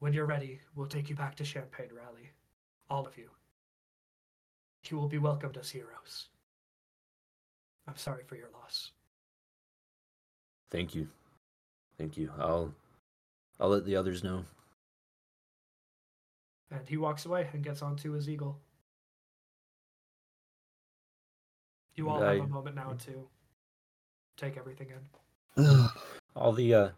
"When you're ready, we'll take you back to Champagne Rally, all of you. You will be welcomed as heroes. I'm sorry for your loss." Thank you. Thank you. I'll I'll let the others know. And he walks away and gets onto his eagle. You all have I- a moment now to take everything in. All the uh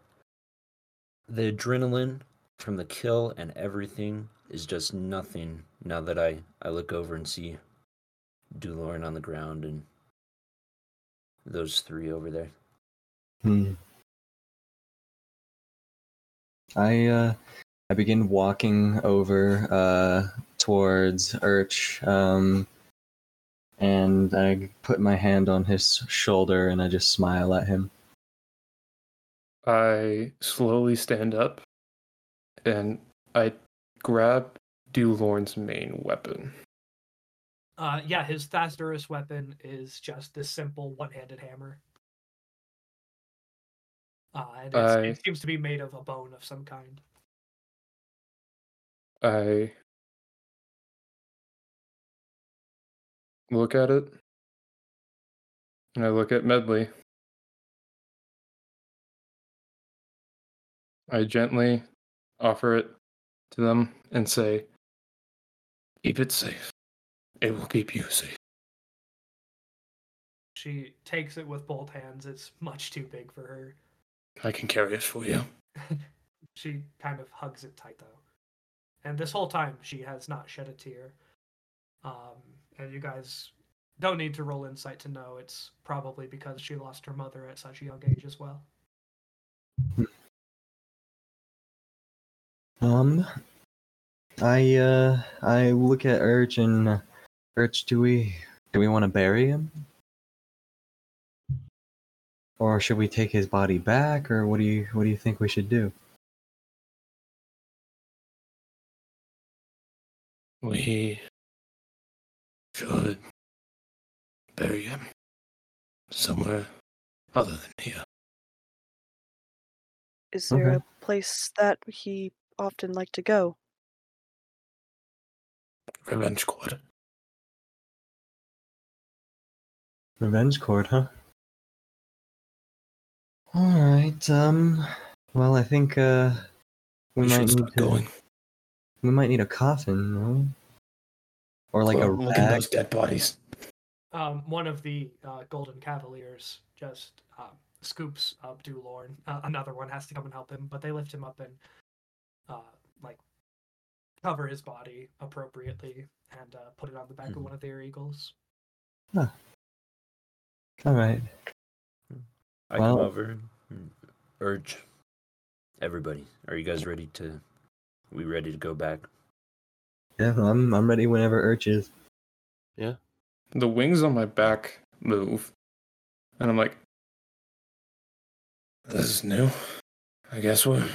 the adrenaline from the kill and everything is just nothing now that I I look over and see Dulorn on the ground and those three over there. Hmm. I uh, I begin walking over uh, towards Urch, um, and I put my hand on his shoulder and I just smile at him. I slowly stand up and I grab Dulorn's main weapon. Uh, yeah, his Thasdurus weapon is just this simple one-handed hammer. Uh, and it's, I- it seems to be made of a bone of some kind. I look at it and I look at Medley. I gently offer it to them and say, Keep it safe. It will keep you safe. She takes it with both hands. It's much too big for her. I can carry it for you. She kind of hugs it tight though. And this whole time she has not shed a tear. Um, and you guys don't need to roll insight to know it's probably because she lost her mother at such a young age as well. Um, I uh, I look at Urge and uh, Urge. Do we do we want to bury him, or should we take his body back, or what do you what do you think we should do? We should bury him somewhere other than here. Is there Okay. a place that he often liked to go? Revenge Court. Revenge court, huh? All right. Um. Well, I think uh, we, We might should need start to, going. We might need a coffin, no? Or like a Well, look at rag. those dead bodies. Um, one of the uh, Golden Cavaliers just um, scoops up Dulorn. Uh, another one has to come and help him, but they lift him up and uh, like cover his body appropriately and uh, put it on the back of Mhm. one of their eagles. All right. I Well- come over. and Urge. Everybody, are you guys ready to? We ready to go back? Yeah, I'm I'm ready whenever Urge is. The wings on my back move. And I'm like, This is new. I guess we're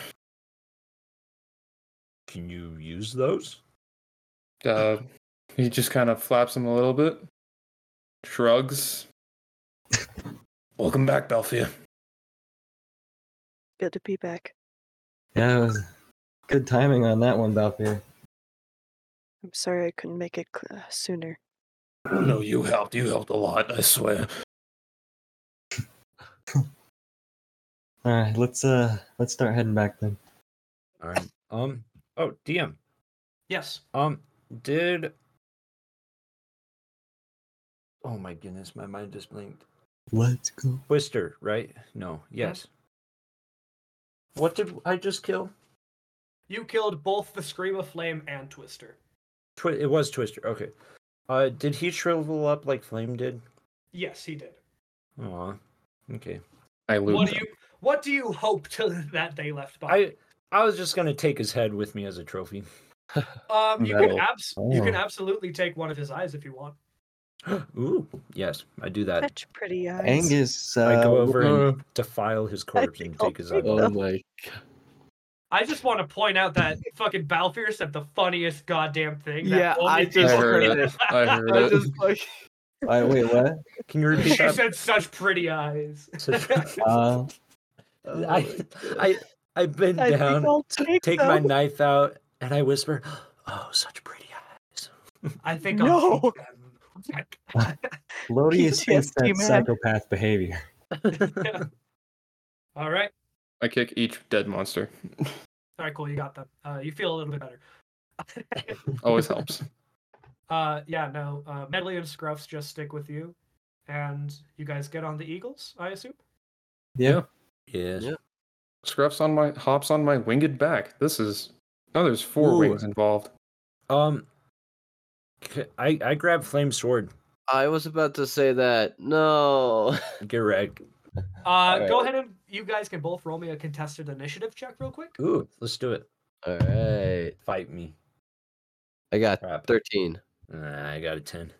Can you use those? uh, he just kind of flaps him a little bit, shrugs. welcome back, Belfia. Good to be back. Yeah, it was good timing on that one, Balfour. I'm sorry I couldn't make it cl- uh, sooner. No, you helped. You helped a lot. I swear. All right, let's uh let's start heading back then. All right. Um. Oh, DM. Yes. Um. Did. Oh my goodness, my mind just blinked. Let's go. Twister, right? No. Yes. What did I just kill? You killed both the Scream of Flame and Twister. Twi- it was Twister. Okay. Uh, did he shrivel up like Flame did? Yes, he did. Aw. Okay. I lose. What do you What do you hope to, that they left behind? I I was just gonna take his head with me as a trophy. um, you can No. abs- you can Oh. absolutely take one of his eyes if you want. Ooh. Yes, I do that. Such pretty eyes. Angus, uh, I go over Uh, and defile his corpse and think I'll take his take eyeball. Oh my. I just want to point out that fucking Balfour said the funniest goddamn thing. That Yeah, only I just I heard people- it. I heard I it. just like I- wait, what? Can you she repeat that? said such pretty eyes. Uh, I, I, I bend Oh I think down, I'll take, take them. my knife out, and I whisper, "Oh, such pretty eyes." I think No. I'll shoot them. Lodius He's a thinks nasty that's man. psychopath behavior. All right. I kick each dead monster. All right, cool. You got them. Uh, you feel a little bit better. Always helps. Uh, yeah, no. Uh, Medley and Scruffs just stick with you, and you guys get on the Eagles, I assume. Yeah. Yes. Yeah. Scruffs on my hops on my winged back. This is oh, there's four Ooh. wings involved. Um, c- I I grab flame sword. I was about to say that. No. Get wrecked. Uh, Go ahead and you guys can both roll me a contested initiative check real quick. Ooh, let's do it. All right. Fight me. I got Crap. 13. Nah, I got a ten.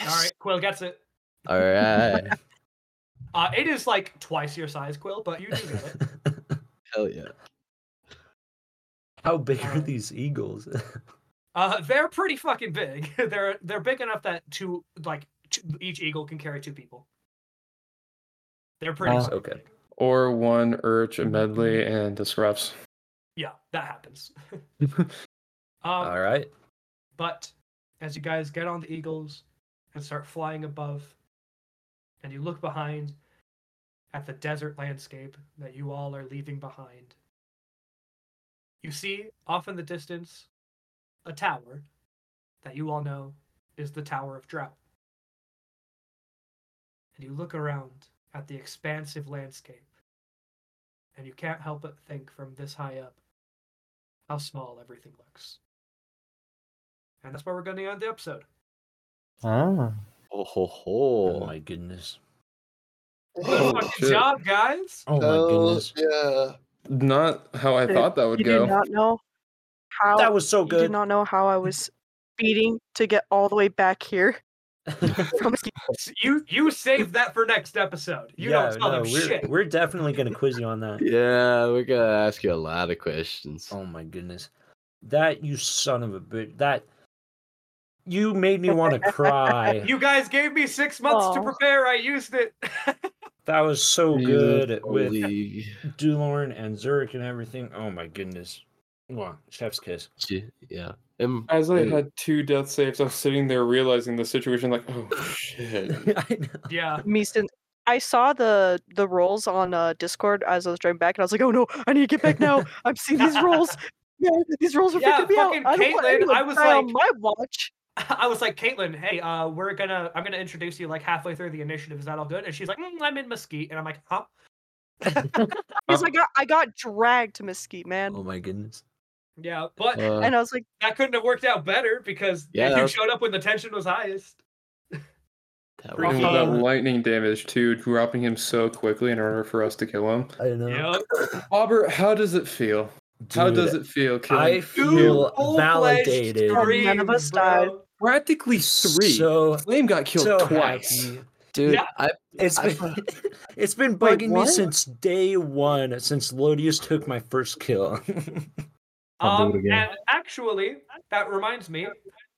All right, Quill gets it. All right. Uh, it is like twice your size, Quill, but you do get it. Hell yeah. How big are these eagles? Uh, they're pretty fucking big. they're they're big enough that two like two, each eagle can carry two people. They're pretty. Oh, fucking okay. big. Or one urge, a medley, and disrupts. Yeah, that happens. All um, All right. But as you guys get on the eagles and start flying above, and you look behind at the desert landscape that you all are leaving behind, you see off in the distance a tower that you all know is the Tower of Drought. And you look around at the expansive landscape, and you can't help but think from this high up how small everything looks. And that's where we're going to end the episode. Ah. Oh ho Oh ho. my goodness. Oh, Good fucking shit. job, guys. Oh my Hell goodness. Yeah. Not how I thought that would You go. did not know how That was so you did good. not know how I was beating to get all the way back here. From You you save that for next episode. You don't tell them we're, shit. we're definitely gonna quiz you on that. Yeah, we're gonna ask you a lot of questions. Oh my goodness. That you son of a bitch. That you made me want to cry. You guys gave me six months to Aw. prepare. I used it. That was so Yeah, Oh, good with Holy Dulorn and Zurich and everything. Oh my goodness. Wow, chef's kiss. shit, yeah. And As I and- had two death saves, I was sitting there realizing the situation, like, oh shit. I know. Yeah. Measton. I saw the the rolls on uh, Discord as I was driving back, and I was like, "Oh no, I need to get back now! I'm seeing these rolls. Man, these rolls are Yeah, freaking me out. fucking I don't want Caitlyn, anyone I was to die on like- my watch." I was like, Caitlin, hey, uh, we're gonna I'm gonna introduce you like halfway through the initiative. Is that all good? And she's like, mm, I'm in Mesquite, and I'm like, huh? Because Uh-huh. I got I got dragged to Mesquite, man, Oh my goodness. Yeah, but uh, and I was like, that couldn't have worked out better because Yeah, that you was- showed up when the tension was highest. that And was- with that lightning damage too, dropping him so quickly in order for us to kill him. I know. Yep. Robert, how does it feel? how does Dude, it feel? Killing I feel validated. None of us died. practically three. So Flame got killed so twice. happy. dude, Yeah. I It's I- been, it's been Wait, bugging me what? since day one, since Lodius took my first kill. Um, and actually, that reminds me,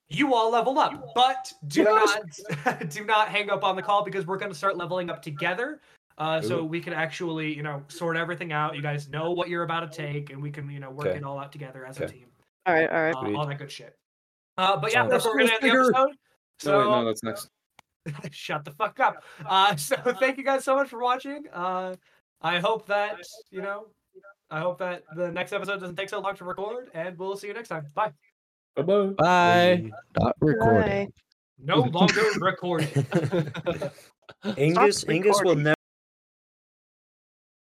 you all level up, but do not do not hang up on the call because we're going to start leveling up together. Uh, so we can actually, you know, sort everything out. You guys know what you're about to take, and we can, you know, work Okay. it all out together as a Okay. team. "All right, all right." Uh, all that good shit. Uh, but yeah, Sounds that's where we're gonna end the bigger. episode. So No, wait, no, that's next. shut the fuck up. Uh, so thank you guys so much for watching. Uh, I hope that you know, I hope that the next episode doesn't take so long to record, and we'll see you next time. Bye. Bye bye. bye. Not recording. Bye. No longer recording. Angus, Angus will recording. never.